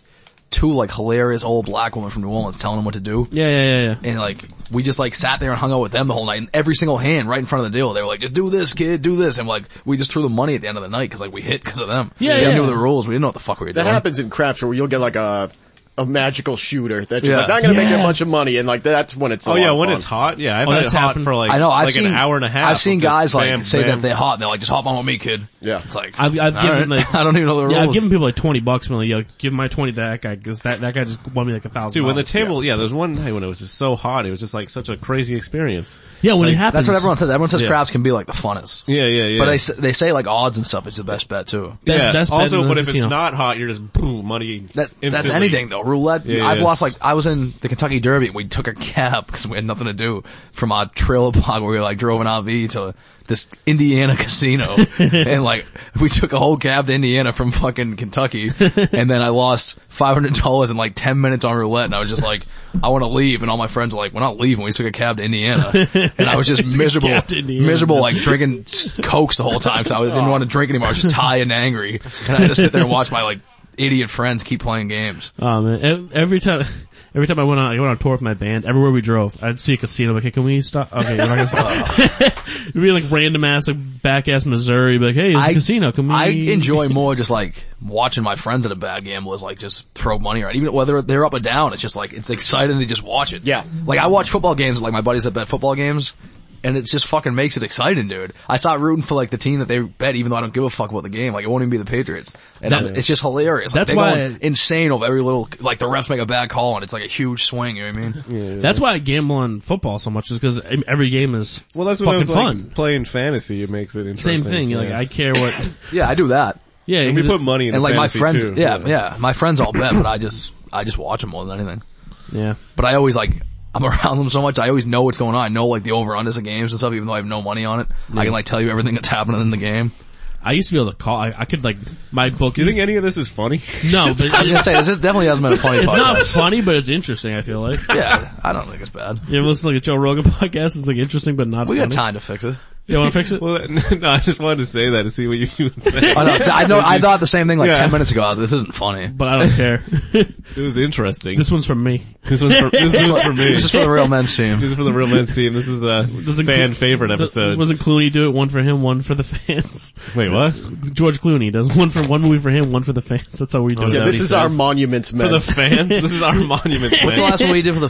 [SPEAKER 3] two like hilarious old black women from New Orleans telling him what to do.
[SPEAKER 2] yeah, yeah, yeah, yeah.
[SPEAKER 3] And like, we just like sat there and hung out with them the whole night and every single hand right in front of the deal, they were like, just do this kid, do this. And like, we just threw the money at the end of the night cause like we hit cause of them.
[SPEAKER 2] Yeah,
[SPEAKER 3] We
[SPEAKER 2] yeah.
[SPEAKER 3] knew the rules. We didn't know what the fuck we were
[SPEAKER 4] That
[SPEAKER 3] doing.
[SPEAKER 4] happens in craps where you'll get like a, a magical shooter that just
[SPEAKER 3] Yeah.
[SPEAKER 4] like, I'm gonna make
[SPEAKER 2] Yeah.
[SPEAKER 4] a bunch of money and like that's when it's a
[SPEAKER 1] Oh
[SPEAKER 4] lot
[SPEAKER 1] yeah,
[SPEAKER 4] of
[SPEAKER 1] when
[SPEAKER 4] fun.
[SPEAKER 1] it's hot, yeah, I've
[SPEAKER 2] Oh,
[SPEAKER 1] had
[SPEAKER 2] that's
[SPEAKER 1] it hot
[SPEAKER 2] happened.
[SPEAKER 1] for like
[SPEAKER 3] I know. I've
[SPEAKER 1] like
[SPEAKER 3] seen
[SPEAKER 1] an hour and a half.
[SPEAKER 3] I've seen
[SPEAKER 1] of just
[SPEAKER 3] guys like
[SPEAKER 1] bam,
[SPEAKER 3] say
[SPEAKER 1] bam.
[SPEAKER 3] that they're hot. and They're like, just hop on with me, kid.
[SPEAKER 4] Yeah.
[SPEAKER 3] It's like
[SPEAKER 2] I've- I've
[SPEAKER 3] all
[SPEAKER 2] given,
[SPEAKER 3] right.
[SPEAKER 2] like-
[SPEAKER 3] (laughs) I don't even know the rules.
[SPEAKER 2] Yeah, I've given people like 20 bucks and I'm like, yo, give my 20 to that guy, cause that, that guy just won me like a thousand
[SPEAKER 1] Dude, when the
[SPEAKER 2] dollars.
[SPEAKER 1] table, yeah. there's one night when it was just so hot, it was just like such a crazy experience.
[SPEAKER 2] Yeah, when it happens.
[SPEAKER 3] That's what everyone says. Everyone says
[SPEAKER 1] Yeah.
[SPEAKER 3] craps can be like the funnest.
[SPEAKER 1] Yeah, yeah, yeah.
[SPEAKER 3] But they, s- they say like odds and stuff is the best bet too.
[SPEAKER 2] That's,
[SPEAKER 1] yeah.
[SPEAKER 2] that's better
[SPEAKER 1] also,
[SPEAKER 2] than
[SPEAKER 1] but
[SPEAKER 2] the
[SPEAKER 1] if it's
[SPEAKER 2] casino.
[SPEAKER 1] not hot, you're just boom, money.
[SPEAKER 3] That, that's
[SPEAKER 1] instantly.
[SPEAKER 3] anything though. Roulette.
[SPEAKER 1] Yeah,
[SPEAKER 3] I've
[SPEAKER 1] yeah.
[SPEAKER 3] lost like I was in the Kentucky Derby and we took a cab because we had nothing to do from our trailer park where we like drove an RV to this Indiana (laughs) casino and like we took a whole cab to Indiana from fucking
[SPEAKER 1] (laughs)
[SPEAKER 3] Kentucky and then I lost five hundred dollars in like ten minutes on roulette and I was just like I want to leave and all my friends were like we're not leaving. We took a cab
[SPEAKER 1] (laughs)
[SPEAKER 3] to Indiana and I was just miserable,
[SPEAKER 2] cab to Indiana.
[SPEAKER 3] miserable like drinking s- cokes the whole time. So I was, didn't want to drink anymore. I was just high and angry and I had to sit there and watch my like idiot friends keep playing games.
[SPEAKER 2] Oh man, Ev- every time, (laughs) every time I went on, I went on tour with my band. Everywhere we drove, I'd see a casino. Like, hey, can we stop? Okay, we're not gonna stop. (laughs) It'd be like random ass, like back ass Missouri. Be like, hey, it's a casino. Can we?
[SPEAKER 3] I enjoy more just like watching my friends at a bad gamblers like just throw money around. Even whether they're up or down, it's just like, it's exciting to just watch it.
[SPEAKER 4] Yeah.
[SPEAKER 3] Like I watch football games with like my buddies that bet football games and it just fucking makes it exciting, dude. I start rooting for like the team that they bet even though I don't give a fuck about the game. Like it won't even be the Patriots. And
[SPEAKER 2] That-
[SPEAKER 3] I'm- it's just hilarious. Like,
[SPEAKER 2] That's
[SPEAKER 3] they're
[SPEAKER 2] why-
[SPEAKER 3] going insane over every little, like the refs make a bad call and it's like a huge swing, you know what I mean?
[SPEAKER 2] That's why I gamble on football so much, is because every game is
[SPEAKER 1] Well, that's what I
[SPEAKER 2] fucking
[SPEAKER 1] was like
[SPEAKER 2] fun.
[SPEAKER 1] playing fantasy. It makes it interesting.
[SPEAKER 2] Same thing.
[SPEAKER 1] Yeah.
[SPEAKER 2] Like I
[SPEAKER 1] (laughs)
[SPEAKER 2] care what.
[SPEAKER 3] Yeah, I do that.
[SPEAKER 2] Yeah,
[SPEAKER 1] and
[SPEAKER 2] you
[SPEAKER 1] we
[SPEAKER 2] just-
[SPEAKER 1] put money in
[SPEAKER 3] and like my
[SPEAKER 1] fantasy
[SPEAKER 3] friends,
[SPEAKER 1] too.
[SPEAKER 3] yeah, yeah, my friends all bet, but I just, I just watch them more than anything.
[SPEAKER 2] yeah.
[SPEAKER 3] but I always like I'm (laughs) around them so much. I always know what's going on. I know like the over unders of games and stuff, even though I have no money on it. I can like tell you everything that's happening in the game.
[SPEAKER 2] I used to be able to call. I, I could like my book.
[SPEAKER 1] Do you think any of this is funny?
[SPEAKER 2] (laughs)
[SPEAKER 1] (laughs)
[SPEAKER 2] no, but
[SPEAKER 3] I'm
[SPEAKER 2] it,
[SPEAKER 3] just saying, this is definitely hasn't been a (laughs) funny.
[SPEAKER 2] it's not
[SPEAKER 3] podcast.
[SPEAKER 2] funny, but it's interesting. I feel like
[SPEAKER 3] Yeah, I don't think it's bad.
[SPEAKER 2] you ever listen to like a Joe Rogan (laughs) podcast. It's like interesting, but not.
[SPEAKER 3] We
[SPEAKER 2] funny.
[SPEAKER 3] got time to fix it.
[SPEAKER 2] You want to fix it?
[SPEAKER 1] well, (laughs) no, I just wanted to say that to see what you would say.
[SPEAKER 3] (laughs) I know. I know. I thought the same thing like
[SPEAKER 1] Yeah.
[SPEAKER 3] ten minutes ago. I was like, this isn't funny.
[SPEAKER 2] but I don't care. (laughs)
[SPEAKER 1] It was interesting. This,
[SPEAKER 2] this one's from me.
[SPEAKER 1] one's for, this one's for me.
[SPEAKER 3] This is for the real men's team.
[SPEAKER 1] This is for the real men's team. This is a
[SPEAKER 2] is a
[SPEAKER 1] fan
[SPEAKER 2] cl-
[SPEAKER 1] favorite episode.
[SPEAKER 2] Wasn't Clooney do it one for him, one for the (laughs) fans?
[SPEAKER 1] Wait, what?
[SPEAKER 2] George Clooney does one for one movie for him, one for the fans. That's how we do
[SPEAKER 1] Oh, yeah,
[SPEAKER 2] it.
[SPEAKER 4] yeah,
[SPEAKER 1] that
[SPEAKER 4] this
[SPEAKER 1] he
[SPEAKER 4] is
[SPEAKER 1] said.
[SPEAKER 4] our monuments men.
[SPEAKER 1] For the fans? This is our monument.
[SPEAKER 3] What's the
[SPEAKER 1] man.
[SPEAKER 3] last one we did for the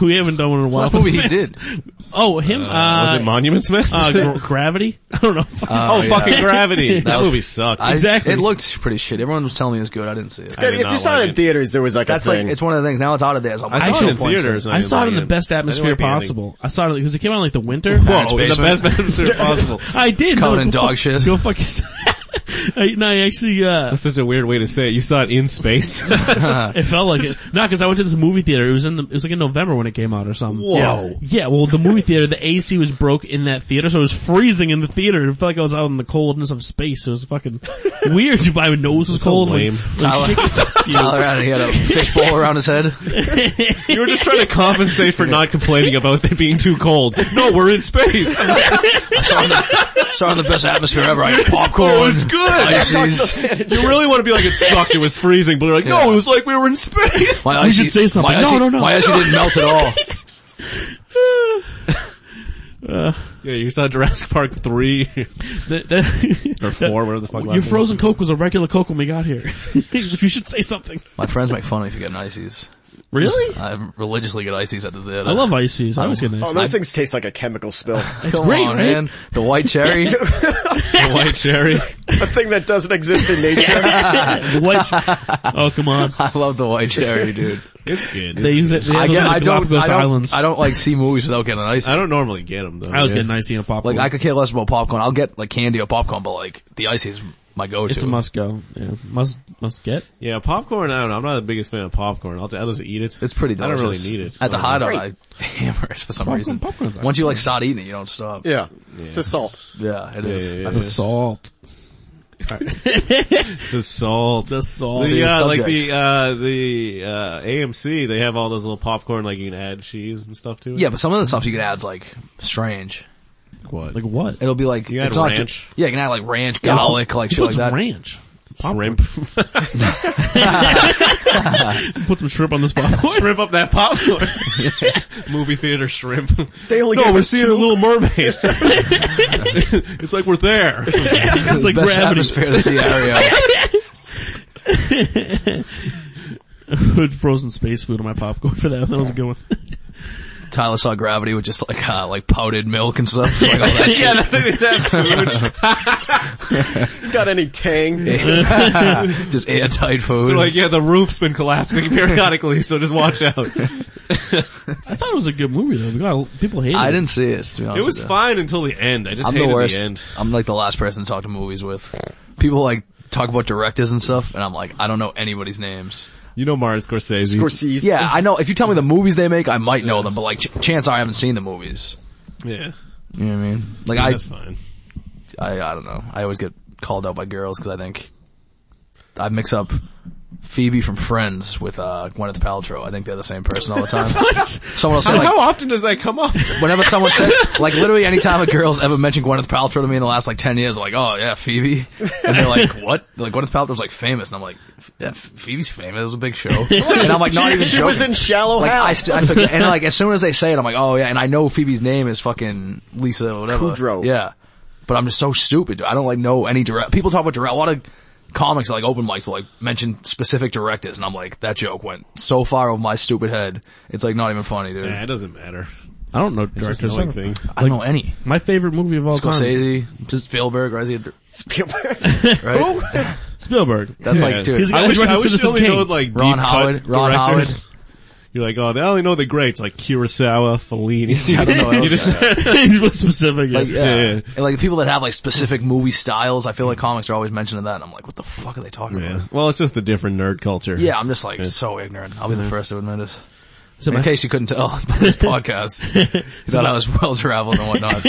[SPEAKER 2] (laughs) we haven't done one in a while.
[SPEAKER 3] What
[SPEAKER 2] for the
[SPEAKER 3] movie he
[SPEAKER 2] fans.
[SPEAKER 3] did?
[SPEAKER 2] Oh, him. Uh,
[SPEAKER 1] was it Monuments Man? (laughs)
[SPEAKER 2] uh, Gra- Gravity? (laughs) I don't know.
[SPEAKER 1] oh,
[SPEAKER 3] yeah.
[SPEAKER 1] fucking Gravity. (laughs)
[SPEAKER 3] That
[SPEAKER 1] that
[SPEAKER 3] was-
[SPEAKER 1] movie sucked.
[SPEAKER 3] I-
[SPEAKER 2] Exactly.
[SPEAKER 3] it looked pretty shit. Everyone was telling me it was good. I didn't see it.
[SPEAKER 1] I did
[SPEAKER 4] if you
[SPEAKER 1] not
[SPEAKER 4] saw
[SPEAKER 1] like
[SPEAKER 4] it in
[SPEAKER 1] it.
[SPEAKER 4] theaters, there was like
[SPEAKER 3] That's
[SPEAKER 4] a
[SPEAKER 3] like
[SPEAKER 4] thing.
[SPEAKER 3] it's one of the things. Now it's out of there. So I'm like,
[SPEAKER 1] I saw
[SPEAKER 3] no
[SPEAKER 1] it in
[SPEAKER 3] point
[SPEAKER 1] theaters. and
[SPEAKER 2] I saw it
[SPEAKER 1] didn't
[SPEAKER 2] in the
[SPEAKER 1] like
[SPEAKER 2] best atmosphere
[SPEAKER 1] I didn't like the ending.
[SPEAKER 2] possible. I saw it because it came out like the winter.
[SPEAKER 3] Parents'
[SPEAKER 1] Whoa, in the
[SPEAKER 3] basement.
[SPEAKER 1] best atmosphere possible.
[SPEAKER 2] I did.
[SPEAKER 3] Covered
[SPEAKER 2] no,
[SPEAKER 3] in
[SPEAKER 2] go
[SPEAKER 3] dog
[SPEAKER 2] fuck-
[SPEAKER 3] shit.
[SPEAKER 2] Go fuck yourself. (laughs) I, no, I actually, uh,
[SPEAKER 1] That's such a weird way to say it. You saw it in space. (laughs)
[SPEAKER 2] it felt like it. No, cause I went to this movie theater. It was in the, it was like in November when it came out or something.
[SPEAKER 1] Whoa.
[SPEAKER 2] Yeah, well, the movie theater, the AC was broke in that theater, so it was freezing in the theater. It felt like I was out in the coldness of space. It was fucking weird. My nose was
[SPEAKER 1] so
[SPEAKER 2] cold.
[SPEAKER 1] lame.
[SPEAKER 2] Like, like
[SPEAKER 3] Tyler- (laughs)
[SPEAKER 2] (laughs) shit-
[SPEAKER 3] Tyler had- he had a fishbowl around his head.
[SPEAKER 1] You were just trying to compensate for not complaining about it being too cold. No, we're in space.
[SPEAKER 3] Saw the, saw the best atmosphere
[SPEAKER 2] (laughs)
[SPEAKER 3] ever. I had popcorn. Oh, it's good.
[SPEAKER 1] You really want to be like, it sucked, it was freezing, but you're like, no, it was like we were in
[SPEAKER 3] (laughs)
[SPEAKER 1] space.
[SPEAKER 3] My
[SPEAKER 2] You should say something.
[SPEAKER 3] My
[SPEAKER 2] No,
[SPEAKER 3] icy,
[SPEAKER 2] no, no.
[SPEAKER 3] My icy didn't melt at
[SPEAKER 2] (laughs)
[SPEAKER 3] all.
[SPEAKER 1] Yeah, you saw Jurassic Park 3
[SPEAKER 2] that- that-
[SPEAKER 1] (laughs)
[SPEAKER 2] (laughs)
[SPEAKER 1] or 4, whatever the fuck
[SPEAKER 2] Your frozen (laughs) coke was a regular coke when we got here. you should say something.
[SPEAKER 3] My friends make fun of me for getting ices.
[SPEAKER 2] Really?
[SPEAKER 3] I religiously get ices at the theater.
[SPEAKER 2] I love ices. I always get
[SPEAKER 4] Oh,
[SPEAKER 2] nice.
[SPEAKER 4] those things taste like a chemical spill. (laughs)
[SPEAKER 3] Come
[SPEAKER 2] great,
[SPEAKER 3] on,
[SPEAKER 2] right?
[SPEAKER 3] man. The white
[SPEAKER 2] (laughs)
[SPEAKER 3] cherry. the white cherry.
[SPEAKER 4] a thing that doesn't exist
[SPEAKER 1] (laughs)
[SPEAKER 4] in nature.
[SPEAKER 2] The white- oh come
[SPEAKER 3] (laughs)
[SPEAKER 2] on.
[SPEAKER 3] (laughs) I love the white cherry, dude.
[SPEAKER 1] It's good.
[SPEAKER 2] They use it. They have
[SPEAKER 3] I,
[SPEAKER 2] those
[SPEAKER 3] get,
[SPEAKER 2] on the
[SPEAKER 3] I, don't,
[SPEAKER 2] Galapagos
[SPEAKER 3] I, don't,
[SPEAKER 2] Islands.
[SPEAKER 3] I don't like see movies without getting an ice.
[SPEAKER 1] I don't normally get them though.
[SPEAKER 2] I always
[SPEAKER 1] yeah.
[SPEAKER 2] get an icy and a popcorn.
[SPEAKER 3] Like I could care less about popcorn. I'll get like candy or popcorn, but like the ice is my go-to.
[SPEAKER 2] it's a must go. Yeah. Must must get.
[SPEAKER 1] Yeah, popcorn. I don't know. I'm not the biggest fan of popcorn. I'll, I'll just eat it.
[SPEAKER 3] It's pretty
[SPEAKER 1] I don't
[SPEAKER 3] delicious.
[SPEAKER 1] really need it.
[SPEAKER 3] At the
[SPEAKER 1] Oh,
[SPEAKER 3] hot dog, I (laughs)
[SPEAKER 4] great.
[SPEAKER 3] hammer it for some reason.
[SPEAKER 2] popcorn's
[SPEAKER 3] Once you like start eating it, you don't stop.
[SPEAKER 4] yeah. It's a salt.
[SPEAKER 3] Yeah, it is.
[SPEAKER 1] yeah, yeah,
[SPEAKER 3] I-
[SPEAKER 2] The salt.
[SPEAKER 1] The salt.
[SPEAKER 2] The salt.
[SPEAKER 1] The,
[SPEAKER 3] your
[SPEAKER 1] uh, like
[SPEAKER 3] subjects.
[SPEAKER 1] the, uh, the, uh, AMC, they have all those little popcorn, like you can add cheese and stuff to it.
[SPEAKER 3] Yeah, but some of the stuff you can add is like strange.
[SPEAKER 1] (laughs) What?
[SPEAKER 2] Like what?
[SPEAKER 3] It'll be like
[SPEAKER 1] You add
[SPEAKER 3] it's not ju-
[SPEAKER 1] ranch?
[SPEAKER 3] yeah, you can add like ranch, garlic, like
[SPEAKER 2] Who
[SPEAKER 3] shit like
[SPEAKER 2] puts
[SPEAKER 3] that.
[SPEAKER 2] ranch. (laughs)
[SPEAKER 1] shrimp.
[SPEAKER 2] Put some shrimp on this
[SPEAKER 1] (laughs)
[SPEAKER 2] popcorn.
[SPEAKER 1] shrimp up that
[SPEAKER 3] (laughs)
[SPEAKER 1] popcorn. (laughs) Movie theater (laughs) shrimp.
[SPEAKER 4] They only
[SPEAKER 1] no,
[SPEAKER 4] give
[SPEAKER 1] we're
[SPEAKER 4] us
[SPEAKER 1] seeing
[SPEAKER 4] two-
[SPEAKER 1] a
[SPEAKER 3] (laughs)
[SPEAKER 1] little mermaid. it's like we're there.
[SPEAKER 2] it's like
[SPEAKER 3] Best
[SPEAKER 2] gravity.
[SPEAKER 1] (laughs)
[SPEAKER 3] atmosphere to see area.
[SPEAKER 2] (laughs) Put frozen space food on my popcorn for that. That was a good one.
[SPEAKER 3] Tyler saw gravity with just like uh, like powdered milk and stuff. Like all that shit.
[SPEAKER 1] yeah, that's, that's food.
[SPEAKER 4] Got any tang?
[SPEAKER 3] just airtight food.
[SPEAKER 1] like, yeah, the roof's been (laughs) collapsing periodically, so just watch out.
[SPEAKER 2] I thought it was a good movie though. We got- people hate it.
[SPEAKER 3] I didn't see it. To be honest
[SPEAKER 1] It was
[SPEAKER 3] with you.
[SPEAKER 1] fine until the end. I just
[SPEAKER 3] I'm the
[SPEAKER 1] hated the,
[SPEAKER 3] worst.
[SPEAKER 1] end.
[SPEAKER 3] I'm like the last person to talk to movies with. People like talk about directors and stuff, and I'm like, I don't know anybody's names.
[SPEAKER 1] You know Martin Scorsese.
[SPEAKER 4] Scorsese.
[SPEAKER 3] Yeah, I know. If you tell me the movies they make, I might know them, but like, ch- chance are I haven't seen the movies.
[SPEAKER 1] Yeah.
[SPEAKER 3] You know what I mean? Like,
[SPEAKER 1] That's fine.
[SPEAKER 3] I, I, I don't know. I always get called out by girls because I think I mix up Phoebe from Friends with uh, Gwyneth Paltrow. I think they're the same person all the
[SPEAKER 4] (laughs)
[SPEAKER 3] time. Someone will say like,
[SPEAKER 1] How often does that come up?
[SPEAKER 3] whenever someone says, like literally any time a girl's ever mentioned Gwyneth Paltrow to me in the last like 10 years, I'm like, oh yeah, Phoebe. And they're like, what? They're like Gwyneth Paltrow's like famous. And I'm like, yeah, Phoebe's famous. It was a big
[SPEAKER 4] (laughs)
[SPEAKER 3] show. And I'm like, not even
[SPEAKER 4] She was
[SPEAKER 3] joking.
[SPEAKER 4] in Shallow
[SPEAKER 3] like I,
[SPEAKER 4] House.
[SPEAKER 3] st- I forget, and like as soon as they say it, I'm like, oh yeah, and I know Phoebe's name is fucking Lisa whatever.
[SPEAKER 4] Kudrow.
[SPEAKER 3] Yeah, but I'm just so stupid. dude. I don't like know any direct. People talk about direct. A lot of comics like open mics will like mention specific directors, and I'm like, that joke went so far over my stupid head. It's like not even funny, dude.
[SPEAKER 1] Nah, it doesn't matter.
[SPEAKER 2] I don't know
[SPEAKER 1] Just
[SPEAKER 2] directors.
[SPEAKER 1] knowing thing.
[SPEAKER 3] I don't know any.
[SPEAKER 2] My favorite movie of all time.
[SPEAKER 3] Scorsese, Spielberg, right?
[SPEAKER 4] Spielberg.
[SPEAKER 3] right?
[SPEAKER 2] Spielberg.
[SPEAKER 3] That's
[SPEAKER 1] Yeah.
[SPEAKER 2] (laughs)
[SPEAKER 3] like, dude,
[SPEAKER 2] He's-
[SPEAKER 1] I wish,
[SPEAKER 2] directed
[SPEAKER 1] I wish you
[SPEAKER 2] Citizen
[SPEAKER 1] only
[SPEAKER 2] Kane.
[SPEAKER 1] know like
[SPEAKER 3] Ron
[SPEAKER 1] deep
[SPEAKER 3] Howard,
[SPEAKER 1] cut
[SPEAKER 3] Ron
[SPEAKER 1] directors. You're like, oh, they only know the greats like Kurosawa,
[SPEAKER 3] (laughs)
[SPEAKER 1] Fellini.
[SPEAKER 3] I don't know.
[SPEAKER 1] (laughs) you
[SPEAKER 3] else.
[SPEAKER 1] just,
[SPEAKER 2] He's really specific. (laughs)
[SPEAKER 3] like, yeah.
[SPEAKER 1] yeah, yeah.
[SPEAKER 3] And, like the people that have like specific movie styles, I feel like comics are always mentioning that. And I'm like, what the fuck are they talking
[SPEAKER 1] yeah.
[SPEAKER 3] about?
[SPEAKER 1] Well, it's just a different nerd culture.
[SPEAKER 3] Yeah, I'm just like so ignorant. I'll be the first to admit it.
[SPEAKER 2] So
[SPEAKER 3] In
[SPEAKER 2] my-
[SPEAKER 3] case you couldn't tell (laughs) by this podcast, you thought I was well traveled and whatnot.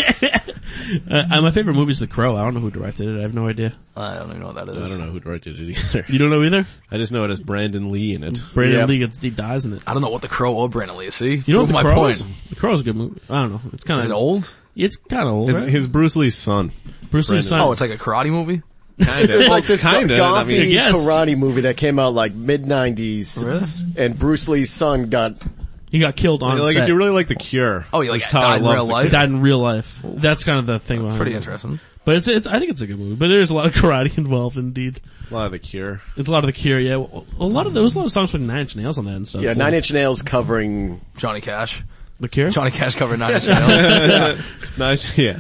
[SPEAKER 2] Uh, my favorite movie is The Crow. I don't know who directed it. I have no idea.
[SPEAKER 3] I don't even know what that
[SPEAKER 1] I
[SPEAKER 3] is. I
[SPEAKER 1] don't
[SPEAKER 3] don't know,
[SPEAKER 1] know who directed it either.
[SPEAKER 2] You don't know either?
[SPEAKER 1] I just know it has Brandon Lee in it.
[SPEAKER 2] Brandon
[SPEAKER 4] Yeah.
[SPEAKER 2] Lee gets, he dies in it.
[SPEAKER 3] what the crow or Brandon Lee is. See,
[SPEAKER 2] You know what
[SPEAKER 3] Prove
[SPEAKER 2] The
[SPEAKER 3] my
[SPEAKER 2] Crow
[SPEAKER 3] point.
[SPEAKER 2] is? The Crow is a good movie. I don't know. It's kind
[SPEAKER 3] Is it
[SPEAKER 2] of
[SPEAKER 3] old?
[SPEAKER 2] It's kind of old.
[SPEAKER 1] His, his Bruce Lee's son.
[SPEAKER 2] Bruce Lee's son.
[SPEAKER 3] Oh, it's like a karate movie.
[SPEAKER 1] Kinda.
[SPEAKER 4] It's like this
[SPEAKER 1] kinda. I
[SPEAKER 4] gothy
[SPEAKER 1] mean,
[SPEAKER 2] yes.
[SPEAKER 4] karate movie that came out like mid nineties,
[SPEAKER 3] Really?
[SPEAKER 4] and Bruce Lee's son got
[SPEAKER 2] he got killed on
[SPEAKER 1] like
[SPEAKER 2] set.
[SPEAKER 1] if you really like The Cure.
[SPEAKER 3] Oh, you like
[SPEAKER 1] which Tyler
[SPEAKER 3] died in
[SPEAKER 1] loves
[SPEAKER 3] real
[SPEAKER 1] The
[SPEAKER 3] life.
[SPEAKER 2] died in real life. That's kind of the thing behind
[SPEAKER 3] Pretty
[SPEAKER 2] it.
[SPEAKER 3] interesting.
[SPEAKER 2] But it's, it's, I think it's a good movie, but there's a lot of (laughs) karate involved indeed.
[SPEAKER 1] Cure. A lot of The Cure.
[SPEAKER 2] It's a lot of the cure, yeah. A lot of, there was a lot of songs with Nine Inch Nails on that and stuff.
[SPEAKER 4] yeah
[SPEAKER 2] too.
[SPEAKER 4] Nine Inch Nails covering.
[SPEAKER 3] Johnny Cash.
[SPEAKER 2] The cure?
[SPEAKER 3] Johnny Cash covered Nine Inch Nails.
[SPEAKER 1] Nice, yeah.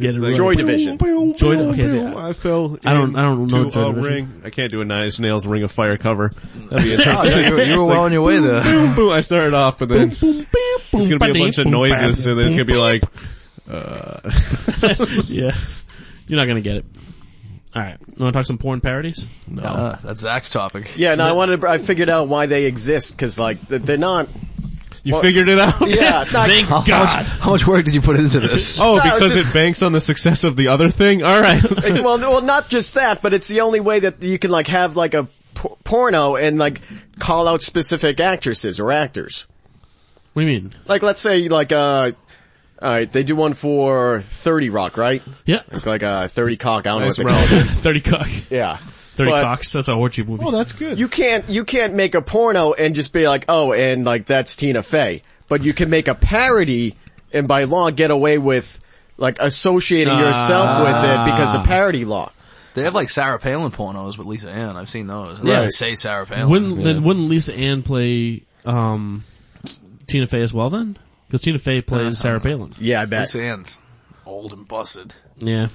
[SPEAKER 2] Get it right.
[SPEAKER 4] Joy Division.
[SPEAKER 2] Joy- okay, so yeah.
[SPEAKER 1] I fell.
[SPEAKER 2] I don't- I don't know
[SPEAKER 1] into a
[SPEAKER 2] Joy Division.
[SPEAKER 1] ring. I can't do a Nine Inch Nails Ring of Fire cover. That'd (laughs) be
[SPEAKER 3] Oh,
[SPEAKER 1] interesting.
[SPEAKER 3] you, were- you were well on your way there.
[SPEAKER 1] boom, boom. I started off, but then
[SPEAKER 2] It's
[SPEAKER 1] It's gonna be a bunch of noises and then it's gonna be like, uh,
[SPEAKER 2] (laughs) Yeah. You're not gonna get it. Alright. You wanna talk some porn parodies?
[SPEAKER 3] Uh, that's Zach's topic.
[SPEAKER 4] Yeah, and I wanted to, I figured out why they exist because like th- they're not.
[SPEAKER 1] you figured it out?
[SPEAKER 4] Yeah, it's not. (laughs)
[SPEAKER 2] Thank
[SPEAKER 3] How, how
[SPEAKER 2] God.
[SPEAKER 3] much, how much work did you put into this?
[SPEAKER 1] (laughs) Oh,
[SPEAKER 4] No, it's
[SPEAKER 1] because
[SPEAKER 4] just-
[SPEAKER 1] it banks on the success of the other thing? (laughs) Alright.
[SPEAKER 4] Like, well, well, not just that, but it's the only way that you can like have like a por- porno and like call out specific actresses or actors.
[SPEAKER 2] What do you mean?
[SPEAKER 4] Like, let's say like uh, all right, they do one for Thirty Rock, right?
[SPEAKER 2] Yeah. (laughs)
[SPEAKER 4] Like uh, Thirty Cock. I don't
[SPEAKER 1] Nice
[SPEAKER 4] know what they call it.
[SPEAKER 1] round.
[SPEAKER 2] 30 cock.
[SPEAKER 4] Yeah.
[SPEAKER 2] 30
[SPEAKER 4] But-
[SPEAKER 2] cocks. That's a orgy movie.
[SPEAKER 1] Oh, that's good.
[SPEAKER 4] You can't, you can't make a porno and just be like, oh, and like that's Tina Fey. But you can make a parody and by law get away with like associating yourself with it because of parody law.
[SPEAKER 3] They have like Sarah Palin pornos with Lisa Ann. I've seen those. And
[SPEAKER 2] Yeah.
[SPEAKER 3] They say Sarah Palin.
[SPEAKER 2] wouldn't, then wouldn't Lisa Ann play um, Tina Fey as well then? Because Tina Fey plays Sarah Palin.
[SPEAKER 4] Yeah, I bet.
[SPEAKER 3] This hand's old and busted.
[SPEAKER 2] Yeah.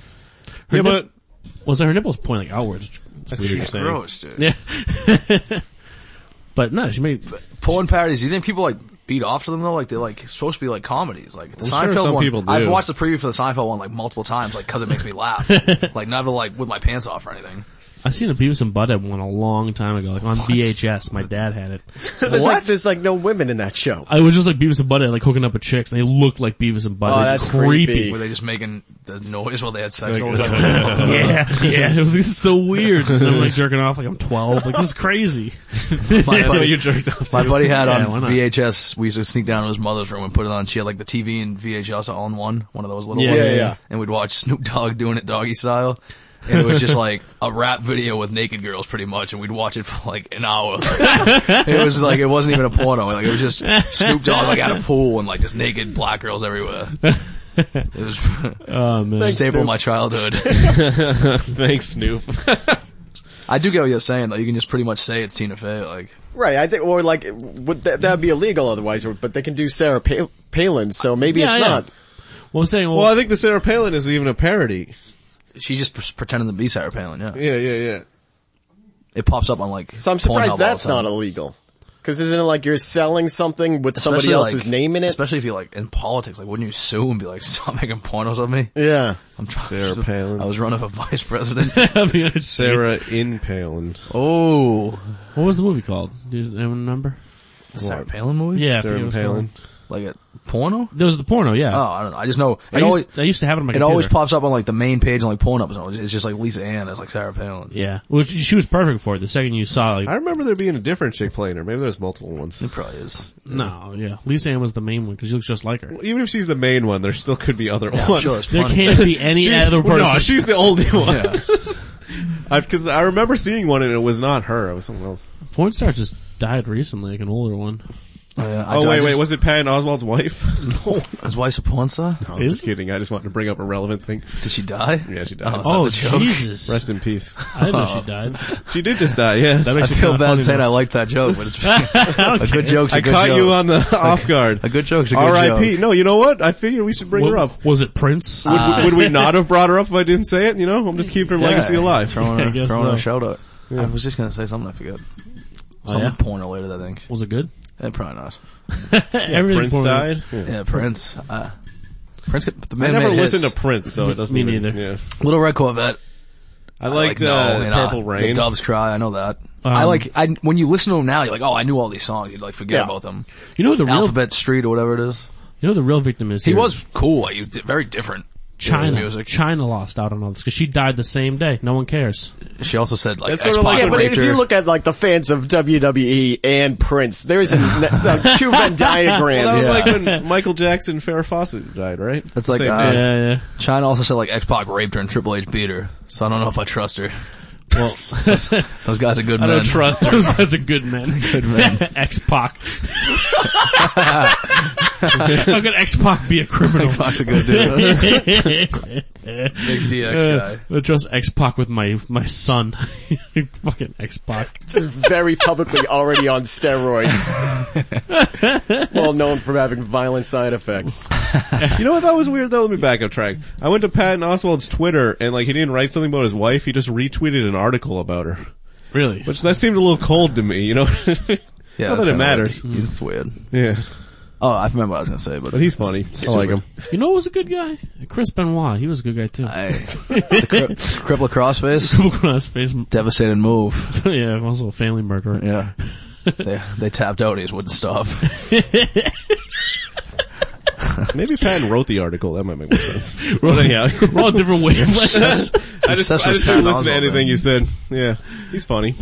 [SPEAKER 2] Her
[SPEAKER 1] Yeah,
[SPEAKER 2] nip-
[SPEAKER 1] but
[SPEAKER 2] was her nipples pointing outwards?
[SPEAKER 1] that's weird you're saying.
[SPEAKER 3] Gross, dude.
[SPEAKER 2] Yeah. but no, she made.
[SPEAKER 3] Porn parodies. You think people like beat off to them though? Like they're like it's supposed to be like comedies. Like the
[SPEAKER 1] I'm
[SPEAKER 3] Seinfeld
[SPEAKER 1] sure some
[SPEAKER 3] one.
[SPEAKER 1] people do.
[SPEAKER 3] I've watched the preview for the Seinfeld one like multiple times, like because it makes
[SPEAKER 1] (laughs)
[SPEAKER 3] me laugh. like never like with my pants off or anything.
[SPEAKER 2] I seen a Beavis and Butthead one a long time ago, like on VHS. My dad had it.
[SPEAKER 4] There's like, there's like no women in that show.
[SPEAKER 2] I was just like Beavis and Butthead, like hooking up with chicks, and they looked like Beavis and Butthead.
[SPEAKER 4] Oh,
[SPEAKER 2] It's
[SPEAKER 4] that's
[SPEAKER 2] creepy.
[SPEAKER 4] creepy.
[SPEAKER 3] Were they just making the noise while they had sex
[SPEAKER 1] Like-
[SPEAKER 3] all
[SPEAKER 1] (laughs)
[SPEAKER 3] the time?
[SPEAKER 2] (laughs)
[SPEAKER 3] (laughs)
[SPEAKER 2] Yeah, yeah. It was like, this is so weird. And I'm like jerking off like I'm 12. Like this is crazy. (laughs)
[SPEAKER 3] my,
[SPEAKER 1] That's what
[SPEAKER 3] buddy,
[SPEAKER 1] you jerked off.
[SPEAKER 3] my buddy had
[SPEAKER 2] Yeah, why
[SPEAKER 3] on
[SPEAKER 2] not?
[SPEAKER 3] VHS. We used to sneak down to his mother's room and put it on. She had like the TV and VHS all in one, one of those little
[SPEAKER 2] Yeah,
[SPEAKER 3] ones.
[SPEAKER 2] yeah, yeah.
[SPEAKER 3] And we'd watch Snoop Dogg doing it doggy style. And it
[SPEAKER 2] (laughs)
[SPEAKER 3] was just like a rap video with naked girls pretty much and we'd watch it for like an hour.
[SPEAKER 2] (laughs)
[SPEAKER 3] it was like, it wasn't even a porno. Like it was just Snoop Dogg like at a pool and like just naked black girls everywhere.
[SPEAKER 2] (laughs)
[SPEAKER 3] It was
[SPEAKER 2] Oh man.
[SPEAKER 3] (laughs) a staple of my childhood.
[SPEAKER 2] (laughs)
[SPEAKER 1] Thanks, Snoop.
[SPEAKER 3] I do get what you're saying though. You can just pretty much say it's Tina Fey. Like
[SPEAKER 4] Right, I think, or like, would that that'd be illegal otherwise, or, but they can do Sarah Pal- Palin, so maybe
[SPEAKER 2] Yeah,
[SPEAKER 4] it's
[SPEAKER 2] yeah.
[SPEAKER 4] not.
[SPEAKER 2] Well, I'm saying, well,
[SPEAKER 1] Well, I think the Sarah Palin is even a parody.
[SPEAKER 3] she just pre- pretending to be Sarah Palin. Yeah.
[SPEAKER 1] Yeah, yeah, yeah.
[SPEAKER 3] It pops up on like.
[SPEAKER 4] So I'm surprised
[SPEAKER 3] Pornhub all the
[SPEAKER 4] that's
[SPEAKER 3] time.
[SPEAKER 4] not illegal. Cause isn't it like you're selling something with somebody
[SPEAKER 3] Especially,
[SPEAKER 4] else's
[SPEAKER 3] like-
[SPEAKER 4] name in it?
[SPEAKER 3] Especially if you like in politics, like wouldn't you sue and be like, (laughs) stop making pornos of me?
[SPEAKER 4] Yeah.
[SPEAKER 3] I'm trying
[SPEAKER 1] Sarah Palin.
[SPEAKER 3] I was running for (laughs)
[SPEAKER 1] (laughs)
[SPEAKER 3] vice president.
[SPEAKER 2] of the United States.
[SPEAKER 1] Sarah in Palin.
[SPEAKER 3] oh.
[SPEAKER 2] What was the movie called? Do you anyone remember?
[SPEAKER 3] The Sarah Palin movie?
[SPEAKER 2] Yeah, I think it
[SPEAKER 1] Sarah
[SPEAKER 2] was
[SPEAKER 1] Palin.
[SPEAKER 2] called-
[SPEAKER 3] Like a porno?
[SPEAKER 2] There was the porno. Yeah.
[SPEAKER 3] Oh, I don't know. I just know.
[SPEAKER 2] I,
[SPEAKER 3] It
[SPEAKER 2] used,
[SPEAKER 3] always,
[SPEAKER 2] I used to have it on my
[SPEAKER 3] it
[SPEAKER 2] computer.
[SPEAKER 3] always pops up on like the main page on like Pornhub. or something. It's just like Lisa Ann as like Sarah Palin.
[SPEAKER 2] Yeah. Well, she she was perfect for it. The second you saw, like,
[SPEAKER 1] I remember there being a different chick playing her. Maybe there's multiple ones.
[SPEAKER 3] It probably is.
[SPEAKER 2] no, yeah. Lisa Ann was the main one because she looks just like her.
[SPEAKER 1] Even if she's the main one, there still could be other ones.
[SPEAKER 3] sure.
[SPEAKER 2] There
[SPEAKER 3] funny.
[SPEAKER 2] can't be (laughs) any
[SPEAKER 1] She's-
[SPEAKER 2] other person.
[SPEAKER 1] No, she's the only one.
[SPEAKER 3] (laughs) Yeah.
[SPEAKER 1] I, cause I remember seeing one and it was not her, it was someone else.
[SPEAKER 2] Porn star just died recently, like an older one.
[SPEAKER 3] Oh, yeah. I-
[SPEAKER 1] Oh
[SPEAKER 3] I
[SPEAKER 1] wait,
[SPEAKER 3] just-
[SPEAKER 1] wait, was it Patton Oswald's wife?
[SPEAKER 3] (laughs)
[SPEAKER 1] no.
[SPEAKER 3] Is Weiss a porn star?
[SPEAKER 1] I'm just kidding, I just wanted to bring up a relevant thing.
[SPEAKER 3] Did she die?
[SPEAKER 1] Yeah, she died.
[SPEAKER 3] Oh,
[SPEAKER 2] Oh
[SPEAKER 3] Is that the joke? Oh.
[SPEAKER 2] Jesus!
[SPEAKER 1] Rest in peace.
[SPEAKER 2] I didn't know she died.
[SPEAKER 1] She did just die, yeah.
[SPEAKER 2] That
[SPEAKER 3] I
[SPEAKER 2] makes it
[SPEAKER 3] feel
[SPEAKER 2] kinda
[SPEAKER 3] bad
[SPEAKER 2] funny,
[SPEAKER 3] saying
[SPEAKER 2] though.
[SPEAKER 3] I liked that joke, but (laughs)
[SPEAKER 2] (laughs)
[SPEAKER 3] it's
[SPEAKER 2] I
[SPEAKER 3] a
[SPEAKER 2] don't
[SPEAKER 3] good
[SPEAKER 2] care.
[SPEAKER 3] joke's a
[SPEAKER 1] I
[SPEAKER 3] good
[SPEAKER 1] caught
[SPEAKER 3] joke.
[SPEAKER 1] you on the off guard.
[SPEAKER 3] A good joke's a good
[SPEAKER 1] R.I.P.
[SPEAKER 3] joke.
[SPEAKER 1] No, you know what? I figured we should bring her up.
[SPEAKER 2] What, was it Prince?
[SPEAKER 1] Would,
[SPEAKER 3] Uh,
[SPEAKER 1] would we not have brought her up if I didn't say it? You know, I'm just keeping her
[SPEAKER 3] Yeah,
[SPEAKER 1] legacy alive.
[SPEAKER 3] Throwing,
[SPEAKER 2] Yeah, I
[SPEAKER 3] her,
[SPEAKER 2] guess
[SPEAKER 3] throwing her
[SPEAKER 2] so.
[SPEAKER 3] shout out. I was just gonna say something, I forgot.
[SPEAKER 2] Oh,
[SPEAKER 3] Something
[SPEAKER 2] yeah?
[SPEAKER 3] porn related, I think.
[SPEAKER 2] Was it good?
[SPEAKER 3] Eh, probably not.
[SPEAKER 2] Everything
[SPEAKER 1] Prince
[SPEAKER 2] porn was-
[SPEAKER 1] died. Yeah.
[SPEAKER 3] Yeah, Prince. Uh, Prince, got- the
[SPEAKER 1] I
[SPEAKER 3] man
[SPEAKER 1] never
[SPEAKER 3] made
[SPEAKER 1] listened
[SPEAKER 3] hits.
[SPEAKER 1] to Prince, so it doesn't.
[SPEAKER 2] Me
[SPEAKER 1] even-
[SPEAKER 2] neither.
[SPEAKER 1] Yeah.
[SPEAKER 3] Little Red Corvette.
[SPEAKER 1] I liked uh,
[SPEAKER 3] and,
[SPEAKER 1] Purple
[SPEAKER 3] The
[SPEAKER 1] Rain.
[SPEAKER 3] Doves Cry, I know that.
[SPEAKER 2] Um,
[SPEAKER 3] I like, I, when you listen to them now, you're like, oh, I knew all these songs. You'd like forget
[SPEAKER 4] Yeah.
[SPEAKER 3] about them.
[SPEAKER 2] You know who the real,
[SPEAKER 3] Alphabet Street or whatever it is.
[SPEAKER 2] you know who the real victim is.
[SPEAKER 3] He
[SPEAKER 2] here?
[SPEAKER 3] was cool. Like, he was di- very different. with his
[SPEAKER 2] China.
[SPEAKER 3] Music.
[SPEAKER 2] China lost out on all this because she died the same day. No one cares.
[SPEAKER 3] She also said like,
[SPEAKER 1] That's
[SPEAKER 3] X
[SPEAKER 1] sorta like-
[SPEAKER 3] Pac
[SPEAKER 1] Yeah,
[SPEAKER 4] Yeah,
[SPEAKER 1] Good
[SPEAKER 4] but
[SPEAKER 3] raped
[SPEAKER 4] if you
[SPEAKER 3] her.
[SPEAKER 4] look at like the fans of WWE and Prince, there is
[SPEAKER 3] (laughs)
[SPEAKER 4] a, (laughs) a two Venn diagram.
[SPEAKER 1] That was
[SPEAKER 4] Yeah.
[SPEAKER 1] like (laughs) when Michael Jackson, Farrah Fawcett died, right?
[SPEAKER 3] That's like,
[SPEAKER 1] Same
[SPEAKER 3] uh,
[SPEAKER 1] day.
[SPEAKER 2] Yeah, yeah.
[SPEAKER 3] China also said like X Pac raped her and Triple H beat her. So I don't know if I trust her.
[SPEAKER 2] Well,
[SPEAKER 3] (laughs) Those guys are good
[SPEAKER 1] I
[SPEAKER 3] men.
[SPEAKER 1] don't
[SPEAKER 3] (laughs)
[SPEAKER 1] trust her.
[SPEAKER 2] (laughs) those guys are good (laughs) men. Good men. X Pac. (laughs) How could X Pac be a criminal? (laughs)
[SPEAKER 3] Xbox a
[SPEAKER 1] (laughs)
[SPEAKER 3] good dude.
[SPEAKER 2] Uh,
[SPEAKER 3] Big DX guy.
[SPEAKER 2] I trust X Pac with my my son. (laughs) Fucking X Pac.
[SPEAKER 4] just very publicly already on
[SPEAKER 3] (laughs)
[SPEAKER 4] steroids. well known for having violent side effects.
[SPEAKER 1] You know what? That was weird though. Let me back up track. I went to Patton Oswald's Twitter and like he didn't write something about his wife. He just retweeted an article about her,
[SPEAKER 2] Really?
[SPEAKER 1] which that seemed a little cold to me. You know, (laughs)
[SPEAKER 3] Yeah,
[SPEAKER 1] not that
[SPEAKER 3] that's
[SPEAKER 1] it
[SPEAKER 3] kinda
[SPEAKER 1] matters.
[SPEAKER 3] weird. It's weird.
[SPEAKER 1] Yeah,
[SPEAKER 3] Oh, I remember what I was gonna say, but,
[SPEAKER 1] but he's
[SPEAKER 3] (laughs)
[SPEAKER 1] funny. I like him.
[SPEAKER 2] You know who was a good guy? Chris Benoit. He was a good guy too. (laughs)
[SPEAKER 3] I, the cri- cripple
[SPEAKER 1] (laughs)
[SPEAKER 3] crossface,
[SPEAKER 2] Google on his face.
[SPEAKER 3] devastated move.
[SPEAKER 2] (laughs) yeah, I'm also a family (laughs) murderer.
[SPEAKER 3] Yeah, they they tapped out. He just
[SPEAKER 1] (laughs)
[SPEAKER 3] wouldn't stop.
[SPEAKER 1] Maybe Patton wrote the article. That might make more sense. but anyhow,
[SPEAKER 2] We're all (laughs) different wavelengths. (laughs)
[SPEAKER 1] I just, I
[SPEAKER 3] (laughs) Obsessed with
[SPEAKER 1] just
[SPEAKER 3] Patton
[SPEAKER 1] didn't listen to
[SPEAKER 3] Oswalt,
[SPEAKER 1] anything
[SPEAKER 3] man.
[SPEAKER 1] you said. Yeah, he's (laughs) funny.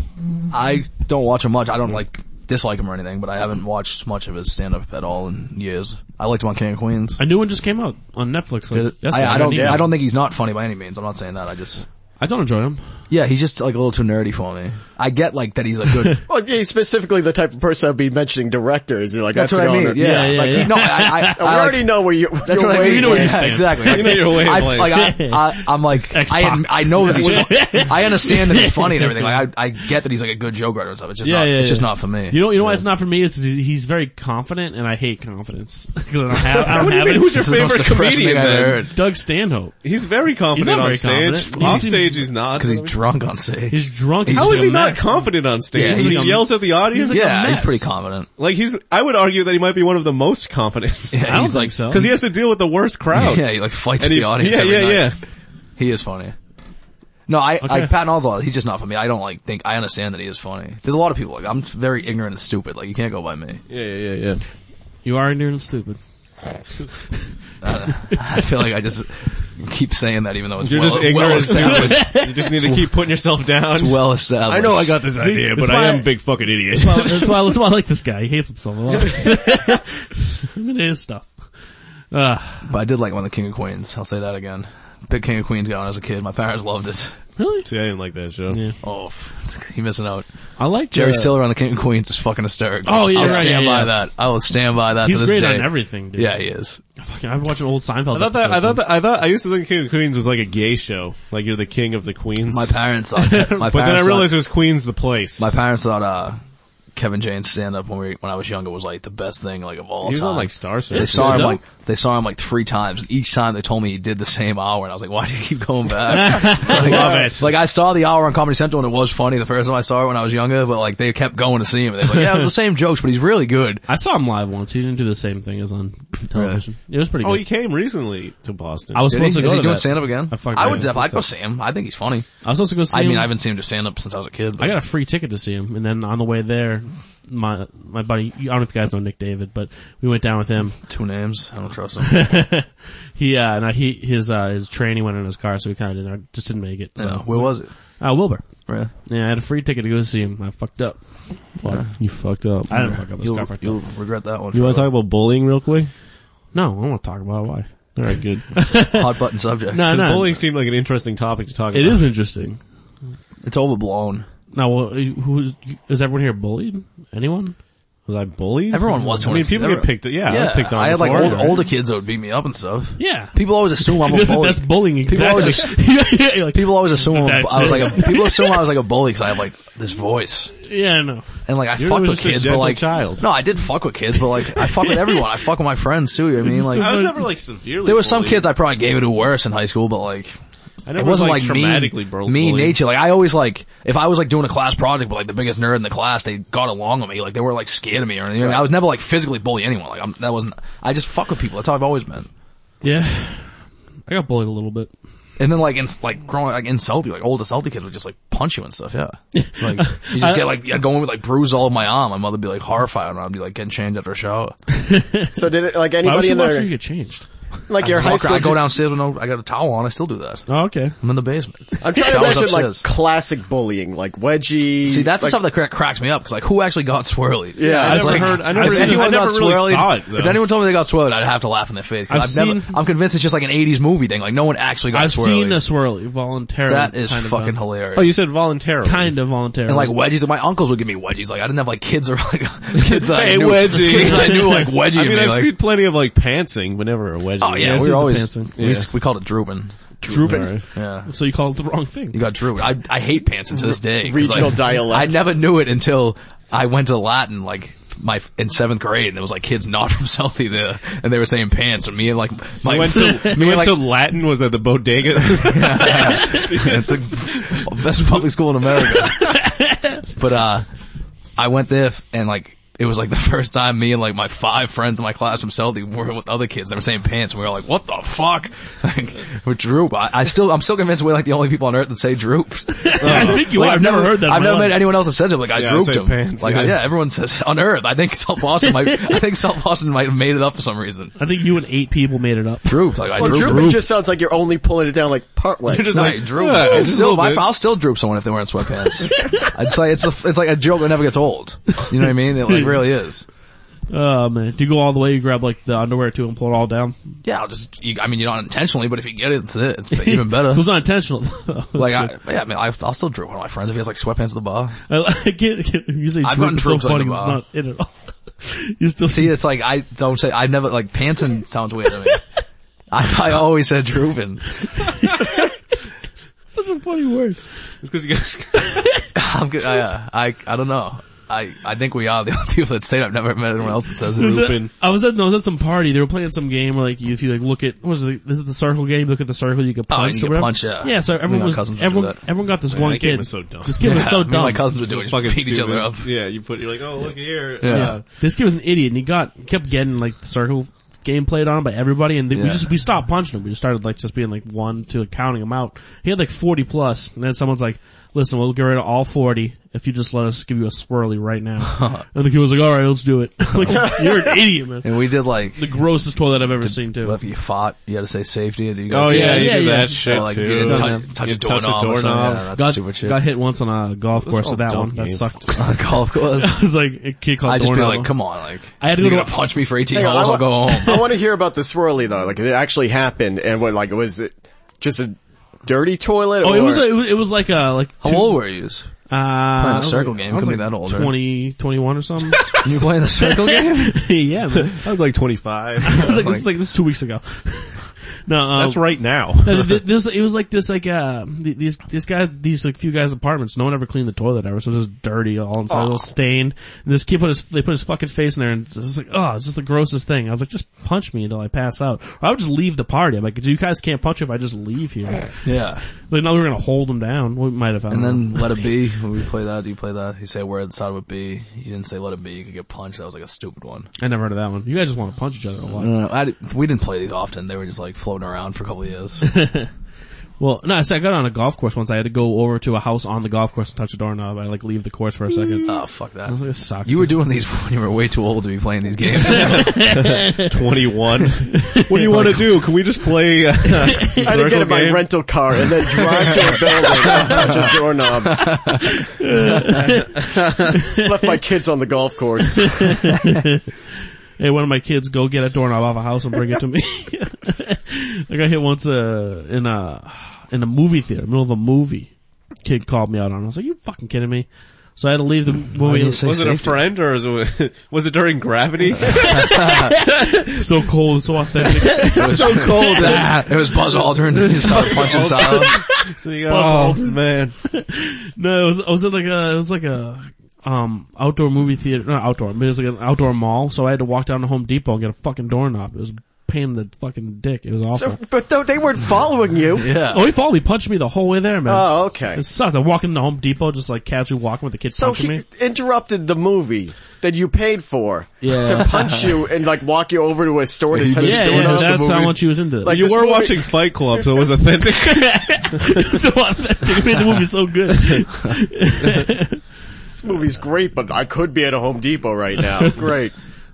[SPEAKER 3] I don't watch him much. I don't like dislike him or anything, but I haven't watched much of his stand up at all in years. I liked him on King of Queens.
[SPEAKER 2] A new one just came out on Netflix. Like,
[SPEAKER 3] I,
[SPEAKER 2] yesterday.
[SPEAKER 3] I don't.
[SPEAKER 2] didn't even-
[SPEAKER 3] I don't think he's not funny by any means. I'm not saying that. I just
[SPEAKER 2] I don't enjoy them.
[SPEAKER 3] Yeah, he's just like a little too nerdy for me. I get like that he's a good.
[SPEAKER 4] Well, he's specifically the type of person I'd be mentioning directors. You're like,
[SPEAKER 3] That's what
[SPEAKER 4] the
[SPEAKER 3] I mean.
[SPEAKER 4] owner. Oh,
[SPEAKER 3] Yeah,
[SPEAKER 2] Yeah, yeah,
[SPEAKER 3] like he-
[SPEAKER 2] yeah.
[SPEAKER 3] no, I, I, I,
[SPEAKER 4] We already know where you,
[SPEAKER 3] That's
[SPEAKER 4] your
[SPEAKER 3] what I mean.
[SPEAKER 4] way
[SPEAKER 2] You know where you
[SPEAKER 4] is.
[SPEAKER 2] stand.
[SPEAKER 3] Exactly.
[SPEAKER 1] You know your way of
[SPEAKER 3] I,
[SPEAKER 1] life.
[SPEAKER 3] like I, I, I'm like I,
[SPEAKER 2] X-Pac.
[SPEAKER 3] ad- I know that he's. I understand that he's funny and everything. Like I, I get that he's like a good joke writer and stuff. It's just
[SPEAKER 2] Yeah,
[SPEAKER 3] not.
[SPEAKER 2] yeah,
[SPEAKER 3] it's just
[SPEAKER 2] yeah.
[SPEAKER 3] not for me.
[SPEAKER 2] You know, you know why it's not for me? It's 'cause he- he's very confident, and I hate confidence. (laughs) 'Cause I don't have, I
[SPEAKER 1] What do
[SPEAKER 2] don't
[SPEAKER 1] you
[SPEAKER 2] have
[SPEAKER 1] mean,
[SPEAKER 2] it.
[SPEAKER 1] who's your
[SPEAKER 3] This is the most
[SPEAKER 1] favorite
[SPEAKER 3] depressing
[SPEAKER 1] comedian
[SPEAKER 3] thing I've ever
[SPEAKER 1] then?
[SPEAKER 2] (laughs)
[SPEAKER 3] heard.
[SPEAKER 2] Doug Stanhope.
[SPEAKER 1] He's very confident
[SPEAKER 2] not
[SPEAKER 1] on
[SPEAKER 2] very
[SPEAKER 1] stage.
[SPEAKER 2] confident. He
[SPEAKER 1] Off
[SPEAKER 2] seems-
[SPEAKER 1] stage he's not.
[SPEAKER 3] Because he's drunk on stage.
[SPEAKER 2] He's drunk. and
[SPEAKER 1] How
[SPEAKER 2] he's
[SPEAKER 1] is he
[SPEAKER 2] a
[SPEAKER 1] not
[SPEAKER 2] mess.
[SPEAKER 1] confident on stage?
[SPEAKER 3] Yeah,
[SPEAKER 1] he
[SPEAKER 3] he's-
[SPEAKER 1] yells at the audience?
[SPEAKER 2] he's a
[SPEAKER 3] yeah, he's
[SPEAKER 2] mess.
[SPEAKER 3] pretty confident.
[SPEAKER 1] Like he's, I would argue that he might be one of the most confident.
[SPEAKER 3] (laughs) Yeah,
[SPEAKER 2] I don't
[SPEAKER 3] he's
[SPEAKER 2] think
[SPEAKER 3] like
[SPEAKER 2] so.
[SPEAKER 1] (laughs) Cause he has to deal with the worst crowds.
[SPEAKER 3] Yeah, he like
[SPEAKER 1] (laughs)
[SPEAKER 3] fights
[SPEAKER 1] And
[SPEAKER 3] with
[SPEAKER 1] he-
[SPEAKER 3] the audience.
[SPEAKER 1] Yeah,
[SPEAKER 3] every
[SPEAKER 1] yeah,
[SPEAKER 3] night.
[SPEAKER 1] yeah.
[SPEAKER 3] He is funny. No, I
[SPEAKER 2] Okay.
[SPEAKER 3] like Patton Oswalt. He's just not for me. I don't like think. I understand that he is funny. There's a lot of people like I'm very ignorant and stupid. Like you can't go by me.
[SPEAKER 1] Yeah, yeah, yeah, yeah.
[SPEAKER 2] You are ignorant and stupid.
[SPEAKER 3] I feel like I just keep saying that even though it's
[SPEAKER 1] You're
[SPEAKER 3] well,
[SPEAKER 1] just
[SPEAKER 3] well
[SPEAKER 1] ignorant and
[SPEAKER 3] established.
[SPEAKER 1] stupid. (laughs) You just need to keep putting yourself down. (laughs)
[SPEAKER 3] It's (laughs) well established.
[SPEAKER 1] got this
[SPEAKER 2] idea, but I am a
[SPEAKER 1] big fucking idiot.
[SPEAKER 2] Well, that's why, that's why I like this guy. He hates himself a lot. (laughs) I'm into his stuff. Uh,
[SPEAKER 3] But I did like when the King of Queens. I'll say that again. Big King of Queens got when I was a kid. My parents loved it.
[SPEAKER 2] really?
[SPEAKER 1] (laughs) See, I didn't like that show.
[SPEAKER 2] Yeah.
[SPEAKER 3] Oh, it's- you're missing out.
[SPEAKER 2] I like
[SPEAKER 3] Jerry
[SPEAKER 2] uh,
[SPEAKER 3] Stiller on the King of Queens is fucking hysterical.
[SPEAKER 2] Oh, yeah,
[SPEAKER 3] I'll
[SPEAKER 2] right,
[SPEAKER 3] stand
[SPEAKER 2] yeah,
[SPEAKER 3] by
[SPEAKER 2] yeah.
[SPEAKER 3] that. I will stand by that
[SPEAKER 2] He's
[SPEAKER 3] to this
[SPEAKER 2] great
[SPEAKER 3] day.
[SPEAKER 2] on everything, dude.
[SPEAKER 3] Yeah, he is.
[SPEAKER 2] Fucking, I've watched old Seinfeld.
[SPEAKER 1] I thought that, I thought that, I thought, I used to think King of Queens was like a gay show. Like you're the king of the queens. (laughs)
[SPEAKER 3] My
[SPEAKER 2] (laughs)
[SPEAKER 3] parents thought. that- My
[SPEAKER 1] But then
[SPEAKER 3] parents
[SPEAKER 1] I
[SPEAKER 3] thought-
[SPEAKER 1] realized it was Queens the place.
[SPEAKER 3] My parents thought uh Kevin James stand up when we when I was younger was like the best thing like of all
[SPEAKER 1] he was
[SPEAKER 3] time.
[SPEAKER 1] on like Star
[SPEAKER 3] they
[SPEAKER 1] Search.
[SPEAKER 3] saw him
[SPEAKER 2] Yeah.
[SPEAKER 3] like they saw him like three times. Each time they told me he did the same hour, and I was like, "Why do you keep going back?" like,
[SPEAKER 1] Love it.
[SPEAKER 3] Like I saw the hour on Comedy Central, and it was funny the first time I saw it when I was younger. But like they kept going to see him. And they were like, "Yeah, it was the same jokes, but he's really good."
[SPEAKER 2] I saw him live once. He didn't do the same thing as on television. It was pretty
[SPEAKER 1] Oh,
[SPEAKER 2] good.
[SPEAKER 1] he came recently to Boston.
[SPEAKER 2] I was
[SPEAKER 3] Did he?
[SPEAKER 2] supposed
[SPEAKER 3] Is
[SPEAKER 2] to
[SPEAKER 3] he
[SPEAKER 2] go to
[SPEAKER 3] doing
[SPEAKER 2] that.
[SPEAKER 3] stand up again?
[SPEAKER 2] I fucking
[SPEAKER 3] would
[SPEAKER 2] did.
[SPEAKER 3] def- I'd go see him. I think he's funny.
[SPEAKER 2] I was supposed to go see
[SPEAKER 3] I
[SPEAKER 2] him.
[SPEAKER 3] mean, I haven't seen him do stand up since I was a kid. But
[SPEAKER 2] I got a free ticket to see him, and then on the way there, my my buddy, I don't know if you guys know Nick David, but we went down with him.
[SPEAKER 3] two names. I don't trust him.
[SPEAKER 2] He uh, and I, he his uh his train he went in his car, so we kind of didn't just didn't make it.
[SPEAKER 3] so,
[SPEAKER 2] So
[SPEAKER 3] where was it?
[SPEAKER 2] uh, Wilbur,
[SPEAKER 3] Really?
[SPEAKER 2] yeah, I had a free ticket to go see him. I fucked up.
[SPEAKER 1] you fucked up.
[SPEAKER 2] I didn't fuck up. This
[SPEAKER 3] You'll,
[SPEAKER 2] guy fucked
[SPEAKER 3] you'll
[SPEAKER 2] up.
[SPEAKER 3] regret that one.
[SPEAKER 1] You want to talk about bullying real quick?
[SPEAKER 2] No, I don't want to talk about it. why.
[SPEAKER 1] All right, good.
[SPEAKER 3] hot button subject.
[SPEAKER 2] (laughs) No, no,
[SPEAKER 1] bullying seemed like an interesting topic to talk
[SPEAKER 2] it
[SPEAKER 1] about.
[SPEAKER 2] is interesting.
[SPEAKER 3] It's overblown.
[SPEAKER 2] Now, well, who is everyone here bullied? Anyone?
[SPEAKER 1] Was I bullied?
[SPEAKER 3] Everyone was
[SPEAKER 1] I
[SPEAKER 3] when
[SPEAKER 1] mean,
[SPEAKER 3] it's-
[SPEAKER 1] people get
[SPEAKER 3] everyone-
[SPEAKER 1] picked. Yeah, I was picked on.
[SPEAKER 3] I had like
[SPEAKER 1] before.
[SPEAKER 3] old, older kids that would beat me up and stuff.
[SPEAKER 2] Yeah,
[SPEAKER 3] People always assume I'm a
[SPEAKER 2] That's-
[SPEAKER 3] bully.
[SPEAKER 2] (laughs) that's bullying exactly.
[SPEAKER 3] always
[SPEAKER 2] (laughs) You're like,
[SPEAKER 3] People always assume I'm,
[SPEAKER 2] That's
[SPEAKER 3] I was
[SPEAKER 2] it.
[SPEAKER 3] like a, people assume I
[SPEAKER 1] (laughs)
[SPEAKER 3] was like a bully because I have like this voice
[SPEAKER 2] yeah, I know.
[SPEAKER 3] and like I
[SPEAKER 1] Yours
[SPEAKER 3] fuck
[SPEAKER 1] was
[SPEAKER 3] with
[SPEAKER 1] just a
[SPEAKER 3] kids, but
[SPEAKER 1] gentle
[SPEAKER 3] like
[SPEAKER 1] child.
[SPEAKER 3] no, I did fuck with kids, but like I fuck with everyone. I fuck with my friends too. you know what I mean,
[SPEAKER 1] I
[SPEAKER 3] like
[SPEAKER 1] was never like severely.
[SPEAKER 3] there were some
[SPEAKER 1] bullied.
[SPEAKER 3] kids I probably gave it to worse in high school, but like
[SPEAKER 1] I never
[SPEAKER 3] it
[SPEAKER 1] was,
[SPEAKER 3] wasn't
[SPEAKER 1] like,
[SPEAKER 3] like,
[SPEAKER 1] traumatically
[SPEAKER 3] mean,
[SPEAKER 1] bro-
[SPEAKER 3] mean
[SPEAKER 1] bullied.
[SPEAKER 3] nature. Like I always like if I was like doing a class project, but like the biggest nerd in the class, they got along with me. Like they were like scared of me or anything. I was never like physically bully anyone. Like I'm, that wasn't. I just fuck with people. That's how I've always been.
[SPEAKER 2] Yeah, I got bullied a little bit.
[SPEAKER 3] And then like in, like growing like insult you, like older salty kids would just like punch you and
[SPEAKER 1] (laughs)
[SPEAKER 3] stuff, yeah. Like you just get like I'd go in with like bruise all of my arm. My mother'd be like horrified and I'd be like getting changed after a shower.
[SPEAKER 4] So did it, like
[SPEAKER 2] Why would
[SPEAKER 4] anybody
[SPEAKER 2] you
[SPEAKER 4] in
[SPEAKER 2] watch you
[SPEAKER 4] there,
[SPEAKER 2] get changed?
[SPEAKER 4] like your high
[SPEAKER 3] Fuck,
[SPEAKER 4] school?
[SPEAKER 3] I go downstairs with no I got a towel on, I still do that.
[SPEAKER 2] Oh, okay.
[SPEAKER 3] I'm in the basement.
[SPEAKER 4] I'm trying to
[SPEAKER 3] Showers
[SPEAKER 4] imagine like
[SPEAKER 3] upstairs.
[SPEAKER 4] classic bullying, like wedgie.
[SPEAKER 3] See that's
[SPEAKER 4] like,
[SPEAKER 3] the stuff that cra- cracks me up because like who actually got swirly?
[SPEAKER 4] Yeah,
[SPEAKER 1] I
[SPEAKER 4] I
[SPEAKER 1] never
[SPEAKER 4] like,
[SPEAKER 1] heard. I never,
[SPEAKER 3] If
[SPEAKER 1] I
[SPEAKER 3] anyone
[SPEAKER 1] never
[SPEAKER 3] got
[SPEAKER 1] really
[SPEAKER 3] swirly-
[SPEAKER 1] saw it. Though.
[SPEAKER 3] If anyone told me they got swirly, I'd have to laugh in their face. 'cause
[SPEAKER 2] I've
[SPEAKER 3] I've,
[SPEAKER 2] seen-
[SPEAKER 3] never, I'm convinced it's just like an 80s movie thing. Like no one actually got
[SPEAKER 2] I've
[SPEAKER 3] swirly.
[SPEAKER 2] seen a swirly voluntarily.
[SPEAKER 3] that is
[SPEAKER 2] kind of uh,
[SPEAKER 3] fucking
[SPEAKER 2] done.
[SPEAKER 3] hilarious.
[SPEAKER 1] Oh, you said voluntarily.
[SPEAKER 2] Kind of voluntarily.
[SPEAKER 3] and like wedgies, my uncles would give me wedgies. Like I didn't have like kids or (laughs) like kids. that I
[SPEAKER 1] Hey,
[SPEAKER 3] knew,
[SPEAKER 1] wedgie.
[SPEAKER 3] Kids that I knew like wedgie.
[SPEAKER 1] I mean,
[SPEAKER 3] me,
[SPEAKER 1] I've
[SPEAKER 3] like,
[SPEAKER 1] seen plenty of like pantsing, but never a wedgie.
[SPEAKER 3] Oh yeah,
[SPEAKER 2] it's
[SPEAKER 3] we were
[SPEAKER 2] just a
[SPEAKER 3] always
[SPEAKER 2] pantsing.
[SPEAKER 3] we, s- we called it drooping.
[SPEAKER 2] drooping.
[SPEAKER 3] Yeah,
[SPEAKER 2] So you call it the wrong thing.
[SPEAKER 3] you got drooping. I I hate pantsing to this day. 'cause,
[SPEAKER 4] Regional
[SPEAKER 3] like,
[SPEAKER 4] dialect.
[SPEAKER 3] I never knew it until I went to Latin like my in seventh grade, and it was like kids not from Southie there, and they were saying pants, and me and like
[SPEAKER 1] (laughs)
[SPEAKER 3] my
[SPEAKER 1] I went to,
[SPEAKER 3] (laughs) me
[SPEAKER 1] we went
[SPEAKER 3] and like
[SPEAKER 1] to Latin was at the (laughs) bodega.
[SPEAKER 3] it's the (laughs) best public school
[SPEAKER 2] (laughs)
[SPEAKER 3] in America. but uh, I went there f- and like. It was like the first time me and like my five friends in my class from Celtic were with other kids. They were saying pants. And we were like, "What the fuck?" (laughs) Like, we're droop. I, I still, I'm still convinced we're like the only people on earth that say droop.
[SPEAKER 2] (laughs) I think you.
[SPEAKER 3] Like,
[SPEAKER 2] are. I've never heard that. in
[SPEAKER 3] I've
[SPEAKER 2] my
[SPEAKER 3] never
[SPEAKER 2] life.
[SPEAKER 3] met anyone else that says it. Like I
[SPEAKER 1] Yeah, I
[SPEAKER 3] drooped
[SPEAKER 1] say
[SPEAKER 3] him.
[SPEAKER 1] pants,
[SPEAKER 3] like
[SPEAKER 1] yeah.
[SPEAKER 3] yeah. everyone says on Earth. I think South Boston might. (laughs) I think South Boston might have made it up for some reason.
[SPEAKER 2] I think you and eight people made it up.
[SPEAKER 3] Drooped. Like I
[SPEAKER 4] Well,
[SPEAKER 3] drooped.
[SPEAKER 4] droop, it just sounds like you're only pulling it down like part way.
[SPEAKER 1] just
[SPEAKER 3] No,
[SPEAKER 1] like,
[SPEAKER 3] I drooped.
[SPEAKER 1] yeah,
[SPEAKER 3] It's
[SPEAKER 1] just a
[SPEAKER 3] still,
[SPEAKER 1] little
[SPEAKER 3] my-
[SPEAKER 1] bit.
[SPEAKER 3] I'll still droop someone if they weren't (laughs) sweatpants. I'd say it's a, it's like a joke that never gets old. You know what I mean? It like really is.
[SPEAKER 2] Oh man, do you go all the way? You grab like the underwear too and pull it all down.
[SPEAKER 3] Yeah, I'll just. You, I mean, you don't intentionally, but if you get it, it's it. It's even
[SPEAKER 1] (laughs)
[SPEAKER 3] better.
[SPEAKER 2] so it's not intentional. though. (laughs)
[SPEAKER 3] like, I, yeah, I mean, I, I'll still drip one of my friends if he has like sweatpants at the bar.
[SPEAKER 2] I like it. it- You say
[SPEAKER 3] I've
[SPEAKER 2] droop,
[SPEAKER 3] gotten
[SPEAKER 2] it's so
[SPEAKER 3] droops like
[SPEAKER 2] funny.
[SPEAKER 3] the
[SPEAKER 2] it's
[SPEAKER 3] Bob.
[SPEAKER 2] not in at all. (laughs) you still
[SPEAKER 3] See, it's like I don't say. I never like panting sounds weird (laughs) to me. I, I always said drooping.
[SPEAKER 2] such a funny word.
[SPEAKER 1] It's because you (laughs) guys.
[SPEAKER 3] I'm good. I, uh, I I don't know. I I think we are the (laughs) only people that say it. I've never met anyone else that says
[SPEAKER 2] Was
[SPEAKER 3] it.
[SPEAKER 2] that-
[SPEAKER 1] Drooping.
[SPEAKER 2] I was at no, I was at some party. They were playing some game where like you, if you like look at what is it? Is it the circle game? You look at the circle, you get
[SPEAKER 3] Oh,
[SPEAKER 2] punched.
[SPEAKER 3] you
[SPEAKER 2] or whatever.
[SPEAKER 3] get punched, yeah.
[SPEAKER 2] Yeah. So
[SPEAKER 3] Me and
[SPEAKER 2] everyone
[SPEAKER 3] my
[SPEAKER 2] was
[SPEAKER 3] cousins would do
[SPEAKER 2] everyone,
[SPEAKER 3] that.
[SPEAKER 2] everyone got this one
[SPEAKER 1] that
[SPEAKER 2] kid.
[SPEAKER 1] game was so dumb.
[SPEAKER 2] This kid was
[SPEAKER 3] Yeah,
[SPEAKER 2] so
[SPEAKER 3] (laughs) me and
[SPEAKER 2] dumb.
[SPEAKER 3] my cousins would do it.
[SPEAKER 1] fucking
[SPEAKER 3] Just beat each
[SPEAKER 1] stupid.
[SPEAKER 3] other up.
[SPEAKER 1] Yeah, you put you're like, oh look here.
[SPEAKER 3] Yeah.
[SPEAKER 2] Yeah. This kid was an idiot and he got, kept getting like the circle game played on by everybody and then we
[SPEAKER 3] Yeah.
[SPEAKER 2] just, we stopped punching him. We just started like just being like one, two, counting him out. He had like 40 plus and then someone's like, listen, we'll get rid of all 40 if you just let us give you a swirly right
[SPEAKER 3] (laughs)
[SPEAKER 2] now. and the kid was like, alright, let's do it. (laughs) like, you're an idiot, man.
[SPEAKER 3] And we did like.
[SPEAKER 2] The grossest toilet I've ever seen too.
[SPEAKER 3] Well, if you fought, you had to say safety. Did you
[SPEAKER 1] Oh
[SPEAKER 3] guys do
[SPEAKER 1] yeah,
[SPEAKER 3] that?
[SPEAKER 1] you
[SPEAKER 2] yeah,
[SPEAKER 1] did
[SPEAKER 2] yeah.
[SPEAKER 1] that shit
[SPEAKER 3] Or, like, you
[SPEAKER 1] too.
[SPEAKER 3] didn't
[SPEAKER 2] Yeah.
[SPEAKER 3] touch, touch a
[SPEAKER 1] You touch a
[SPEAKER 3] doorknob. or something.
[SPEAKER 1] doorknob.
[SPEAKER 3] Yeah, that's
[SPEAKER 2] Uh, got,
[SPEAKER 3] super shit.
[SPEAKER 2] got hit once on a golf course
[SPEAKER 1] all
[SPEAKER 2] with that
[SPEAKER 1] dumb
[SPEAKER 2] one. That
[SPEAKER 1] games.
[SPEAKER 2] sucked. (laughs)
[SPEAKER 3] on a golf course.
[SPEAKER 2] it was like a kid called
[SPEAKER 3] (laughs) I just feel
[SPEAKER 2] Doorknob.
[SPEAKER 3] like, come on, like
[SPEAKER 2] I had to
[SPEAKER 3] you're
[SPEAKER 2] go to-
[SPEAKER 3] gonna punch me for 18
[SPEAKER 4] Hang on,
[SPEAKER 3] holes.
[SPEAKER 4] I
[SPEAKER 3] I'll go
[SPEAKER 4] wa-
[SPEAKER 3] home.
[SPEAKER 4] I want to hear about the swirly though. Like it actually happened, and what like was it just a dirty toilet?
[SPEAKER 2] Oh,
[SPEAKER 4] or,
[SPEAKER 2] it was, a, it was, it was like a, like
[SPEAKER 3] (laughs) How
[SPEAKER 2] two-
[SPEAKER 3] old were you?
[SPEAKER 2] Uh,
[SPEAKER 3] Playing
[SPEAKER 2] I
[SPEAKER 3] the
[SPEAKER 2] was
[SPEAKER 3] circle
[SPEAKER 2] like-
[SPEAKER 3] game.
[SPEAKER 2] I was
[SPEAKER 3] Couldn't be
[SPEAKER 2] like
[SPEAKER 3] that old, right?
[SPEAKER 2] 20, 21 or
[SPEAKER 3] (laughs)
[SPEAKER 2] something. (laughs)
[SPEAKER 3] You playing the circle (laughs) game?
[SPEAKER 2] yeah, man.
[SPEAKER 1] I was like 25. (laughs)
[SPEAKER 2] This is like, this is like, this is two weeks ago. (laughs) no, uh,
[SPEAKER 1] That's right (laughs) now.
[SPEAKER 2] no, th- this, it was like this, like, uh, th- these, this guy, these, like, few guys' apartments, no one ever cleaned the toilet ever, so it was dirty, all inside, all stained. And this kid put his, they put his fucking face in there, and it's just like, oh, it's just the grossest thing. I was like, just punch me until I pass out. Or I would just leave the party. I'm like, you guys can't punch if I just leave here.
[SPEAKER 3] yeah.
[SPEAKER 2] Like, no, we were gonna hold him down. We might have, I
[SPEAKER 3] And
[SPEAKER 2] don't know.
[SPEAKER 3] then let it be. When we play that, do you play that? He said where it started with B. You didn't say let it be. You could get punched. That was like a stupid one.
[SPEAKER 2] I never heard of that one. You guys just wanna punch each other a lot.
[SPEAKER 3] No, no, I di- we didn't play these often. They were just like floating around for a couple of (laughs) years.
[SPEAKER 2] Well, no, so I got on a golf course once. I had to go over to a house on the golf course and touch a doorknob. I like leave the course for a second.
[SPEAKER 3] oh fuck that.
[SPEAKER 2] It sucks.
[SPEAKER 3] You were doing these (laughs) when you were way too old to be (laughs) playing these games.
[SPEAKER 1] 21. what do you want to do? Can we just play? (laughs) Uh,
[SPEAKER 4] I had to get in my
[SPEAKER 1] game?
[SPEAKER 4] rental car and then drive to a building and touch a doorknob. Left my kids on the golf course.
[SPEAKER 2] hey, one of my kids, go get a doorknob off a house and bring it to me. (laughs) I got hit once uh, in a in a movie theater, middle of a movie. Kid called me out on. it. I was like, "You fucking kidding me?" So I had to leave the movie.
[SPEAKER 3] you
[SPEAKER 2] It
[SPEAKER 3] say
[SPEAKER 1] Was
[SPEAKER 2] was
[SPEAKER 1] it a
[SPEAKER 3] Safety.
[SPEAKER 1] friend or was it, (laughs) was it during
[SPEAKER 3] (laughs)
[SPEAKER 1] gravity?
[SPEAKER 2] so cold, so
[SPEAKER 4] (laughs)
[SPEAKER 2] authentic.
[SPEAKER 1] so
[SPEAKER 3] (laughs)
[SPEAKER 1] cold.
[SPEAKER 3] it was Buzz Aldrin. He started punching Tyler.
[SPEAKER 1] So you go, oh man.
[SPEAKER 2] no, it was, I was at like a, it was like a, um, outdoor movie theater, not outdoor, but it was like an outdoor mall, so I had to walk down to Home Depot and get a fucking doorknob. It was a pain in the fucking dick. It was awful.
[SPEAKER 4] So, but though they weren't following you.
[SPEAKER 3] Yeah.
[SPEAKER 2] oh, he followed me, punched me the whole way there, man.
[SPEAKER 4] Oh, okay.
[SPEAKER 2] it sucked. I walked into Home Depot just like casually walking with the kid
[SPEAKER 4] So
[SPEAKER 2] punching
[SPEAKER 4] he
[SPEAKER 2] me.
[SPEAKER 4] interrupted the movie that you paid for
[SPEAKER 2] Yeah.
[SPEAKER 4] to punch you and like walk you over to a store to
[SPEAKER 3] He
[SPEAKER 4] touch
[SPEAKER 3] was
[SPEAKER 4] a
[SPEAKER 2] Yeah,
[SPEAKER 3] doing
[SPEAKER 2] yeah,
[SPEAKER 4] doorknob.
[SPEAKER 3] us the
[SPEAKER 2] that's how
[SPEAKER 3] movie.
[SPEAKER 2] much he was into it.
[SPEAKER 1] (laughs)
[SPEAKER 2] (laughs)
[SPEAKER 4] Like,
[SPEAKER 1] You
[SPEAKER 4] this
[SPEAKER 1] were
[SPEAKER 4] movie-
[SPEAKER 1] watching Fight Club, so it was
[SPEAKER 3] (laughs)
[SPEAKER 1] authentic.
[SPEAKER 2] so (laughs) authentic. It made the movie so good.
[SPEAKER 4] This movie's great, but I could be at a Home Depot right now. Great.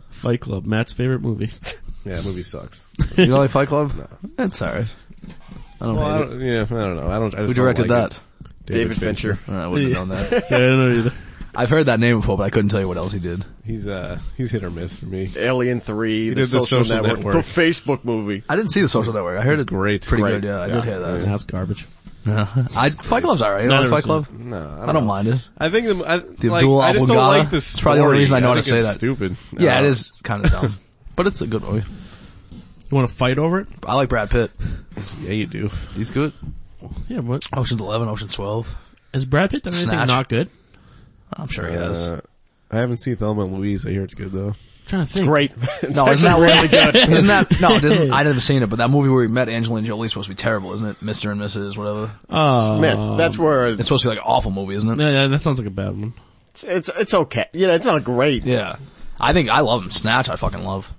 [SPEAKER 2] Fight Club, Matt's favorite movie.
[SPEAKER 1] yeah, movie sucks.
[SPEAKER 3] You don't like Fight Club? No. That's alright. I don't
[SPEAKER 1] Well, I
[SPEAKER 3] hate it.
[SPEAKER 1] don't, yeah, I don't know. I don't. I
[SPEAKER 3] Who
[SPEAKER 1] just don't
[SPEAKER 3] directed
[SPEAKER 1] like
[SPEAKER 3] that?
[SPEAKER 1] it.
[SPEAKER 4] David Fincher.
[SPEAKER 3] Uh, I wouldn't have known
[SPEAKER 1] (laughs)
[SPEAKER 3] that.
[SPEAKER 2] So I don't know either.
[SPEAKER 3] I've heard that name before, but I couldn't tell you what else he did.
[SPEAKER 1] He's uh, he's hit or miss for me.
[SPEAKER 4] Alien 3, the,
[SPEAKER 1] did the
[SPEAKER 4] social,
[SPEAKER 1] Social
[SPEAKER 4] network,
[SPEAKER 1] Network.
[SPEAKER 4] the Facebook movie.
[SPEAKER 3] I didn't see The Social Network. I heard it's
[SPEAKER 1] great.
[SPEAKER 3] pretty
[SPEAKER 1] Great.
[SPEAKER 3] good. Yeah, I did hear that.
[SPEAKER 2] That's garbage.
[SPEAKER 3] Yeah. I Fight Club's alright. You
[SPEAKER 2] No,
[SPEAKER 3] like
[SPEAKER 2] I
[SPEAKER 3] Fight
[SPEAKER 2] never
[SPEAKER 3] Club?
[SPEAKER 1] No, I don't,
[SPEAKER 3] I don't
[SPEAKER 1] know.
[SPEAKER 3] mind it.
[SPEAKER 1] I think the, I, like,
[SPEAKER 3] Abdul
[SPEAKER 1] I just don't
[SPEAKER 3] Abulgada?
[SPEAKER 1] like the
[SPEAKER 3] It's
[SPEAKER 1] story.
[SPEAKER 3] probably the only reason I know how to
[SPEAKER 1] think
[SPEAKER 3] say
[SPEAKER 1] it's
[SPEAKER 3] that.
[SPEAKER 1] Stupid. Uh,
[SPEAKER 3] Yeah,
[SPEAKER 1] No.
[SPEAKER 3] it is
[SPEAKER 1] (laughs)
[SPEAKER 3] kind of dumb, but it's a good movie.
[SPEAKER 2] You want to fight over it?
[SPEAKER 3] I like Brad Pitt.
[SPEAKER 1] Yeah, you do.
[SPEAKER 3] He's good.
[SPEAKER 2] Yeah, but
[SPEAKER 3] Ocean's Eleven, Ocean's Twelve.
[SPEAKER 2] has Brad Pitt done anything
[SPEAKER 3] Snatch.
[SPEAKER 2] not good?
[SPEAKER 3] I'm sure he has.
[SPEAKER 1] Uh, I haven't seen Thelma and Louise. I hear it's good though.
[SPEAKER 2] I'm trying to think.
[SPEAKER 4] Great. (laughs)
[SPEAKER 3] No, isn't that really good? Isn't that no?
[SPEAKER 1] (laughs)
[SPEAKER 3] It isn't, I never seen it, but that movie where he met Angelina Jolie is supposed to be terrible, isn't it? Mister and Mrs. Whatever.
[SPEAKER 2] Oh,
[SPEAKER 4] Man, that's where
[SPEAKER 3] It's supposed to be like an awful movie, isn't it?
[SPEAKER 2] Yeah, yeah, that sounds like a bad one.
[SPEAKER 4] it's, it's, it's okay. You know, it's not great.
[SPEAKER 3] Yeah. I think I love him. Snatch, I fucking love.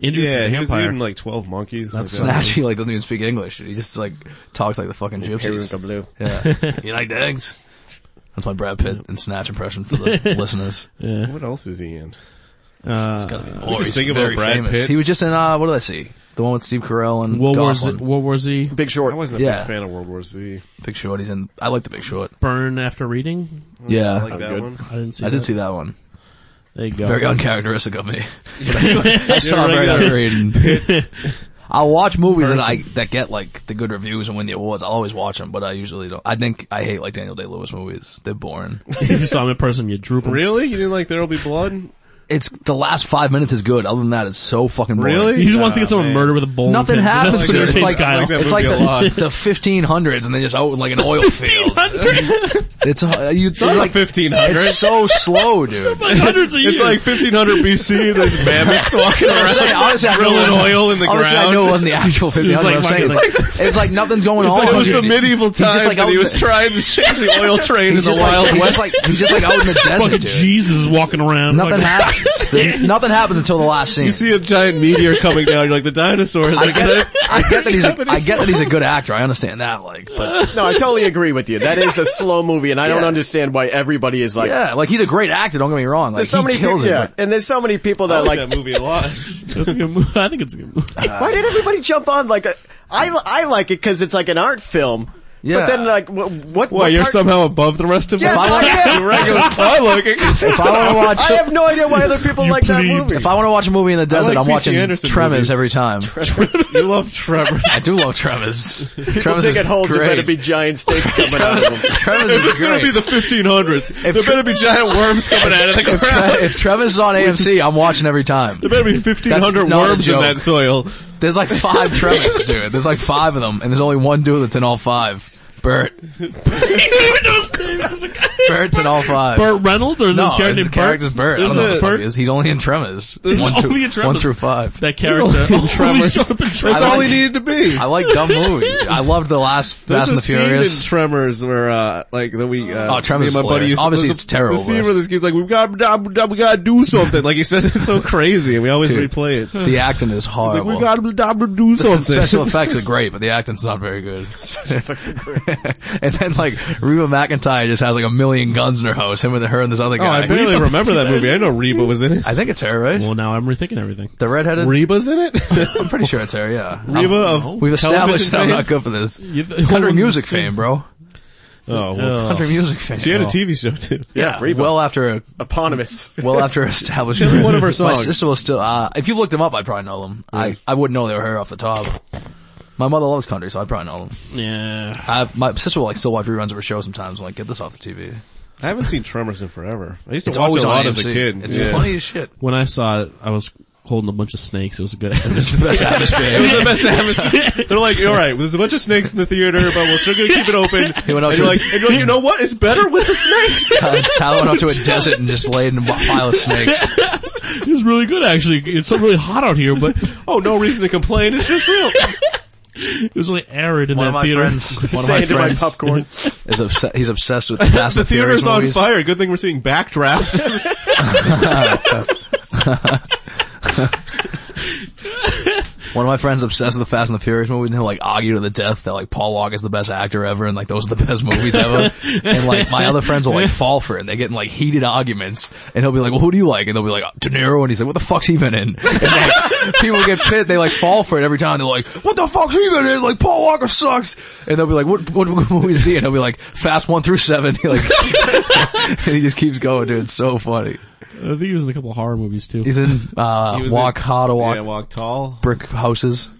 [SPEAKER 2] Indian
[SPEAKER 1] Yeah, he was
[SPEAKER 2] Vampire.
[SPEAKER 1] in like Twelve Monkeys. Oh,
[SPEAKER 3] That's
[SPEAKER 1] like that.
[SPEAKER 3] Snatch. He like doesn't even speak English. He just like talks like the fucking gypsies.
[SPEAKER 4] Blue.
[SPEAKER 3] (laughs) Yeah. you like eggs? That's my Brad Pitt and Snatch impression for (laughs) the listeners.
[SPEAKER 1] What else is he in?
[SPEAKER 2] Uh,
[SPEAKER 3] Gotta be-
[SPEAKER 1] just
[SPEAKER 3] he's
[SPEAKER 1] think about
[SPEAKER 3] very
[SPEAKER 1] Brad
[SPEAKER 3] famous.
[SPEAKER 1] Pitt.
[SPEAKER 3] He was just in uh, what did I see? The one with Steve Carell and
[SPEAKER 2] World War Z,
[SPEAKER 3] Gosling.
[SPEAKER 2] World War Z,
[SPEAKER 4] Big
[SPEAKER 1] I
[SPEAKER 4] Short.
[SPEAKER 1] wasn't a
[SPEAKER 3] Yeah.
[SPEAKER 1] big fan of World War Z.
[SPEAKER 3] Big Short. He's in. I like the Big Short.
[SPEAKER 2] burn after reading.
[SPEAKER 3] Yeah,
[SPEAKER 1] I like that
[SPEAKER 4] good.
[SPEAKER 1] one.
[SPEAKER 2] I didn't see.
[SPEAKER 3] I
[SPEAKER 2] that.
[SPEAKER 3] did see that one.
[SPEAKER 2] There you go. (laughs)
[SPEAKER 3] Very uncharacteristic of (laughs) me. I saw it
[SPEAKER 2] right
[SPEAKER 3] right
[SPEAKER 2] there.
[SPEAKER 3] after (laughs) reading. I'll watch movies that I that get like the good reviews and win the awards. I'll always watch them, but I usually don't. I think I hate like Daniel Day Lewis movies. They're boring.
[SPEAKER 2] if you saw him in person, you'd droop him.
[SPEAKER 1] Really? You didn't like There'll Be Blood?
[SPEAKER 3] It's the last five minutes is good. Other than that, it's so fucking boring.
[SPEAKER 1] Really?
[SPEAKER 2] He just wants to
[SPEAKER 1] Nah,
[SPEAKER 2] get someone
[SPEAKER 1] man.
[SPEAKER 2] murdered with a bowling
[SPEAKER 1] (laughs)
[SPEAKER 3] Nothing
[SPEAKER 2] pin.
[SPEAKER 3] happens
[SPEAKER 2] That's
[SPEAKER 3] to it. It's
[SPEAKER 2] videotape
[SPEAKER 3] like,
[SPEAKER 2] style.
[SPEAKER 1] I like
[SPEAKER 3] (laughs)
[SPEAKER 1] that
[SPEAKER 3] it's like
[SPEAKER 1] movie a lot.
[SPEAKER 3] the, the 1500s and they just out in like an
[SPEAKER 1] (laughs)
[SPEAKER 3] oil field. It's, uh, you, it's
[SPEAKER 1] It's
[SPEAKER 3] like,
[SPEAKER 1] like 1500.
[SPEAKER 3] it's so
[SPEAKER 1] (laughs)
[SPEAKER 3] slow, dude.
[SPEAKER 2] Like (laughs) hundreds of years.
[SPEAKER 1] It's like 1500
[SPEAKER 3] (laughs)
[SPEAKER 1] BC, there's mammoths walking
[SPEAKER 3] Honestly,
[SPEAKER 1] around.
[SPEAKER 3] honestly, I know it
[SPEAKER 1] drilling
[SPEAKER 3] wasn't-
[SPEAKER 1] oil in the
[SPEAKER 3] honestly, I
[SPEAKER 1] ground.
[SPEAKER 3] know it wasn't the actual 1500.
[SPEAKER 2] like
[SPEAKER 3] I'm saying it's
[SPEAKER 2] fucking-
[SPEAKER 3] like, it's like nothing's going
[SPEAKER 1] It's
[SPEAKER 3] on.
[SPEAKER 1] like it was
[SPEAKER 3] dude.
[SPEAKER 1] the medieval
[SPEAKER 3] He's just,
[SPEAKER 1] times
[SPEAKER 3] like,
[SPEAKER 1] and he
[SPEAKER 3] out
[SPEAKER 1] was
[SPEAKER 3] in-
[SPEAKER 1] trying to chase the
[SPEAKER 3] (laughs)
[SPEAKER 1] oil train in
[SPEAKER 3] He's
[SPEAKER 1] the
[SPEAKER 3] just, like,
[SPEAKER 1] Wild
[SPEAKER 3] he's, just
[SPEAKER 1] West.
[SPEAKER 3] like, he's just like
[SPEAKER 1] (laughs)
[SPEAKER 3] out in the desert,
[SPEAKER 2] fucking
[SPEAKER 3] dude.
[SPEAKER 2] Jesus is walking around.
[SPEAKER 3] Nothing
[SPEAKER 2] Fucking-
[SPEAKER 3] happens. There's- Nothing happens until the last scene.
[SPEAKER 1] You see a giant meteor coming down, you're like, the dinosaurs
[SPEAKER 3] I
[SPEAKER 1] are
[SPEAKER 3] get,
[SPEAKER 1] gonna...
[SPEAKER 3] I get that
[SPEAKER 1] (laughs)
[SPEAKER 3] he's a, I get that he's a good actor. I understand that, like, but
[SPEAKER 4] No, I totally agree with you. That is a slow movie, and I don't understand why everybody
[SPEAKER 1] (laughs)
[SPEAKER 4] is like.
[SPEAKER 3] yeah, like he's a great actor. Don't get me wrong. Like
[SPEAKER 4] There's so
[SPEAKER 3] he
[SPEAKER 4] many
[SPEAKER 3] kills
[SPEAKER 4] people,
[SPEAKER 3] it.
[SPEAKER 4] yeah,
[SPEAKER 3] but-
[SPEAKER 4] and there's so many people that
[SPEAKER 1] I like
[SPEAKER 4] like.
[SPEAKER 1] that movie a
[SPEAKER 3] (laughs)
[SPEAKER 1] lot.
[SPEAKER 2] That's a good move. I think it's a good move.
[SPEAKER 4] Why did everybody jump on like? A, I I like it because it's like an art film.
[SPEAKER 3] Yeah.
[SPEAKER 4] But then like wh- what?
[SPEAKER 1] Why,
[SPEAKER 4] what
[SPEAKER 1] you're
[SPEAKER 4] part-
[SPEAKER 1] somehow above the rest of
[SPEAKER 4] Yes,
[SPEAKER 1] us? (laughs)
[SPEAKER 4] I
[SPEAKER 3] (laughs)
[SPEAKER 4] am.
[SPEAKER 1] regular, I like it.
[SPEAKER 3] If I want to watch,
[SPEAKER 4] (laughs) I have no idea why other people
[SPEAKER 2] You
[SPEAKER 4] like that
[SPEAKER 2] plebes.
[SPEAKER 4] movie.
[SPEAKER 3] if I want to watch a movie in the desert,
[SPEAKER 1] like
[SPEAKER 3] I'm
[SPEAKER 1] P.T.
[SPEAKER 3] watching
[SPEAKER 1] Anderson
[SPEAKER 3] Tremors
[SPEAKER 1] movies.
[SPEAKER 3] every time.
[SPEAKER 1] You love Trevor.
[SPEAKER 3] I do
[SPEAKER 1] (laughs)
[SPEAKER 3] love Tremors.
[SPEAKER 4] People
[SPEAKER 3] Tremors is
[SPEAKER 4] think it holds. There
[SPEAKER 3] great.
[SPEAKER 4] better be giant (laughs) stakes coming out
[SPEAKER 3] (laughs)
[SPEAKER 4] of
[SPEAKER 3] Tremors,
[SPEAKER 4] them.
[SPEAKER 3] Tremors
[SPEAKER 1] If
[SPEAKER 3] is
[SPEAKER 1] it's gonna
[SPEAKER 3] great.
[SPEAKER 1] be the 1500s,
[SPEAKER 3] If
[SPEAKER 1] there
[SPEAKER 3] Tre-
[SPEAKER 1] better be giant worms coming out of the
[SPEAKER 3] Tre-
[SPEAKER 1] ground.
[SPEAKER 3] if Tremors is on AMC, I'm watching every time.
[SPEAKER 1] There better be 1500
[SPEAKER 3] That's not a
[SPEAKER 1] worms in
[SPEAKER 3] joke.
[SPEAKER 1] that soil.
[SPEAKER 3] There's like five Tremors, dude. There's like five of them, and there's only one dude that's in all five. Bert. Bert's in all five.
[SPEAKER 2] Burt Reynolds or is
[SPEAKER 3] no,
[SPEAKER 2] his character
[SPEAKER 3] his
[SPEAKER 2] named
[SPEAKER 3] character's
[SPEAKER 2] Burt?
[SPEAKER 3] Bert. I don't
[SPEAKER 1] Isn't
[SPEAKER 3] know what the
[SPEAKER 1] it-
[SPEAKER 3] fuck he is. He's only in Tremors.
[SPEAKER 2] He's
[SPEAKER 3] One through-
[SPEAKER 2] only in Tremors.
[SPEAKER 3] One through five.
[SPEAKER 2] That (laughs) character.
[SPEAKER 1] only Tremors.
[SPEAKER 2] Only showed up in Tremors.
[SPEAKER 1] That's
[SPEAKER 3] I
[SPEAKER 1] all
[SPEAKER 3] like-
[SPEAKER 1] he needed to be.
[SPEAKER 3] I like dumb movies. dude. I loved the last
[SPEAKER 1] There's
[SPEAKER 3] Fast and
[SPEAKER 1] a
[SPEAKER 3] the
[SPEAKER 1] scene in
[SPEAKER 3] Furious.
[SPEAKER 1] Tremors where, uh, like, that we, uh,
[SPEAKER 3] Oh, Tremors
[SPEAKER 1] me and my
[SPEAKER 3] is
[SPEAKER 1] buddy
[SPEAKER 3] hilarious.
[SPEAKER 1] used to-
[SPEAKER 3] Obviously,
[SPEAKER 1] there's
[SPEAKER 3] it's
[SPEAKER 1] a-
[SPEAKER 3] terrible,
[SPEAKER 1] The scene
[SPEAKER 3] but-
[SPEAKER 1] where this kid's like, we've got, we gotta do something. Like, he says it's so crazy, and we always
[SPEAKER 3] Dude.
[SPEAKER 1] replay
[SPEAKER 3] (laughs)
[SPEAKER 1] it. He's
[SPEAKER 3] the acting is
[SPEAKER 1] like,
[SPEAKER 3] horrible.
[SPEAKER 1] we gotta do
[SPEAKER 3] The special
[SPEAKER 1] something.
[SPEAKER 3] effects are great, but the acting's not very good. Special effects are great. (laughs) and then like Reba McIntyre just has like a million guns in her house. Him with her and this
[SPEAKER 1] (laughs)
[SPEAKER 3] other
[SPEAKER 1] Oh,
[SPEAKER 3] guy.
[SPEAKER 1] I barely remember that movie. I know Reba was
[SPEAKER 3] (laughs)
[SPEAKER 1] in it.
[SPEAKER 3] I think it's her, right?
[SPEAKER 2] Well, now I'm rethinking everything.
[SPEAKER 3] The redheaded.
[SPEAKER 1] Reba's in (laughs) it?
[SPEAKER 3] I'm pretty sure it's her. Yeah. I'm-
[SPEAKER 1] Reba of
[SPEAKER 3] We've established
[SPEAKER 1] television
[SPEAKER 3] that I'm
[SPEAKER 1] fame?
[SPEAKER 3] not good for this.
[SPEAKER 2] You- the whole
[SPEAKER 3] Country
[SPEAKER 2] one-
[SPEAKER 3] music fame, bro.
[SPEAKER 1] Oh, well.
[SPEAKER 2] Oh.
[SPEAKER 3] Country music fame.
[SPEAKER 1] She had a
[SPEAKER 3] bro.
[SPEAKER 1] TV show
[SPEAKER 3] (laughs)
[SPEAKER 1] too.
[SPEAKER 4] Yeah, Reba.
[SPEAKER 3] Well after
[SPEAKER 4] (laughs) eponymous.
[SPEAKER 3] well
[SPEAKER 1] (laughs)
[SPEAKER 3] after established.
[SPEAKER 1] Tell me one of her
[SPEAKER 3] My
[SPEAKER 1] songs.
[SPEAKER 3] sister was still. Uh, if you looked them up, I'd probably know them. I I wouldn't know they were her off the top. My mother loves country, so I probably know them.
[SPEAKER 2] Yeah.
[SPEAKER 3] I, my sister will like still watch reruns of her show sometimes. I'm like, get this off the TV.
[SPEAKER 1] I haven't seen Tremors in forever. I used to
[SPEAKER 3] It's
[SPEAKER 1] watch
[SPEAKER 3] always
[SPEAKER 1] a
[SPEAKER 3] on
[SPEAKER 1] lot
[SPEAKER 3] AMC.
[SPEAKER 1] as a kid.
[SPEAKER 3] It's
[SPEAKER 1] Yeah.
[SPEAKER 3] funny as shit.
[SPEAKER 2] When I saw it, I was holding a bunch of snakes. It was a good
[SPEAKER 3] (laughs)
[SPEAKER 2] (laughs)
[SPEAKER 3] It's the best (laughs) atmosphere.
[SPEAKER 1] It was the best atmosphere. (laughs) They're like, all right, there's a bunch of snakes in the theater, but we're still gonna keep it open. And
[SPEAKER 3] (laughs) He
[SPEAKER 1] you're
[SPEAKER 3] went up
[SPEAKER 1] like,
[SPEAKER 3] to-
[SPEAKER 1] and you're like, you know what? It's better with the snakes.
[SPEAKER 3] Tyler Tyler went out to a desert and just laid in a pile of snakes.
[SPEAKER 2] This is really good actually. It's really hot out here, but
[SPEAKER 1] (laughs) Oh, no reason to complain. It's just real.
[SPEAKER 2] it was really arid in
[SPEAKER 3] One
[SPEAKER 2] that
[SPEAKER 3] of my
[SPEAKER 2] theater. (laughs)
[SPEAKER 3] friends, one of my
[SPEAKER 4] Sand in my
[SPEAKER 3] friends
[SPEAKER 4] (laughs) popcorn.
[SPEAKER 3] is obsessed, he's obsessed with
[SPEAKER 1] (laughs)
[SPEAKER 3] the Fast
[SPEAKER 1] the
[SPEAKER 3] and Furious
[SPEAKER 1] theater's on
[SPEAKER 3] movies.
[SPEAKER 1] fire. Good thing we're seeing backdrafts.
[SPEAKER 3] One of my friends obsessed with the Fast and the Furious movies and he'll like argue to the death that like Paul Walker's the best actor ever and like those are the best movies ever. and like my other friends will like fall for it and they get in like heated arguments and he'll be like, well who do you like? And they'll be like, De Niro and he's like, what the fuck's he been in? And like, people get pissed, they like fall for it every time. They're like, what the fuck's he been in? Like Paul Walker sucks. And they'll be like, what, what, what movie is he in? And he'll be like, Fast 1 through 7. (laughs) He like, and he just keeps going dude, it's so funny.
[SPEAKER 2] I think he was in a couple of horror movies too.
[SPEAKER 1] (laughs)
[SPEAKER 3] He's in, uh,
[SPEAKER 1] He was
[SPEAKER 3] (laughs) Walk
[SPEAKER 1] in-
[SPEAKER 3] Hard or Walk
[SPEAKER 1] yeah, walk tall.
[SPEAKER 3] brick houses.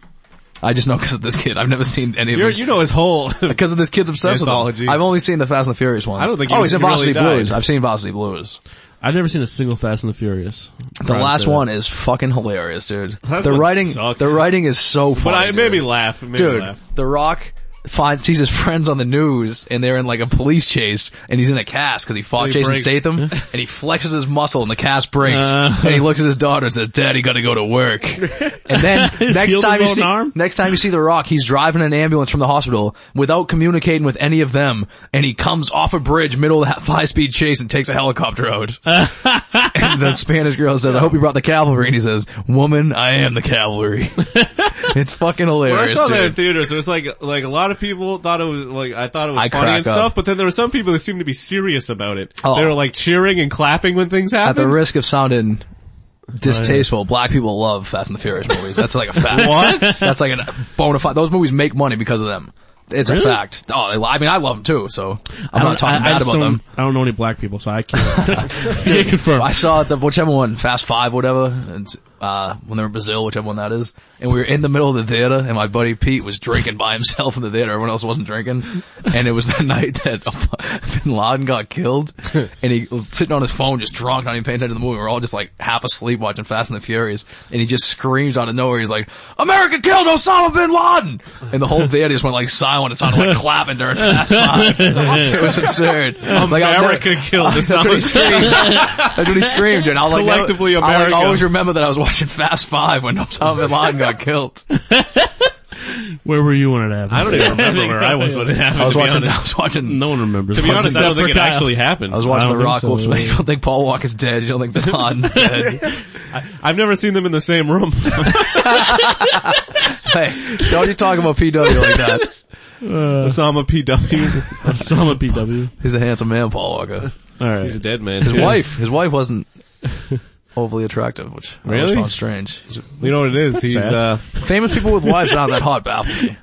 [SPEAKER 3] I just know because of this kid. I've never seen any
[SPEAKER 1] You're,
[SPEAKER 3] of
[SPEAKER 1] you know his whole.
[SPEAKER 3] because of this kid's obsessed with
[SPEAKER 1] Anthology.
[SPEAKER 3] them. I've only seen the Fast and the Furious ones.
[SPEAKER 1] I don't think he
[SPEAKER 3] oh, he's in
[SPEAKER 1] really
[SPEAKER 3] Varsity
[SPEAKER 1] died.
[SPEAKER 3] Blues. I've seen Varsity Blues.
[SPEAKER 2] I've never seen a single Fast and the Furious.
[SPEAKER 3] The last one is fucking hilarious, dude. the
[SPEAKER 1] one
[SPEAKER 3] writing,
[SPEAKER 1] sucked.
[SPEAKER 3] the writing is so
[SPEAKER 1] But
[SPEAKER 3] funny.
[SPEAKER 1] I, it made
[SPEAKER 3] dude.
[SPEAKER 1] me laugh. It made me
[SPEAKER 3] Dude,
[SPEAKER 1] laugh.
[SPEAKER 3] The Rock finds sees his (laughs) friends on the news, and they're in like a police chase, and he's in a cast because he fought
[SPEAKER 1] he
[SPEAKER 3] Jason
[SPEAKER 1] breaks. (laughs)
[SPEAKER 3] Statham, and he flexes his muscle, and the cast breaks,
[SPEAKER 2] Uh.
[SPEAKER 3] and he looks at his daughter and says, "Daddy, got to go
[SPEAKER 1] (laughs)
[SPEAKER 3] to work." And then
[SPEAKER 2] He's
[SPEAKER 3] next
[SPEAKER 2] healed
[SPEAKER 3] time you
[SPEAKER 2] his own
[SPEAKER 3] see
[SPEAKER 2] arm?
[SPEAKER 3] next time you see The Rock, he's driving an ambulance from the hospital without communicating with any of them, and he comes off a bridge middle of that (laughs) high speed chase and takes a helicopter out. and (laughs) the Spanish girl says, "I hope you brought the cavalry," and he says, "Woman, I am the cavalry." (laughs) it's fucking
[SPEAKER 1] When I
[SPEAKER 3] hilarious.
[SPEAKER 1] saw that
[SPEAKER 3] dude.
[SPEAKER 1] in theaters, there was like, like a lot of people thought it was, like, I thought it was
[SPEAKER 3] I
[SPEAKER 1] funny
[SPEAKER 3] crack
[SPEAKER 1] and
[SPEAKER 3] up.
[SPEAKER 1] stuff, but then there were some people that seemed to be serious about it.
[SPEAKER 3] Oh.
[SPEAKER 1] They were like cheering and clapping when things
[SPEAKER 3] at the
[SPEAKER 1] happened.
[SPEAKER 3] risk of sounding distasteful, black people love Fast and the Furious movies. That's like a fact.
[SPEAKER 1] What?
[SPEAKER 3] That's like a bona fide. Those movies make money because of them. It's a fact. Oh, I mean, I love them too, so I'm
[SPEAKER 2] don't-
[SPEAKER 3] not talking bad
[SPEAKER 2] just
[SPEAKER 3] about
[SPEAKER 2] don't,
[SPEAKER 3] them.
[SPEAKER 2] I don't know any black people, so I
[SPEAKER 3] (laughs)
[SPEAKER 2] can't, (laughs) can't confirm.
[SPEAKER 3] I saw the whichever one, Fast Five, whatever, and uh, when they were in Brazil, whichever one that is, and we were in the middle of the theater, and my buddy Pete was drinking by himself in the theater. Everyone else wasn't drinking, and it was the night that (laughs) Bin Laden got killed, and he was sitting on his phone, just drunk, not even paying attention to the movie. We are all just like half asleep watching Fast and the Furious, and he just screams out of nowhere. He's like, "America killed Osama bin Laden," and the whole theater just went like silent. It sounded like clapping during Fast Five.
[SPEAKER 2] (laughs)
[SPEAKER 3] it was absurd. Like, I'll never-
[SPEAKER 1] America killed
[SPEAKER 3] (laughs) that's what he screamed.
[SPEAKER 2] (laughs)
[SPEAKER 3] That's what he screamed, and I like
[SPEAKER 1] Collectively
[SPEAKER 3] I, like,
[SPEAKER 1] America.
[SPEAKER 3] always remember that I was watching Fast Five
[SPEAKER 2] (laughs)
[SPEAKER 3] when Osama bin Laden got killed.
[SPEAKER 2] Where were you when it happened?
[SPEAKER 1] I don't
[SPEAKER 2] (laughs)
[SPEAKER 1] even remember where I was when it happened.
[SPEAKER 3] I was
[SPEAKER 1] to be
[SPEAKER 3] watching. I
[SPEAKER 1] honest.
[SPEAKER 3] was watching.
[SPEAKER 2] No one remembers.
[SPEAKER 1] To be honest, I don't think it
[SPEAKER 2] Except for
[SPEAKER 1] actually
[SPEAKER 2] Kyle.
[SPEAKER 1] happened.
[SPEAKER 3] I was watching
[SPEAKER 2] I don't
[SPEAKER 3] The
[SPEAKER 2] think
[SPEAKER 3] Rock.
[SPEAKER 2] so,
[SPEAKER 3] Whoops!
[SPEAKER 2] really.
[SPEAKER 3] You don't think Paul Walker's dead? You
[SPEAKER 2] (laughs)
[SPEAKER 3] don't think Bin Laden's dead?
[SPEAKER 1] I've never seen them in the same room. (laughs)
[SPEAKER 3] hey, don't you talk about PW like that?
[SPEAKER 1] Osama PW.
[SPEAKER 2] (laughs) Osama PW.
[SPEAKER 3] He's a handsome man, Paul Walker.
[SPEAKER 2] All
[SPEAKER 1] He's a
[SPEAKER 2] right.
[SPEAKER 1] dead man.
[SPEAKER 3] His
[SPEAKER 1] too.
[SPEAKER 3] wife. His wife wasn't overly attractive, which I always
[SPEAKER 1] Really?
[SPEAKER 3] found strange. He's-
[SPEAKER 1] You know what it is? He's
[SPEAKER 2] sad.
[SPEAKER 1] uh,
[SPEAKER 3] Famous people with wives are not that hot, baffle me.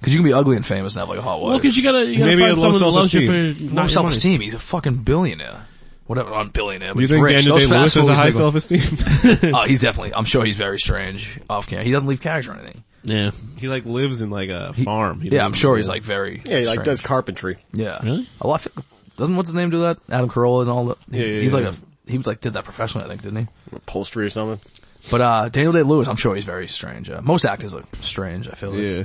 [SPEAKER 3] Because you can be ugly and famous and have like a hot wife.
[SPEAKER 2] Well, cause you gotta, you gotta
[SPEAKER 1] Maybe
[SPEAKER 2] find
[SPEAKER 1] a low
[SPEAKER 2] someone that loves you for
[SPEAKER 1] self-esteem.
[SPEAKER 2] not your
[SPEAKER 3] low
[SPEAKER 2] money.
[SPEAKER 3] self esteem. He's a fucking billionaire. Whatever, not billionaire.
[SPEAKER 1] Do
[SPEAKER 3] But
[SPEAKER 1] you
[SPEAKER 3] he's
[SPEAKER 1] think
[SPEAKER 3] rich.
[SPEAKER 1] Daniel
[SPEAKER 3] Those
[SPEAKER 1] Day Lewis
[SPEAKER 3] fast
[SPEAKER 1] has a
[SPEAKER 3] movies
[SPEAKER 1] high
[SPEAKER 3] make him-
[SPEAKER 1] self esteem?
[SPEAKER 3] (laughs) Oh, he's definitely. I'm sure he's very strange off camera. He doesn't leave character or anything.
[SPEAKER 2] Yeah.
[SPEAKER 1] he like lives in like a farm. He
[SPEAKER 3] Yeah, I'm
[SPEAKER 1] doesn't-
[SPEAKER 3] sure he's like very.
[SPEAKER 4] Yeah, he like
[SPEAKER 3] strange.
[SPEAKER 4] does carpentry.
[SPEAKER 3] Yeah,
[SPEAKER 2] Really?
[SPEAKER 3] Oh, I feel, doesn't what's his name do that? Adam Carolla and all that. He's,
[SPEAKER 1] yeah,
[SPEAKER 3] he's like
[SPEAKER 1] yeah.
[SPEAKER 3] a. He was like did that professionally, I think, didn't he?
[SPEAKER 4] Upholstery or something.
[SPEAKER 3] But uh Daniel Day Lewis, I'm sure he's very strange. Uh, most actors are strange. I feel. Like.
[SPEAKER 1] Yeah.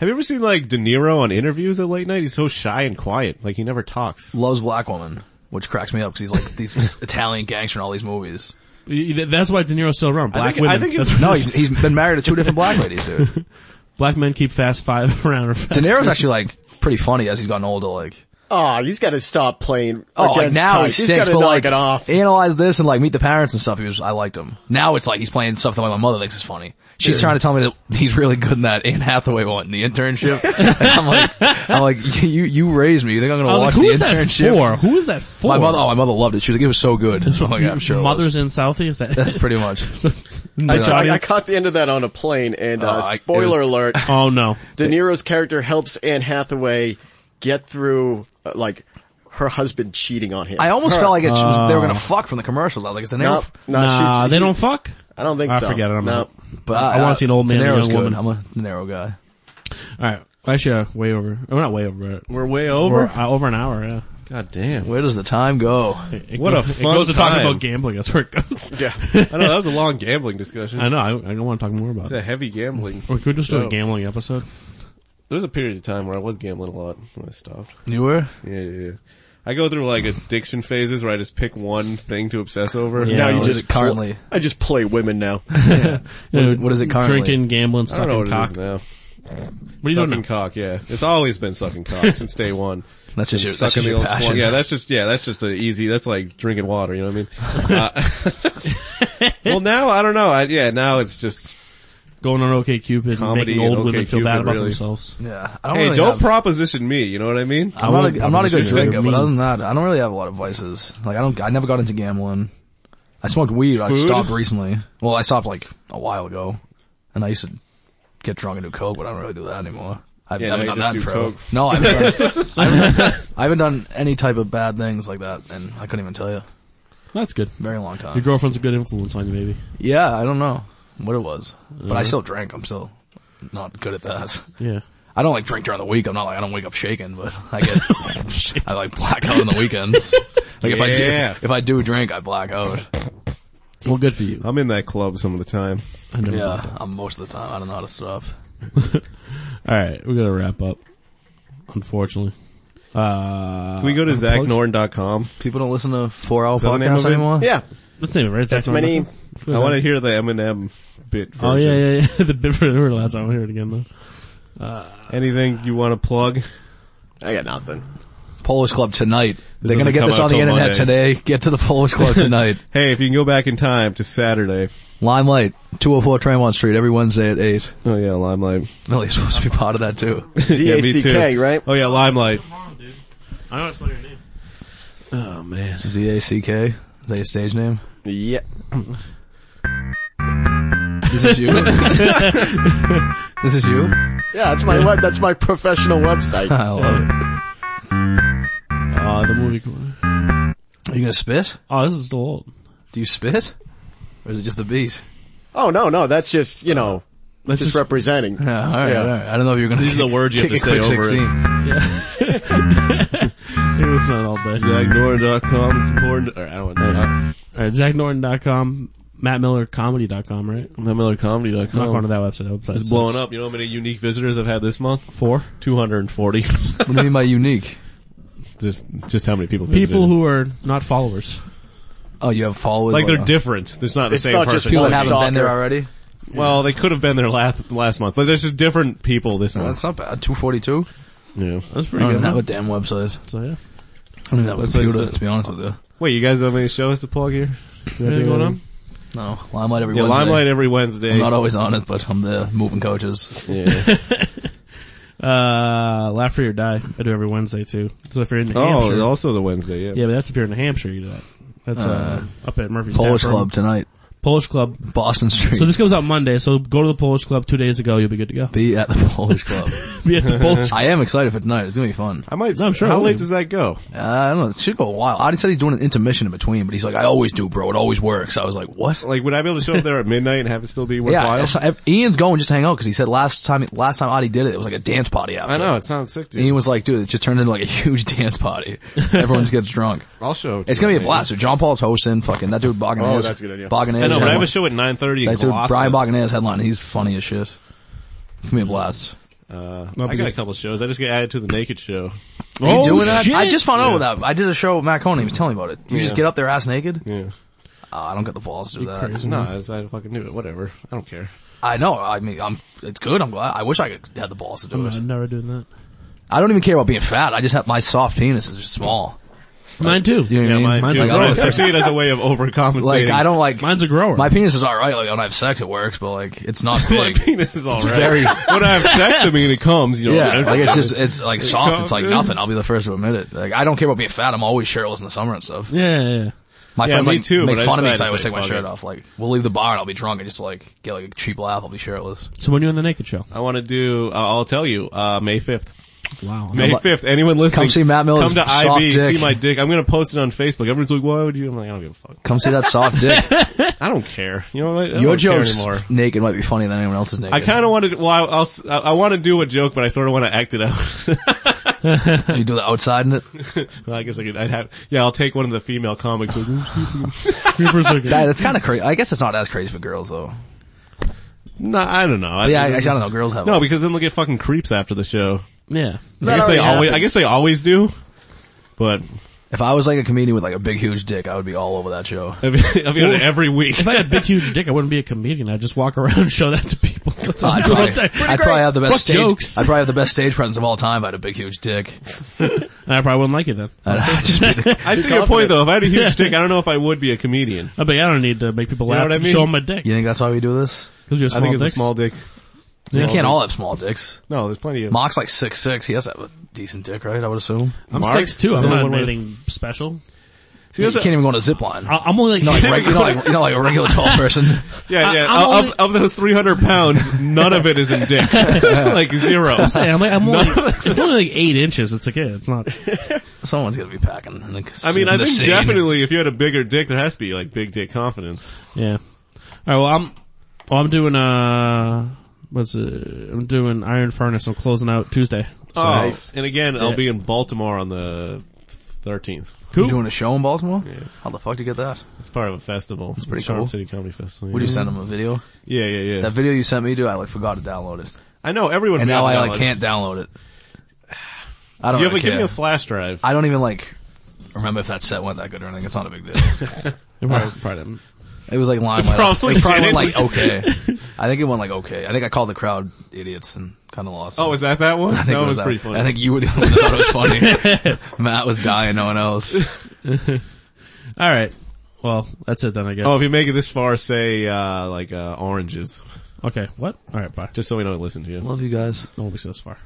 [SPEAKER 1] Have you ever seen like De Niro on interviews at late night? He's so shy and quiet. Like he never talks.
[SPEAKER 3] Loves black woman, which cracks me up because he's like these Italian gangster in all these movies.
[SPEAKER 2] Y- That's why De Niro's still around. Black
[SPEAKER 1] I think-
[SPEAKER 2] women.
[SPEAKER 1] I think it's-
[SPEAKER 2] That's-
[SPEAKER 3] No, he's, he's been married to two different black ladies, dude.
[SPEAKER 2] black men keep Fast Five (laughs) around. Or fast
[SPEAKER 3] De Niro's
[SPEAKER 2] Furious.
[SPEAKER 3] actually like pretty funny as he's gotten older. Like
[SPEAKER 4] Oh, he's got to stop playing
[SPEAKER 3] Oh, like
[SPEAKER 4] against
[SPEAKER 3] now he
[SPEAKER 4] type. He's got
[SPEAKER 3] stinks,
[SPEAKER 4] to
[SPEAKER 3] but
[SPEAKER 4] knock
[SPEAKER 3] like
[SPEAKER 4] it off.
[SPEAKER 3] analyze this and like meet the parents and stuff. He was, I liked him. Now it's like he's playing stuff that like, my mother thinks is funny. She's trying to tell me that he's really good in that Anne Hathaway one, the internship. and I'm (laughs) like, I'm like, you you raised me. You think I'm
[SPEAKER 2] I
[SPEAKER 3] gonna
[SPEAKER 2] was like,
[SPEAKER 3] watch
[SPEAKER 2] who
[SPEAKER 3] the
[SPEAKER 2] is that
[SPEAKER 3] internship?
[SPEAKER 2] for? Who is that for?
[SPEAKER 3] My mother, oh, my mother loved it. She was like, it was so good. (laughs) I'm
[SPEAKER 2] Your
[SPEAKER 3] like, "Yeah, I'm sure. it was."
[SPEAKER 2] Mother's in Southie. Is that? (laughs)
[SPEAKER 3] (laughs) That's pretty much.
[SPEAKER 4] I,
[SPEAKER 3] Yeah.
[SPEAKER 4] saw- I caught the end of that on a plane, and uh,
[SPEAKER 3] Oh, I- it
[SPEAKER 4] spoiler
[SPEAKER 3] was-
[SPEAKER 4] alert:
[SPEAKER 2] oh no.
[SPEAKER 4] De Niro's character helps Anne Hathaway get through uh, like her husband cheating on him.
[SPEAKER 3] I almost
[SPEAKER 4] (laughs)
[SPEAKER 3] felt like it, she was, they were gonna fuck from the commercials. I was like, it's an
[SPEAKER 4] no, no,
[SPEAKER 2] Nah,
[SPEAKER 4] she's,
[SPEAKER 2] they don't fuck.
[SPEAKER 4] I don't think
[SPEAKER 2] I
[SPEAKER 4] so.
[SPEAKER 2] forget it, I'm
[SPEAKER 4] no,
[SPEAKER 2] out.
[SPEAKER 3] but
[SPEAKER 2] I wanna see an old man and a young woman.
[SPEAKER 3] I'm a De Niro guy.
[SPEAKER 2] All right. Actually, uh, way over. We're not way over. but
[SPEAKER 1] We're way
[SPEAKER 2] Over,
[SPEAKER 1] over.
[SPEAKER 2] uh, over an hour. Yeah.
[SPEAKER 1] God
[SPEAKER 2] (laughs)
[SPEAKER 1] damn.
[SPEAKER 3] Where does the time go?
[SPEAKER 2] It
[SPEAKER 1] What a
[SPEAKER 2] goes,
[SPEAKER 1] fun
[SPEAKER 2] It goes to talking
[SPEAKER 1] time.
[SPEAKER 2] about gambling. That's where it
[SPEAKER 1] (laughs)
[SPEAKER 2] goes.
[SPEAKER 4] (laughs)
[SPEAKER 1] I know that was a long gambling discussion.
[SPEAKER 2] I know. I, I don't want to talk more about
[SPEAKER 1] It's
[SPEAKER 2] it.
[SPEAKER 1] a heavy
[SPEAKER 2] (laughs)
[SPEAKER 1] gambling.
[SPEAKER 2] Or could we just do
[SPEAKER 1] Oh.
[SPEAKER 2] a gambling episode?
[SPEAKER 1] There was a period of time where I was gambling a lot when I stopped.
[SPEAKER 3] You were?
[SPEAKER 1] Yeah, yeah, yeah. I go through like addiction phases where I just pick one thing to obsess over.
[SPEAKER 2] Yeah.
[SPEAKER 4] now
[SPEAKER 2] No,
[SPEAKER 4] you
[SPEAKER 3] What is
[SPEAKER 4] just
[SPEAKER 3] it currently?
[SPEAKER 4] I just play
[SPEAKER 1] (laughs)
[SPEAKER 4] women now.
[SPEAKER 3] What is- what is it currently?
[SPEAKER 2] Drinking, gambling,
[SPEAKER 1] I don't
[SPEAKER 2] sucking
[SPEAKER 1] know what
[SPEAKER 2] cock.
[SPEAKER 1] it is now.
[SPEAKER 2] What are you doing?
[SPEAKER 1] Sucking
[SPEAKER 2] now?
[SPEAKER 1] cock, yeah. It's always been sucking cock since day one.
[SPEAKER 3] That's just your,
[SPEAKER 1] Sucking
[SPEAKER 3] that's just
[SPEAKER 1] the
[SPEAKER 3] your
[SPEAKER 1] old
[SPEAKER 3] passion.
[SPEAKER 1] slug. Yeah, that's just yeah, that's just an easy. That's like drinking water. You know what I mean? Uh, (laughs) well, now I don't know. I, yeah, now it's just
[SPEAKER 2] Going on OK Cupid, and
[SPEAKER 1] Comedy
[SPEAKER 2] making old
[SPEAKER 1] and
[SPEAKER 2] women feel
[SPEAKER 1] OkCupid,
[SPEAKER 2] bad about
[SPEAKER 1] really.
[SPEAKER 2] themselves.
[SPEAKER 3] Yeah. I don't
[SPEAKER 1] hey,
[SPEAKER 3] really
[SPEAKER 1] don't
[SPEAKER 3] have-
[SPEAKER 1] proposition me. You know what I mean?
[SPEAKER 2] I
[SPEAKER 3] I'm not,
[SPEAKER 2] won't
[SPEAKER 3] a, I'm not a good
[SPEAKER 2] proposition you.
[SPEAKER 3] drinker, but
[SPEAKER 2] Mean.
[SPEAKER 3] other than that, I don't really have a lot of vices. Like I don't, I never got into gambling. I smoked weed. I
[SPEAKER 1] Food?
[SPEAKER 3] stopped recently. Well, I stopped like a while ago, and I used to get drunk and do coke, but I don't really do that anymore. I
[SPEAKER 1] Yeah,
[SPEAKER 3] haven't
[SPEAKER 1] now you
[SPEAKER 3] done
[SPEAKER 1] just
[SPEAKER 3] that in
[SPEAKER 1] do
[SPEAKER 3] forever.
[SPEAKER 1] coke.
[SPEAKER 3] No, I haven't, done,
[SPEAKER 1] (laughs)
[SPEAKER 3] (laughs) I, haven't, I haven't done any type of bad things like that, and I couldn't even tell you.
[SPEAKER 2] That's good.
[SPEAKER 3] Very long time.
[SPEAKER 2] Your girlfriend's a good influence on you, maybe.
[SPEAKER 3] yeah, I don't know what it was, but I still drank. I'm still not good at that.
[SPEAKER 2] Yeah.
[SPEAKER 3] I don't like drink during the week. I'm not like I don't wake up shaking, but
[SPEAKER 1] (laughs)
[SPEAKER 3] I get I like black out on the weekends. Like if I do,
[SPEAKER 1] Yeah.
[SPEAKER 3] if I do drink, I black out.
[SPEAKER 2] Well, good for you.
[SPEAKER 1] I'm in that club some of the time.
[SPEAKER 2] I never did
[SPEAKER 3] Yeah, I'm most of the time. I don't know how to stop.
[SPEAKER 2] that. All right, we're gonna wrap up. Unfortunately. Uh,
[SPEAKER 1] Can we go to ZachNorton.com?
[SPEAKER 3] People don't listen to four hour
[SPEAKER 1] that the name of
[SPEAKER 3] podcasts
[SPEAKER 1] it?
[SPEAKER 3] anymore.
[SPEAKER 4] Yeah,
[SPEAKER 2] Let's name it, right?
[SPEAKER 4] that's my name.
[SPEAKER 1] I want to hear the Eminem bit. Version.
[SPEAKER 2] Oh yeah, yeah, yeah. (laughs) the bit for the last time. I'll hear it again though.
[SPEAKER 1] Anything you want to plug?
[SPEAKER 4] I got nothing.
[SPEAKER 3] Polish Club tonight. They're gonna
[SPEAKER 1] doesn't
[SPEAKER 3] get
[SPEAKER 1] come
[SPEAKER 3] this
[SPEAKER 1] out
[SPEAKER 3] on the
[SPEAKER 1] till
[SPEAKER 3] internet
[SPEAKER 1] Monday.
[SPEAKER 3] today. Get to the
[SPEAKER 1] (laughs)
[SPEAKER 3] Polish Club tonight.
[SPEAKER 1] Hey, if you can go back in time to Saturday.
[SPEAKER 3] Limelight, 204 Tremont Street every Wednesday at eight.
[SPEAKER 1] Oh yeah, Limelight.
[SPEAKER 3] Millie's supposed to be part of that too.
[SPEAKER 4] Z
[SPEAKER 1] (laughs) Yeah,
[SPEAKER 4] A
[SPEAKER 1] me
[SPEAKER 4] C K,
[SPEAKER 1] too.
[SPEAKER 4] right?
[SPEAKER 1] Oh yeah, Limelight.
[SPEAKER 2] I know I spelled your name.
[SPEAKER 1] Oh man.
[SPEAKER 3] Z A C K. Is that your stage name?
[SPEAKER 4] Yeah.
[SPEAKER 1] (laughs)
[SPEAKER 3] Is this you? This is you? (laughs)
[SPEAKER 4] Yeah, that's my web, that's my professional
[SPEAKER 1] (laughs)
[SPEAKER 4] website.
[SPEAKER 3] I love it.
[SPEAKER 2] Uh, the movie corner.
[SPEAKER 3] Are you gonna spit?
[SPEAKER 2] Oh, this is still old.
[SPEAKER 3] Do you spit? Or is it just the beat? (laughs)
[SPEAKER 4] Oh no, no, that's just you know,
[SPEAKER 2] That's
[SPEAKER 4] just, representing.
[SPEAKER 3] Yeah, alright,
[SPEAKER 4] Yeah.
[SPEAKER 3] alright. I don't know if you're gonna (laughs)
[SPEAKER 1] These are the words you have
[SPEAKER 3] kick
[SPEAKER 1] to
[SPEAKER 3] a
[SPEAKER 1] say
[SPEAKER 3] quick
[SPEAKER 1] over it.
[SPEAKER 3] 16.
[SPEAKER 2] it was not all day.
[SPEAKER 1] Zagnorn.com, it's porn, or I don't know.
[SPEAKER 2] Alright, ZachNorton.com, MattMillerComedy.com, right? I'm not going
[SPEAKER 1] MattMillerComedy.com.
[SPEAKER 2] to that website. That website's
[SPEAKER 1] It's blowing up. You know how many unique visitors I've had this month?
[SPEAKER 2] Four.
[SPEAKER 1] 240.
[SPEAKER 3] What do you mean by unique?
[SPEAKER 1] (laughs) just, just how many people visited.
[SPEAKER 2] People who are not followers.
[SPEAKER 3] Oh, you have followers?
[SPEAKER 1] like they're different. It's not the
[SPEAKER 4] It's
[SPEAKER 1] same
[SPEAKER 4] not
[SPEAKER 1] person.
[SPEAKER 4] just
[SPEAKER 3] People
[SPEAKER 4] Like
[SPEAKER 3] that haven't been there
[SPEAKER 4] stalker.
[SPEAKER 3] already?
[SPEAKER 1] Well, they could have been there last last month, but there's just different people this
[SPEAKER 3] No,
[SPEAKER 1] month.
[SPEAKER 3] that's not bad. 242?
[SPEAKER 1] Yeah.
[SPEAKER 2] That's
[SPEAKER 3] I
[SPEAKER 2] pretty
[SPEAKER 3] don't
[SPEAKER 2] good.
[SPEAKER 3] even have
[SPEAKER 2] huh?
[SPEAKER 3] a damn website.
[SPEAKER 2] So yeah.
[SPEAKER 3] I don't even have a
[SPEAKER 1] That's what I
[SPEAKER 3] computer,
[SPEAKER 1] said.
[SPEAKER 3] to be honest with you.
[SPEAKER 1] Wait, you guys have any shows to plug here?
[SPEAKER 2] Anything going on?
[SPEAKER 3] No, Limelight every
[SPEAKER 1] Yeah,
[SPEAKER 3] Wednesday.
[SPEAKER 1] Limelight every Wednesday.
[SPEAKER 3] I'm not always on it, but I'm there moving coaches.
[SPEAKER 1] (laughs) yeah.
[SPEAKER 2] Uh, Laugh Free or Die. I do every Wednesday too. So if you're in New Hampshire.
[SPEAKER 1] oh, also the Wednesday, yeah.
[SPEAKER 2] yeah, but that's if you're in New Hampshire, you do that. That's, uh, up at Murphy's
[SPEAKER 3] Polish
[SPEAKER 2] Tap Room.
[SPEAKER 3] Club tonight.
[SPEAKER 2] Polish Club.
[SPEAKER 3] Boston Street.
[SPEAKER 2] So this comes out Monday, so go to the Polish Club two days ago, you'll be good to go. (laughs)
[SPEAKER 3] Be at the Polish
[SPEAKER 1] (laughs)
[SPEAKER 3] Club.
[SPEAKER 2] Be at the
[SPEAKER 3] (laughs)
[SPEAKER 2] Polish
[SPEAKER 3] I am excited for tonight. It's gonna be fun.
[SPEAKER 1] I might.
[SPEAKER 2] No, I'm sure
[SPEAKER 1] How
[SPEAKER 2] it
[SPEAKER 1] late
[SPEAKER 2] will.
[SPEAKER 1] does that go?
[SPEAKER 3] Uh, I don't know. It should go a while. Adi said he's doing an intermission in between, but he's like, I always do, bro. It always works. I was like, what?
[SPEAKER 1] Like, would I be able to show up there at midnight and have it still be worthwhile?
[SPEAKER 3] Yeah, so if Ian's going just to hang out because he said last time last time Adi did it, it was like a dance party after.
[SPEAKER 1] I know it sounds sick, dude.
[SPEAKER 3] Ian was like, dude, it just turned into like a huge (laughs) dance party. Everyone just gets drunk.
[SPEAKER 1] I'll show. it
[SPEAKER 3] It's
[SPEAKER 1] you,
[SPEAKER 3] gonna be a
[SPEAKER 1] man.
[SPEAKER 3] blast. So John Paul's hosting, fucking that dude Boganez.
[SPEAKER 4] Oh, that's a good idea.
[SPEAKER 3] Boganez.
[SPEAKER 1] I know, but I have
[SPEAKER 3] headline-
[SPEAKER 1] a show at 9:30 in
[SPEAKER 3] that dude
[SPEAKER 1] Boston.
[SPEAKER 3] Brian Boganez headline. He's funny as shit. It's gonna be a blast.
[SPEAKER 1] uh, I
[SPEAKER 2] be
[SPEAKER 1] got a
[SPEAKER 2] good.
[SPEAKER 1] couple shows. I just got added to the Naked Show.
[SPEAKER 3] Are you
[SPEAKER 2] Oh,
[SPEAKER 3] doing that?
[SPEAKER 2] shit.
[SPEAKER 3] I just found out about that. I did a show with Matt Coney. He was telling me about it. You just
[SPEAKER 1] Yeah.
[SPEAKER 3] get up there ass naked?
[SPEAKER 1] Yeah.
[SPEAKER 3] Oh, I don't get the balls to do that.
[SPEAKER 2] crazy.
[SPEAKER 1] No, I, I fucking knew it. Whatever. I don't care.
[SPEAKER 3] I know. I mean, I'm. It's good. I'm glad. I wish I could have the balls to
[SPEAKER 1] Mm-hmm.
[SPEAKER 3] do it.
[SPEAKER 2] I'm never doing that.
[SPEAKER 3] I don't even care about being fat. I just have my soft penis is just small.
[SPEAKER 2] Mine too.
[SPEAKER 3] You know what I mean?
[SPEAKER 1] mine
[SPEAKER 3] Mine's
[SPEAKER 1] too.
[SPEAKER 3] like, oh, I
[SPEAKER 1] But
[SPEAKER 3] don't,
[SPEAKER 1] I see it as a way of overcompensating.
[SPEAKER 3] like (laughs) I don't like.
[SPEAKER 2] Mine's a grower.
[SPEAKER 3] my penis is all right. Like when I have sex, it works, but like it's not
[SPEAKER 1] (laughs) My
[SPEAKER 3] big.
[SPEAKER 1] penis is alright. (laughs)
[SPEAKER 3] very-
[SPEAKER 1] when I have sex, I mean it comes. You know.
[SPEAKER 3] Yeah,
[SPEAKER 1] right?
[SPEAKER 3] like it's just it's like soft.
[SPEAKER 1] come,
[SPEAKER 3] It's like
[SPEAKER 1] dude.
[SPEAKER 3] nothing. I'll be the first to admit it. Like I don't care about being fat. I'm always shirtless in the summer and stuff.
[SPEAKER 2] yeah, yeah, yeah.
[SPEAKER 3] My
[SPEAKER 1] Yeah,
[SPEAKER 3] friends
[SPEAKER 1] me
[SPEAKER 3] like
[SPEAKER 1] too,
[SPEAKER 3] make
[SPEAKER 1] but I
[SPEAKER 3] fun of me
[SPEAKER 1] decided to
[SPEAKER 3] because I always
[SPEAKER 1] say
[SPEAKER 3] take my
[SPEAKER 1] fuck
[SPEAKER 3] shirt
[SPEAKER 1] it.
[SPEAKER 3] off. Like we'll leave the bar and I'll be drunk and just like get like a cheap laugh. I'll be shirtless.
[SPEAKER 2] So when you're in the naked show.
[SPEAKER 1] I want to do. Uh, I'll tell you. Uh, May fifth.
[SPEAKER 2] Wow.
[SPEAKER 1] May
[SPEAKER 3] Come-
[SPEAKER 1] fifth. Anyone listening,
[SPEAKER 3] come see Matt Miller's
[SPEAKER 1] Come to
[SPEAKER 3] soft
[SPEAKER 1] IB.
[SPEAKER 3] dick.
[SPEAKER 1] See my dick. I'm gonna post it on Facebook. Everyone's like, "Why would you?" I'm like, "I don't give a fuck.
[SPEAKER 3] Come see that soft (laughs) dick.
[SPEAKER 1] I don't care. You know what? I don't
[SPEAKER 3] Your
[SPEAKER 1] care
[SPEAKER 3] jokes (laughs)
[SPEAKER 1] anymore."
[SPEAKER 3] naked might be funnier than anyone else's naked.
[SPEAKER 1] I kind of wanted. Well, I, I'll. s- I want to do a joke, but I sort of want to act it out. (laughs)
[SPEAKER 3] of you do the outside in it.
[SPEAKER 1] well, I guess I could. I'd have. Yeah, I'll take one of the female comics. (laughs) Like,
[SPEAKER 3] (laughs) (laughs) That, that's kind of crazy. I guess it's not as crazy for girls though.
[SPEAKER 1] no, I don't know. I,
[SPEAKER 3] But yeah, I, actually, I don't know. Girls have
[SPEAKER 1] No, because then they'll get fucking creeps after the show.
[SPEAKER 2] yeah.
[SPEAKER 1] I
[SPEAKER 3] That
[SPEAKER 1] guess they
[SPEAKER 3] already
[SPEAKER 1] always. I
[SPEAKER 3] happens.
[SPEAKER 1] guess they always do. But (laughs)
[SPEAKER 3] If I was like a comedian with like a big huge dick, I would be all over that show.
[SPEAKER 1] I'll be I'll be on it every week.
[SPEAKER 2] If I had a big huge dick, I wouldn't be a comedian. I'd just walk around (laughs) and show that to people. That's all (laughs)
[SPEAKER 3] I'd
[SPEAKER 2] I do all
[SPEAKER 3] probably,
[SPEAKER 2] day.
[SPEAKER 3] I'd probably have the best
[SPEAKER 2] Fuck
[SPEAKER 3] stage.
[SPEAKER 2] jokes.
[SPEAKER 3] I'd probably have the best stage presence of all time. If I had a big huge
[SPEAKER 1] (laughs)
[SPEAKER 3] dick.
[SPEAKER 2] And I probably wouldn't like it then.
[SPEAKER 1] Uh,
[SPEAKER 3] I'd, I'd just be the,
[SPEAKER 1] (laughs) I see your point though. If I had a (laughs) huge dick, I don't know if I would be a comedian.
[SPEAKER 2] I'd be, Uh, I don't need to make people laugh.
[SPEAKER 1] know what I
[SPEAKER 2] and
[SPEAKER 1] mean?
[SPEAKER 2] Show them my dick.
[SPEAKER 3] you think that's why we do this?
[SPEAKER 2] Cause you're
[SPEAKER 1] I
[SPEAKER 2] small
[SPEAKER 1] think it's a
[SPEAKER 2] dicks.
[SPEAKER 1] (laughs) small dick.
[SPEAKER 3] They can't all have small dicks.
[SPEAKER 1] No, there's plenty of.
[SPEAKER 3] Mock's like six six. He has to have a decent dick, right? I would assume.
[SPEAKER 2] I'm
[SPEAKER 1] Mark?
[SPEAKER 2] six too.
[SPEAKER 1] Is
[SPEAKER 2] I'm
[SPEAKER 1] there
[SPEAKER 2] not
[SPEAKER 1] one with- (laughs)
[SPEAKER 2] anything special.
[SPEAKER 1] See,
[SPEAKER 3] you
[SPEAKER 1] that's a-
[SPEAKER 3] can't even go on a zip line.
[SPEAKER 1] Uh,
[SPEAKER 2] I- I'm only
[SPEAKER 3] You're
[SPEAKER 1] (laughs)
[SPEAKER 2] like,
[SPEAKER 3] not like, reg- you're not like, you're not like a regular tall person.
[SPEAKER 1] yeah, yeah.
[SPEAKER 2] I'm
[SPEAKER 1] of,
[SPEAKER 2] only-
[SPEAKER 1] of those 300 pounds, none of it is in (laughs) dick. like zero.
[SPEAKER 2] Hey, (laughs) I'm like,
[SPEAKER 1] (laughs)
[SPEAKER 2] I'm only, it's only like eight inches. It's like, yeah, it's not.
[SPEAKER 3] Someone's gonna be packing. in the-
[SPEAKER 1] I mean,
[SPEAKER 3] in
[SPEAKER 1] I
[SPEAKER 3] the
[SPEAKER 1] think
[SPEAKER 3] scene.
[SPEAKER 1] definitely if you had a bigger dick, there has to be like big dick confidence.
[SPEAKER 2] Yeah. All right. Well, I'm. Well, I'm doing. Uh, what's it? I'm doing Iron Furnace. I'm closing out Tuesday.
[SPEAKER 1] Oh,
[SPEAKER 4] Nice.
[SPEAKER 1] and again, I'll
[SPEAKER 2] Yeah.
[SPEAKER 1] be in Baltimore on the 13th.
[SPEAKER 3] You doing a show in Baltimore? How the fuck did you get that?
[SPEAKER 1] It's part of a festival. It's
[SPEAKER 3] pretty
[SPEAKER 1] Charm
[SPEAKER 3] cool.
[SPEAKER 1] City Comedy Festival.
[SPEAKER 3] Would you send him a video?
[SPEAKER 1] Yeah, yeah, yeah.
[SPEAKER 3] That video you sent me, dude, I like forgot to download it,
[SPEAKER 1] I know everyone.
[SPEAKER 3] and
[SPEAKER 1] can
[SPEAKER 3] now
[SPEAKER 1] have
[SPEAKER 3] I
[SPEAKER 1] knowledge.
[SPEAKER 3] like can't download it. (sighs) I don't
[SPEAKER 1] You have
[SPEAKER 3] really
[SPEAKER 1] a, give
[SPEAKER 3] care.
[SPEAKER 1] me a flash drive.
[SPEAKER 3] I don't even like remember if that set went that good or anything. It's not a big deal.
[SPEAKER 2] Probably, probably,
[SPEAKER 3] It was like limelight.
[SPEAKER 1] Probably
[SPEAKER 3] it probably went
[SPEAKER 1] didn't.
[SPEAKER 3] like okay. I think it went like okay. I think I called the crowd idiots and kind of lost.
[SPEAKER 1] oh,
[SPEAKER 3] it.
[SPEAKER 1] is that that one?
[SPEAKER 3] I think
[SPEAKER 1] that
[SPEAKER 3] it
[SPEAKER 1] was pretty funny.
[SPEAKER 3] I think you were the only one that thought it was funny. (laughs) Matt was dying. No one else.
[SPEAKER 2] all right. Well, that's it then. I guess.
[SPEAKER 1] oh, if you make it this far, say uh like uh oranges,
[SPEAKER 2] okay. What? All right. Bye.
[SPEAKER 1] just so we don't listen to you.
[SPEAKER 3] Love you guys.
[SPEAKER 2] No one makes it this far.